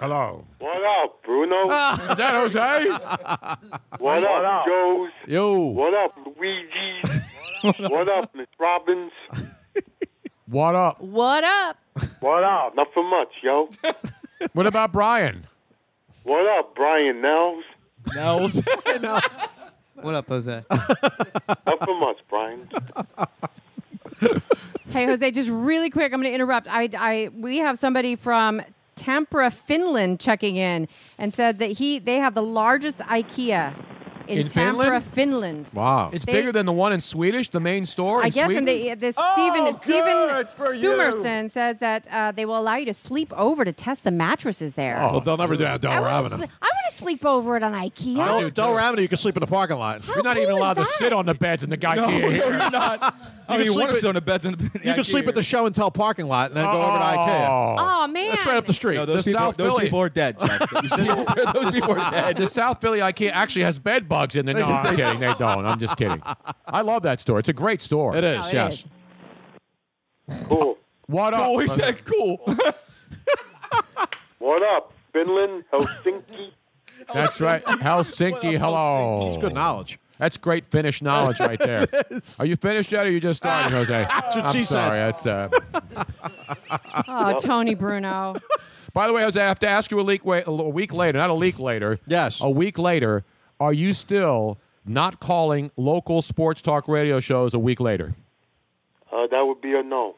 Speaker 5: Hello.
Speaker 13: What up, Bruno?
Speaker 5: [LAUGHS] Is that Jose?
Speaker 13: What, up, Joes?
Speaker 7: Yo.
Speaker 13: What up, Luigi? what up, Miss Robbins?
Speaker 5: What up?
Speaker 8: What up?
Speaker 13: What up? Not for much, yo.
Speaker 5: What about Brian?
Speaker 13: What up, Brian Nels? [LAUGHS]
Speaker 6: Nels.
Speaker 15: What up, Jose?
Speaker 13: Not for much, Brian.
Speaker 8: Hey Jose, just really quick, I'm going to interrupt. I, I, we have somebody from Tampere, Finland, checking in and said that he they have the largest IKEA in,
Speaker 5: In
Speaker 8: Tampere,
Speaker 5: Finland?
Speaker 8: Finland.
Speaker 5: Wow. It's
Speaker 8: They-
Speaker 5: bigger than the one in Swedish, the main store.
Speaker 8: I
Speaker 5: in
Speaker 8: guess,
Speaker 5: Sweden?
Speaker 8: and the, the
Speaker 16: Oh,
Speaker 8: Stephen Stephen
Speaker 16: good for you.
Speaker 8: Sumerson says that uh, they will allow you to sleep over to test the mattresses there.
Speaker 7: Oh, they'll never do that.
Speaker 8: I
Speaker 7: Delaware
Speaker 8: want
Speaker 7: Avenue.
Speaker 8: to sleep over at an IKEA.
Speaker 7: Del- Delaware Avenue, you can sleep in the parking lot.
Speaker 5: You're not even allowed to sit on the beds in the guy
Speaker 7: No,
Speaker 5: can't
Speaker 7: no,
Speaker 5: hear.
Speaker 7: you're
Speaker 5: [LAUGHS]
Speaker 6: not.
Speaker 7: I mean, you want to sit on
Speaker 6: the beds in the
Speaker 7: You can sleep at the show and tell parking lot and then go over to
Speaker 5: Oh.
Speaker 7: IKEA.
Speaker 8: Oh man,
Speaker 7: That's right up the street.
Speaker 6: No, those, people, those people are dead.
Speaker 5: [LAUGHS]
Speaker 6: Jack. You see, those people are dead.
Speaker 5: The South Philly IKEA actually has bed bugs in there. No, I'm kidding. They don't. I'm just kidding. I love that store. It's a great store.
Speaker 7: It is, No, it yes. is.
Speaker 13: Cool.
Speaker 5: What
Speaker 6: up? Oh, he said cool.
Speaker 13: What up, Finland, Helsinki?
Speaker 5: That's right. Helsinki, hello.
Speaker 7: That's good knowledge.
Speaker 5: That's great Finnish knowledge right
Speaker 6: [LAUGHS]
Speaker 5: there.
Speaker 7: It is.
Speaker 5: Are you finished yet, or are you just starting, Jose?
Speaker 7: That's what
Speaker 5: I'm
Speaker 7: she said.
Speaker 5: sorry. That's uh,
Speaker 8: Oh, Tony Bruno.
Speaker 5: By the way, Jose, I have to ask you a week, wait, a week later, not a leak later. Yes. A week later, are you still not calling local sports talk radio shows a week later?
Speaker 13: Uh, that would be a no.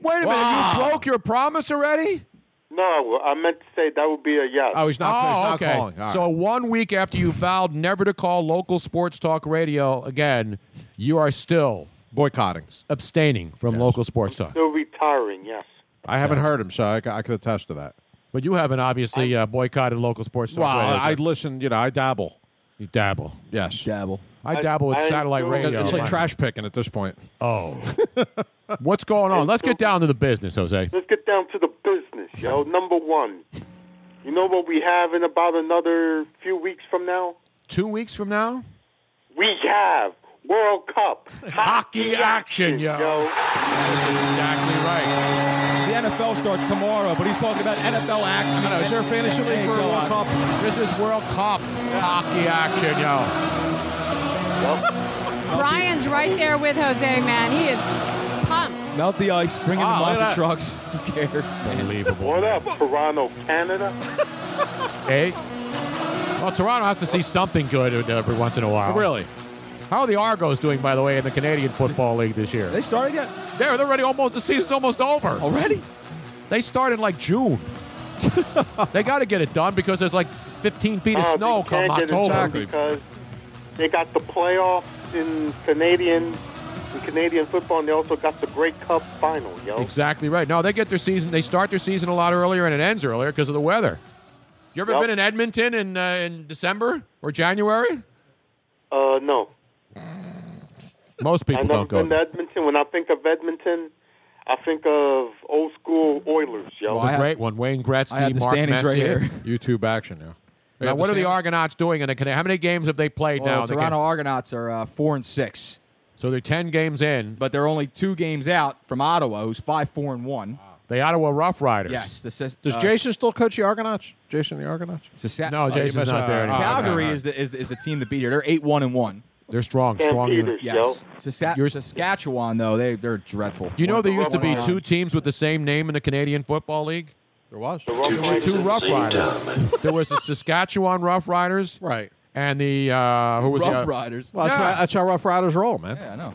Speaker 5: Wait a minute, you broke your promise already?
Speaker 13: No, I meant to say that would be a yes.
Speaker 5: Oh, okay. So one week after you vowed never to call local sports talk radio again, you are still
Speaker 7: boycotting,
Speaker 5: abstaining from local sports talk.
Speaker 13: Still retiring, yes.
Speaker 7: I haven't heard him, so I, c- I could attest to that.
Speaker 5: But you haven't obviously uh, boycotted local sports talk
Speaker 7: Well,
Speaker 5: radio.
Speaker 7: I listen. You know, I dabble.
Speaker 5: You dabble.
Speaker 7: Yes.
Speaker 6: Dabble.
Speaker 5: I dabble with satellite radio.
Speaker 7: It's like trash picking at this point. [LAUGHS]
Speaker 5: Oh. What's going on? Let's get down to the business, Jose.
Speaker 13: Let's get down to the business, yo. Number one, you know what we have in about another few weeks from now?
Speaker 5: Two weeks from now?
Speaker 13: We have World Cup
Speaker 5: hockey action, yo. Exactly right.
Speaker 6: The NFL starts tomorrow, but he's talking about NFL action. No,
Speaker 7: is there a fantasy league for World Cup?
Speaker 5: This is World Cup hockey action, yo.
Speaker 8: Brian's right there with Jose, man. He is pumped.
Speaker 6: Melt the ice, bring in
Speaker 13: Wow,
Speaker 6: the
Speaker 13: look at
Speaker 6: monster
Speaker 13: that.
Speaker 6: trucks. Who cares, man?
Speaker 5: Unbelievable.
Speaker 13: What up, Toronto, Canada?
Speaker 5: Hey. Well, Toronto has to see something good every once in a while.
Speaker 7: Really?
Speaker 5: How are the Argos doing, by the way, in the Canadian Football League this year?
Speaker 6: They started yet?
Speaker 5: They're, they're already almost, the season's almost over.
Speaker 6: Already?
Speaker 5: They start in like
Speaker 13: [LAUGHS]
Speaker 5: June. they got to get it done because there's like 15 feet of
Speaker 13: Oh,
Speaker 5: snow
Speaker 13: they
Speaker 5: come
Speaker 13: can't get it done
Speaker 5: October.
Speaker 13: because they got the playoffs in Canadian in Canadian football, and they also got the Great Cup final, yo.
Speaker 5: Exactly right. No, they get their season. They start their season a lot earlier and it ends earlier because of the weather. You ever
Speaker 13: Yep.
Speaker 5: been in Edmonton in uh, in December or January?
Speaker 13: Uh, no,
Speaker 5: Most people
Speaker 13: I've never
Speaker 5: don't go.
Speaker 13: been to Edmonton. When I think of Edmonton, I think of old school Oilers, yo.
Speaker 5: the great one, Wayne Gretzky,
Speaker 6: I have the
Speaker 5: Mark
Speaker 6: standings right
Speaker 5: Messier. [LAUGHS]
Speaker 6: here.
Speaker 7: YouTube action, yeah.
Speaker 5: Now, what are the Argonauts doing in the Canadian? How many games have they played
Speaker 6: Oh,
Speaker 5: now? in the
Speaker 6: Toronto Argonauts are uh, four and six,
Speaker 5: So they're ten games in,
Speaker 6: but they're only two games out from Ottawa, who's five, four, and one.
Speaker 5: Can- The Ottawa Rough Riders.
Speaker 6: Yes, this is,
Speaker 7: Does
Speaker 6: uh,
Speaker 7: Jason still coach the Argonauts? Jason the Argonauts?
Speaker 6: it's a sat-
Speaker 5: No, Jason's
Speaker 7: missed
Speaker 5: not
Speaker 7: out.
Speaker 5: there anymore.
Speaker 6: Calgary is the, is the is the team to beat here. They're eight, one, and one.
Speaker 5: They're strong, strong.
Speaker 6: Yes. Sasa- Saskatchewan, though, they they're dreadful.
Speaker 5: Do you know
Speaker 6: What
Speaker 5: there
Speaker 6: the
Speaker 5: used to
Speaker 6: hell
Speaker 5: be
Speaker 6: went
Speaker 5: two teams with the same name in the Canadian Football League?
Speaker 7: There was.
Speaker 5: Two Rough Riders. [LAUGHS] there was the Saskatchewan Rough Riders.
Speaker 7: Right.
Speaker 5: And the uh, who was
Speaker 6: on?
Speaker 5: the
Speaker 6: Rough
Speaker 5: other-
Speaker 6: Riders.
Speaker 7: Well, that's,
Speaker 5: Yeah.
Speaker 7: how, that's how Rough Riders roll, man.
Speaker 6: Yeah, I know.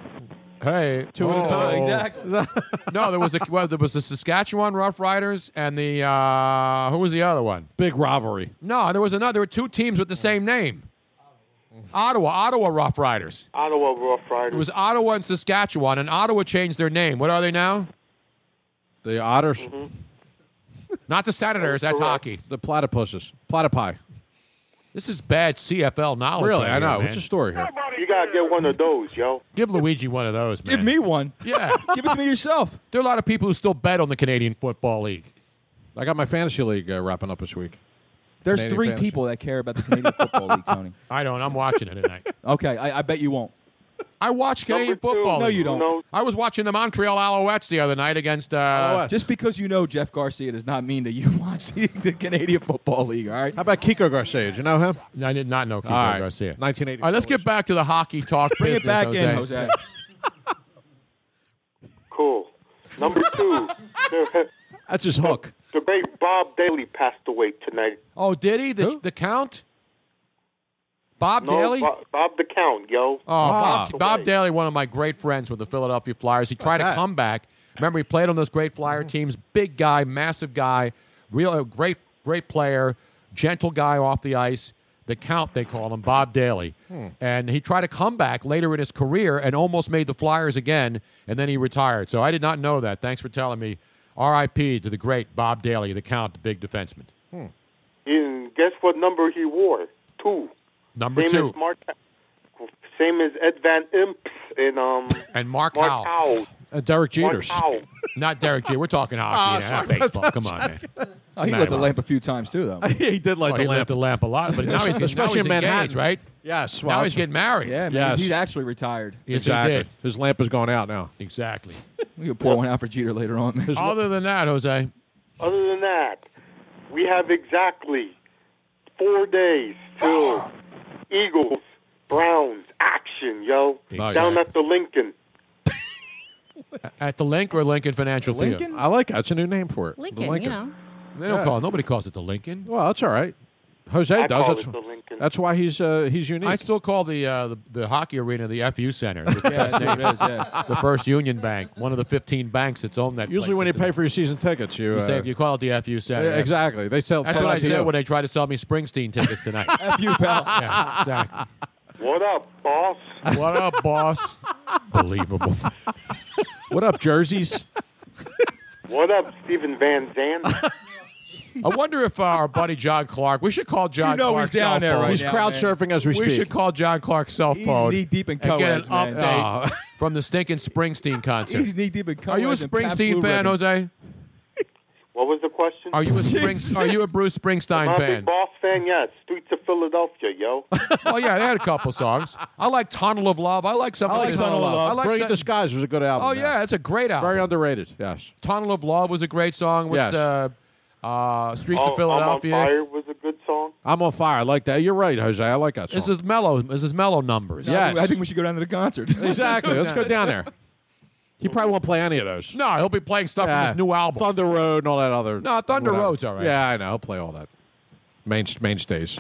Speaker 5: Hey,
Speaker 7: Two at a
Speaker 5: oh.
Speaker 7: time.
Speaker 6: Exactly.
Speaker 5: [LAUGHS] no, there was a, well, there was the Saskatchewan Rough Riders and the uh, who was the other one?
Speaker 7: Big rivalry.
Speaker 5: No, there was another. There were two teams with the same name. Ottawa, Ottawa Rough Riders.
Speaker 13: Ottawa Rough
Speaker 5: It
Speaker 13: Riders.
Speaker 5: was Ottawa and Saskatchewan, and Ottawa changed their name. What are they now?
Speaker 7: The otters,
Speaker 13: Mm-hmm.
Speaker 5: Not the Senators. That's hockey.
Speaker 7: the platypuses, platypi.
Speaker 5: This is bad CFL knowledge.
Speaker 7: Really, I
Speaker 5: right here,
Speaker 7: know.
Speaker 5: man.
Speaker 7: What's the story here?
Speaker 13: You gotta get one of those, yo.
Speaker 5: Give Luigi one of those, man.
Speaker 6: Give me one.
Speaker 5: Yeah,
Speaker 6: [LAUGHS] Give it to me yourself.
Speaker 5: there are a lot of people who still bet on the Canadian Football League.
Speaker 7: I got my fantasy league uh, wrapping up this week.
Speaker 6: There's
Speaker 7: Canadian
Speaker 6: three
Speaker 7: fantasy.
Speaker 6: people that care about the Canadian Football League, Tony.
Speaker 5: I don't. I'm watching it tonight.
Speaker 6: [LAUGHS] Okay, I, I bet you won't.
Speaker 5: [LAUGHS] I watch Canadian
Speaker 13: Number two,
Speaker 5: Football
Speaker 6: No,
Speaker 5: League.
Speaker 6: you don't.
Speaker 13: No,
Speaker 5: I was watching the Montreal Alouettes the other night against. Uh,
Speaker 6: Just because you know Jeff Garcia does not mean that you [LAUGHS] watch the, the Canadian Football League, all right?
Speaker 7: How about Kiko Garcia? Did you know him?
Speaker 5: I did not know Kiko
Speaker 7: All right.
Speaker 5: Garcia.
Speaker 7: 1984.
Speaker 5: All right, let's get back to the hockey talk.
Speaker 6: Bring it
Speaker 5: business,
Speaker 6: back in, Jose.
Speaker 13: cool. Number
Speaker 5: [LAUGHS]
Speaker 13: two, [LAUGHS] the,
Speaker 7: That's his hook.
Speaker 13: the great Bob Daly passed away tonight.
Speaker 5: Oh, did he? The, the count? Bob
Speaker 13: No,
Speaker 5: Daly?
Speaker 13: Bob, Bob the Count, yo.
Speaker 5: Oh, Bob,
Speaker 13: Passed
Speaker 5: Bob
Speaker 13: away.
Speaker 5: Daly, one of my great friends with the Philadelphia Flyers. He tried to
Speaker 7: that?
Speaker 5: come back. Remember, he played on those great Flyer teams. Big guy, massive guy, real uh, great, great player, gentle guy off the ice. The count they call him, Bob Daly, and he tried to come back later in his career and almost made the Flyers again, and then he retired. So I did not know that. Thanks for telling me. R.I.P. to the great Bob Daly, the count, the big defenseman.
Speaker 13: And guess what number he wore? Two.
Speaker 5: Number
Speaker 13: same
Speaker 5: two,
Speaker 13: As Mark, same as Ed Van Imps and um,
Speaker 5: [LAUGHS] and Mark,
Speaker 13: Mark Howell.
Speaker 7: Uh, Derek
Speaker 13: Mark
Speaker 7: Jeters.
Speaker 13: Howell.
Speaker 5: Not Derek Jeter. We're talking
Speaker 6: [LAUGHS]
Speaker 5: hockey, now, not baseball. Come on, man.
Speaker 6: Oh, he
Speaker 5: Nah,
Speaker 6: lit the
Speaker 5: well.
Speaker 6: lamp a few times, too, [LAUGHS] though.
Speaker 7: he did like
Speaker 5: Well, [LAUGHS] he lit the lamp a lot, but
Speaker 6: [LAUGHS]
Speaker 5: now he's getting- now
Speaker 7: Especially
Speaker 5: he's
Speaker 7: in Manhattan.
Speaker 5: engaged, right?
Speaker 7: Yes.
Speaker 5: now
Speaker 7: well,
Speaker 5: he's getting married.
Speaker 6: Yeah, man.
Speaker 7: Yes.
Speaker 6: He's, he's actually retired.
Speaker 5: Yes, he
Speaker 7: exactly.
Speaker 5: did.
Speaker 7: His lamp is gone out now.
Speaker 5: Exactly.
Speaker 6: We could pour one out for Jeter [LAUGHS] later on. Man.
Speaker 5: Other than that, Jose,
Speaker 13: Other than that, we have exactly four days till Eagles, Browns, action, yo.
Speaker 5: Nice.
Speaker 13: Down at the Lincoln.
Speaker 5: at the link or Lincoln Financial
Speaker 13: Lincoln?
Speaker 5: Field. I like that. It's a new name for it. The
Speaker 13: Lincoln, you know.
Speaker 5: They don't
Speaker 13: Yeah.
Speaker 5: call it. Nobody calls it the Lincoln. Well, that's all right. Jose
Speaker 13: I
Speaker 5: does.
Speaker 13: call
Speaker 5: that's,
Speaker 13: it the Lincoln.
Speaker 5: that's why he's uh, he's unique. I still call the, uh, the the hockey arena the FU Center. It's the
Speaker 6: Yeah,
Speaker 5: best
Speaker 6: that's what
Speaker 5: name.
Speaker 6: it is, yeah.
Speaker 5: The First Union Bank, one of the 15 banks that's owned that.
Speaker 6: Usually
Speaker 5: place.
Speaker 6: when you
Speaker 5: It's a-
Speaker 6: pay
Speaker 5: for your season tickets, you,
Speaker 6: uh,
Speaker 5: say if you call it the FU Center.
Speaker 6: Yeah, exactly. They sell-
Speaker 5: That's
Speaker 6: sell
Speaker 5: what
Speaker 6: that
Speaker 5: I
Speaker 6: to
Speaker 5: said
Speaker 6: you.
Speaker 5: when they tried to sell me Springsteen tickets [LAUGHS] tonight.
Speaker 6: FU pal.
Speaker 5: [LAUGHS] Yeah, exactly.
Speaker 13: What up, boss?
Speaker 5: What up, [LAUGHS] boss? Believable. what up, jerseys?
Speaker 13: What up, Stephen Van Zandt?
Speaker 5: I wonder if uh, our buddy John Clark. We should call John.
Speaker 13: You know
Speaker 5: Clark's
Speaker 13: he's
Speaker 5: cell
Speaker 13: down there
Speaker 5: phone.
Speaker 13: right He's now, crowd man. surfing as we
Speaker 5: We
Speaker 13: speak.
Speaker 5: should call John Clark's cell
Speaker 13: He's
Speaker 5: phone.
Speaker 13: knee-deep in
Speaker 5: and get
Speaker 13: co-eds,
Speaker 5: an
Speaker 13: man.
Speaker 5: update from the stinking Springsteen concert.
Speaker 13: He's knee-deep in
Speaker 5: Are you a
Speaker 13: co-eds and Pabst
Speaker 5: Springsteen
Speaker 13: Blue
Speaker 5: fan,
Speaker 13: Ribbon.
Speaker 5: Jose?
Speaker 13: What was the question?
Speaker 5: Are you a Spring, Are you a Bruce
Speaker 13: Am
Speaker 5: Springsteen
Speaker 13: I a
Speaker 5: fan?
Speaker 13: big boss fan? Yeah, Streets of Philadelphia, yo.
Speaker 5: well, Oh, yeah, they had a couple songs. I like Tunnel of Love. I like something.
Speaker 13: I like Tunnel of Love.
Speaker 5: I like
Speaker 13: Brilliant
Speaker 5: Disguise was a good album. Oh
Speaker 13: yeah.
Speaker 5: yeah, it's a great album.
Speaker 13: Very
Speaker 5: underrated. Yes. Tunnel of Love was a great song. What's
Speaker 13: Yes.
Speaker 5: the uh, Streets
Speaker 13: Oh,
Speaker 5: of Philadelphia?
Speaker 13: I'm on fire was a good song.
Speaker 5: I'm on fire. I like that. You're right, Jose. I like that. This is mellow. This is mellow numbers.
Speaker 6: No, I think- I think we should go down to the concert.
Speaker 5: [LAUGHS] Exactly. Let's go down there. He probably won't play any of those. No, he'll be playing stuff
Speaker 6: Yeah.
Speaker 5: from his new album, Thunder Road and all that other. No, Thunder
Speaker 13: whatever.
Speaker 5: Road's all right.
Speaker 13: Yeah,
Speaker 5: I know. He'll play all that. Main mainstays.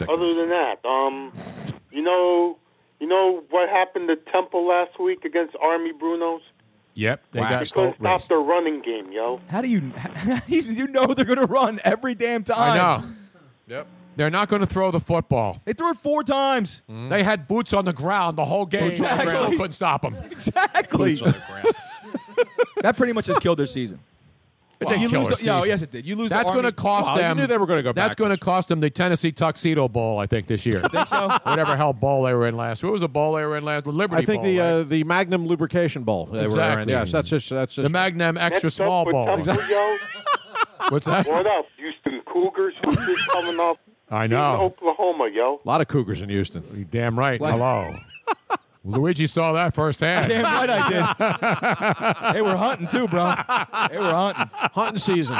Speaker 13: Other than that, um, you know, you know what happened to Temple last week against Army Brunos?
Speaker 5: Yep, they
Speaker 13: They
Speaker 5: got
Speaker 13: couldn't stop their running game, yo.
Speaker 6: How do you? [LAUGHS] you know they're going to run every damn
Speaker 5: I
Speaker 6: time.
Speaker 5: know. Yep. They're not going to throw the football.
Speaker 6: They threw it four times.
Speaker 12: Mm-hmm.
Speaker 5: They had boots on the ground the whole game.
Speaker 6: Boots on the
Speaker 5: Exactly.
Speaker 6: ground.
Speaker 5: Couldn't stop them.
Speaker 6: Exactly. [LAUGHS] that pretty much has killed
Speaker 12: [LAUGHS]
Speaker 6: their season. you lose the, yeah, yes, it did. You lose. the
Speaker 5: That's
Speaker 6: Army-
Speaker 5: going to cost
Speaker 6: Well, you
Speaker 5: them.
Speaker 6: knew they were gonna go
Speaker 5: That's
Speaker 6: back.
Speaker 5: going to cost them the Tennessee Tuxedo Bowl, I think, this year.
Speaker 6: Think so?
Speaker 5: Whatever hell bowl they were in last. What was the bowl they were in last? The Liberty
Speaker 12: I think
Speaker 5: Bowl,
Speaker 12: the
Speaker 5: right?
Speaker 12: uh, the Magnum lubrication bowl. They Were in.
Speaker 5: Exactly.
Speaker 12: Yes, that's just that's just
Speaker 5: the Magnum Extra
Speaker 13: Next up
Speaker 5: Small
Speaker 13: with
Speaker 5: Bowl.
Speaker 13: Temple, yo.
Speaker 5: [LAUGHS] What's that?
Speaker 13: What up, Houston Cougars? Who's just coming up?
Speaker 5: I
Speaker 13: Houston,
Speaker 5: know.
Speaker 13: Oklahoma, yo.
Speaker 5: A lot of Cougars in Houston. You damn right.
Speaker 6: [LAUGHS]
Speaker 13: Like-
Speaker 5: Hello. Luigi saw that firsthand.
Speaker 6: Damn
Speaker 5: [LAUGHS]
Speaker 6: right I did. they were hunting too, bro. They were hunting.
Speaker 5: Hunting season,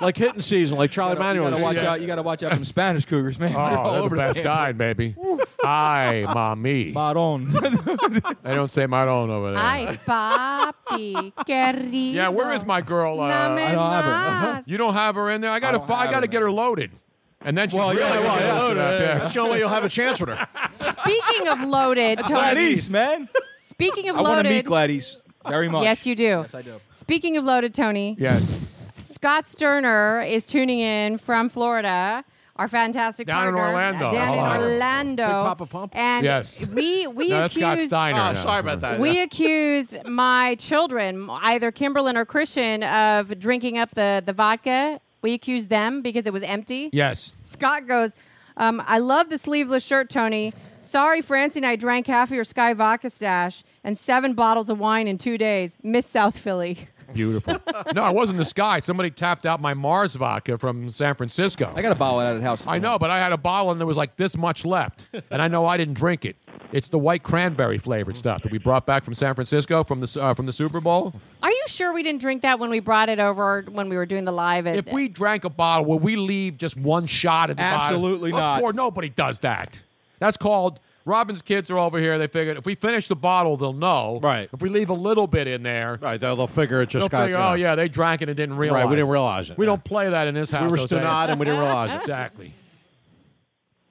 Speaker 5: like hitting season, like
Speaker 6: You
Speaker 5: Charlie
Speaker 6: gotta, you gotta watch out. You gotta watch out from Spanish cougars, man. They're all
Speaker 5: Oh, they're
Speaker 6: over
Speaker 5: the
Speaker 6: the
Speaker 5: best
Speaker 6: damn
Speaker 5: kind, baby. I, mommy. Maron. [LAUGHS] they don't say Maron over there.
Speaker 8: Ay, papi, querido.
Speaker 5: Yeah, where is my girl? Uh,
Speaker 8: No me I don't have her.
Speaker 5: her. You don't have her in there. I gotta. fi- I, gotta get her loaded, and then she's
Speaker 12: Well,
Speaker 5: really
Speaker 12: yeah,
Speaker 5: gonna
Speaker 12: well,
Speaker 5: get
Speaker 12: yeah.
Speaker 5: lifted
Speaker 12: Loaded,
Speaker 5: up,
Speaker 12: yeah.
Speaker 5: yeah.
Speaker 12: That's the only way you'll have a chance with her.
Speaker 8: Speaking of loaded,
Speaker 6: That's
Speaker 8: Tony-
Speaker 6: Gladys, man.
Speaker 8: Speaking of
Speaker 6: I want
Speaker 8: loaded,
Speaker 6: to meet Gladys very much.
Speaker 8: Yes, you do.
Speaker 6: Yes, I do.
Speaker 8: Speaking of loaded, Tony.
Speaker 5: Yes.
Speaker 8: Scott Sterner is tuning in from Florida. Our fantastic
Speaker 5: Down in
Speaker 8: partner,
Speaker 5: Orlando.
Speaker 8: Down in
Speaker 5: Hello.
Speaker 8: Orlando.
Speaker 5: Big Papa Pump.
Speaker 8: And
Speaker 5: Yes.
Speaker 8: we we
Speaker 5: No, that's
Speaker 8: accused
Speaker 5: Scott Steiner. Oh, now. sorry about that.
Speaker 8: We
Speaker 5: Yeah.
Speaker 8: accused my children, either Kimberlyn or Christian, of drinking up the the vodka. We accused them because it was empty.
Speaker 5: Yes.
Speaker 8: Scott goes, um, I love the sleeveless shirt, Tony. Sorry, Francie and I drank half of your Sky Vodka stash and seven bottles of wine in two days. Miss South Philly. [LAUGHS]
Speaker 5: Beautiful. [LAUGHS] no, I wasn't the sky. Somebody tapped out my Mars vodka from San Francisco. I
Speaker 6: got a bottle out of the house.
Speaker 5: I know, but I had a bottle and there was like this much left, and I know I didn't drink it. It's the white cranberry flavored stuff that we brought back from San Francisco from the uh, from the Super Bowl.
Speaker 8: Are you sure we didn't drink that when we brought it over when we were doing the live? At,
Speaker 5: If we drank a bottle, would we leave just one shot at the bottom?
Speaker 6: Absolutely
Speaker 5: Of
Speaker 6: not.
Speaker 5: course, nobody does that. That's called. Robin's kids are over here. They figured if we finish the bottle, they'll know. Right. If we leave a little bit in there,
Speaker 12: right? They'll, they'll figure it just
Speaker 5: they'll
Speaker 12: got.
Speaker 5: figure,
Speaker 12: you know,
Speaker 5: oh yeah, they drank it and didn't realize.
Speaker 12: Right, we didn't
Speaker 5: it."
Speaker 12: realize it.
Speaker 5: We don't play that in this house.
Speaker 12: were
Speaker 5: Jose.
Speaker 12: stoned and we didn't realize it.
Speaker 5: Exactly.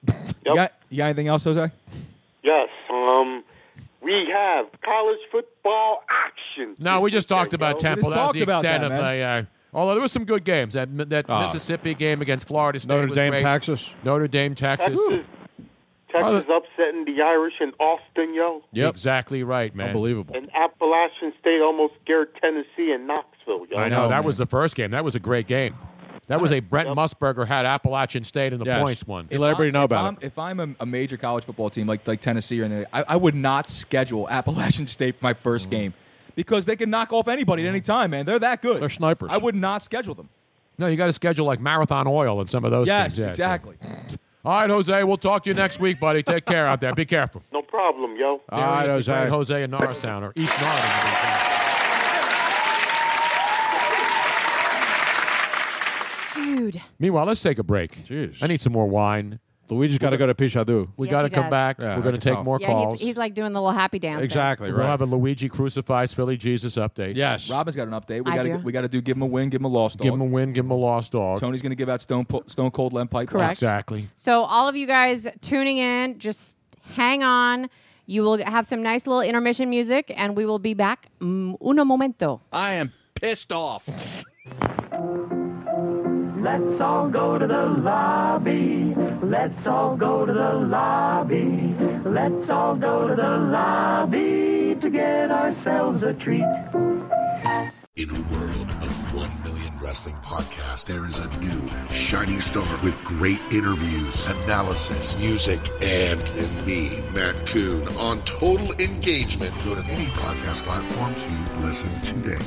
Speaker 6: You, got, you got anything else, Jose?
Speaker 13: Yes. Um, we have college football action.
Speaker 5: [LAUGHS] No, we just talked about
Speaker 13: We just
Speaker 5: Temple. That was
Speaker 13: talked
Speaker 5: the
Speaker 13: about
Speaker 5: extent
Speaker 13: that,
Speaker 5: of the. Uh, although there were some good games. That that
Speaker 12: Oh.
Speaker 5: Mississippi game against Florida State.
Speaker 12: Notre
Speaker 5: was
Speaker 12: Dame,
Speaker 5: great.
Speaker 12: Texas.
Speaker 5: Notre Dame, Texas.
Speaker 13: Texas, Texas upsetting the Irish in Austin, yo.
Speaker 5: Exactly right, man. Unbelievable.
Speaker 13: And Appalachian State almost scared Tennessee and Knoxville, yo.
Speaker 5: I know that was the first game. That was a great game. That was a Brent Musburger had Appalachian State in the points one.
Speaker 6: If I'm- if I'm, If I'm a, a major college football team like like Tennessee, or anything, I, I would not schedule [LAUGHS] Appalachian State for my 1st
Speaker 7: Mm-hmm.
Speaker 6: game because they can knock off anybody at any time, man. They're that good. They're snipers. I would not schedule them.
Speaker 5: No, you got to schedule like Marathon Oil and some of those.
Speaker 6: yes,
Speaker 5: teams. Yeah, so-
Speaker 6: exactly.
Speaker 5: All right, Jose. We'll talk to you next week, buddy. Take
Speaker 13: [LAUGHS]
Speaker 5: care out there. Be careful.
Speaker 13: No problem, yo.
Speaker 5: There is the great Jose in Norristown or East Norristown.
Speaker 8: Dude.
Speaker 7: Meanwhile, let's take a break. Jeez. I need some more wine. Luigi's
Speaker 5: got to go to Pichadu.
Speaker 7: We
Speaker 8: Yes,
Speaker 7: got to
Speaker 8: he
Speaker 7: come
Speaker 8: does.
Speaker 7: back.
Speaker 5: Yeah,
Speaker 7: We're
Speaker 5: I
Speaker 7: going
Speaker 5: can
Speaker 7: to take
Speaker 5: tell.
Speaker 7: more
Speaker 8: Yeah,
Speaker 7: calls.
Speaker 8: he's, he's like doing the little happy dance.
Speaker 6: Exactly,
Speaker 7: We'll
Speaker 6: right.
Speaker 7: have a Luigi crucifies Philly Jesus update. Yes.
Speaker 6: Robin's got an update. We
Speaker 8: I
Speaker 6: got to
Speaker 8: do.
Speaker 6: we got to do give him a win, give him a loss dog.
Speaker 7: Give him a win, give him a lost dog.
Speaker 6: Tony's going to give out Stone Po- Stone Cold Lemon Pipe.
Speaker 8: Correct.
Speaker 7: Exactly.
Speaker 8: Thing. So all of you guys tuning in, just hang on. You will have some nice little intermission music, and we will be back. Mm, uno momento.
Speaker 16: I am pissed off.
Speaker 3: Let's all go to the lobby. Let's all go to the lobby. Let's all go to the lobby to get ourselves a treat.
Speaker 17: In a world of 1 million wrestling podcasts, there is a new shining star with great interviews, analysis, music, and, and me, Matt Coon, on total engagement. Go to any podcast platform to listen today.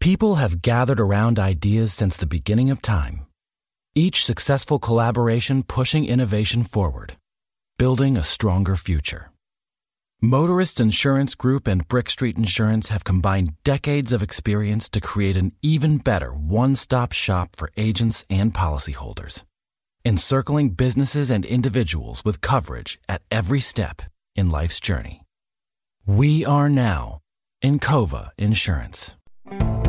Speaker 18: People have gathered around ideas since the beginning of time, each successful collaboration pushing innovation forward, building a stronger future. Motorist Insurance Group and Brick Street Insurance have combined decades of experience to create an even better one stop shop for agents and policyholders, encircling businesses and individuals with coverage at every step in life's journey. We are now Encova Insurance.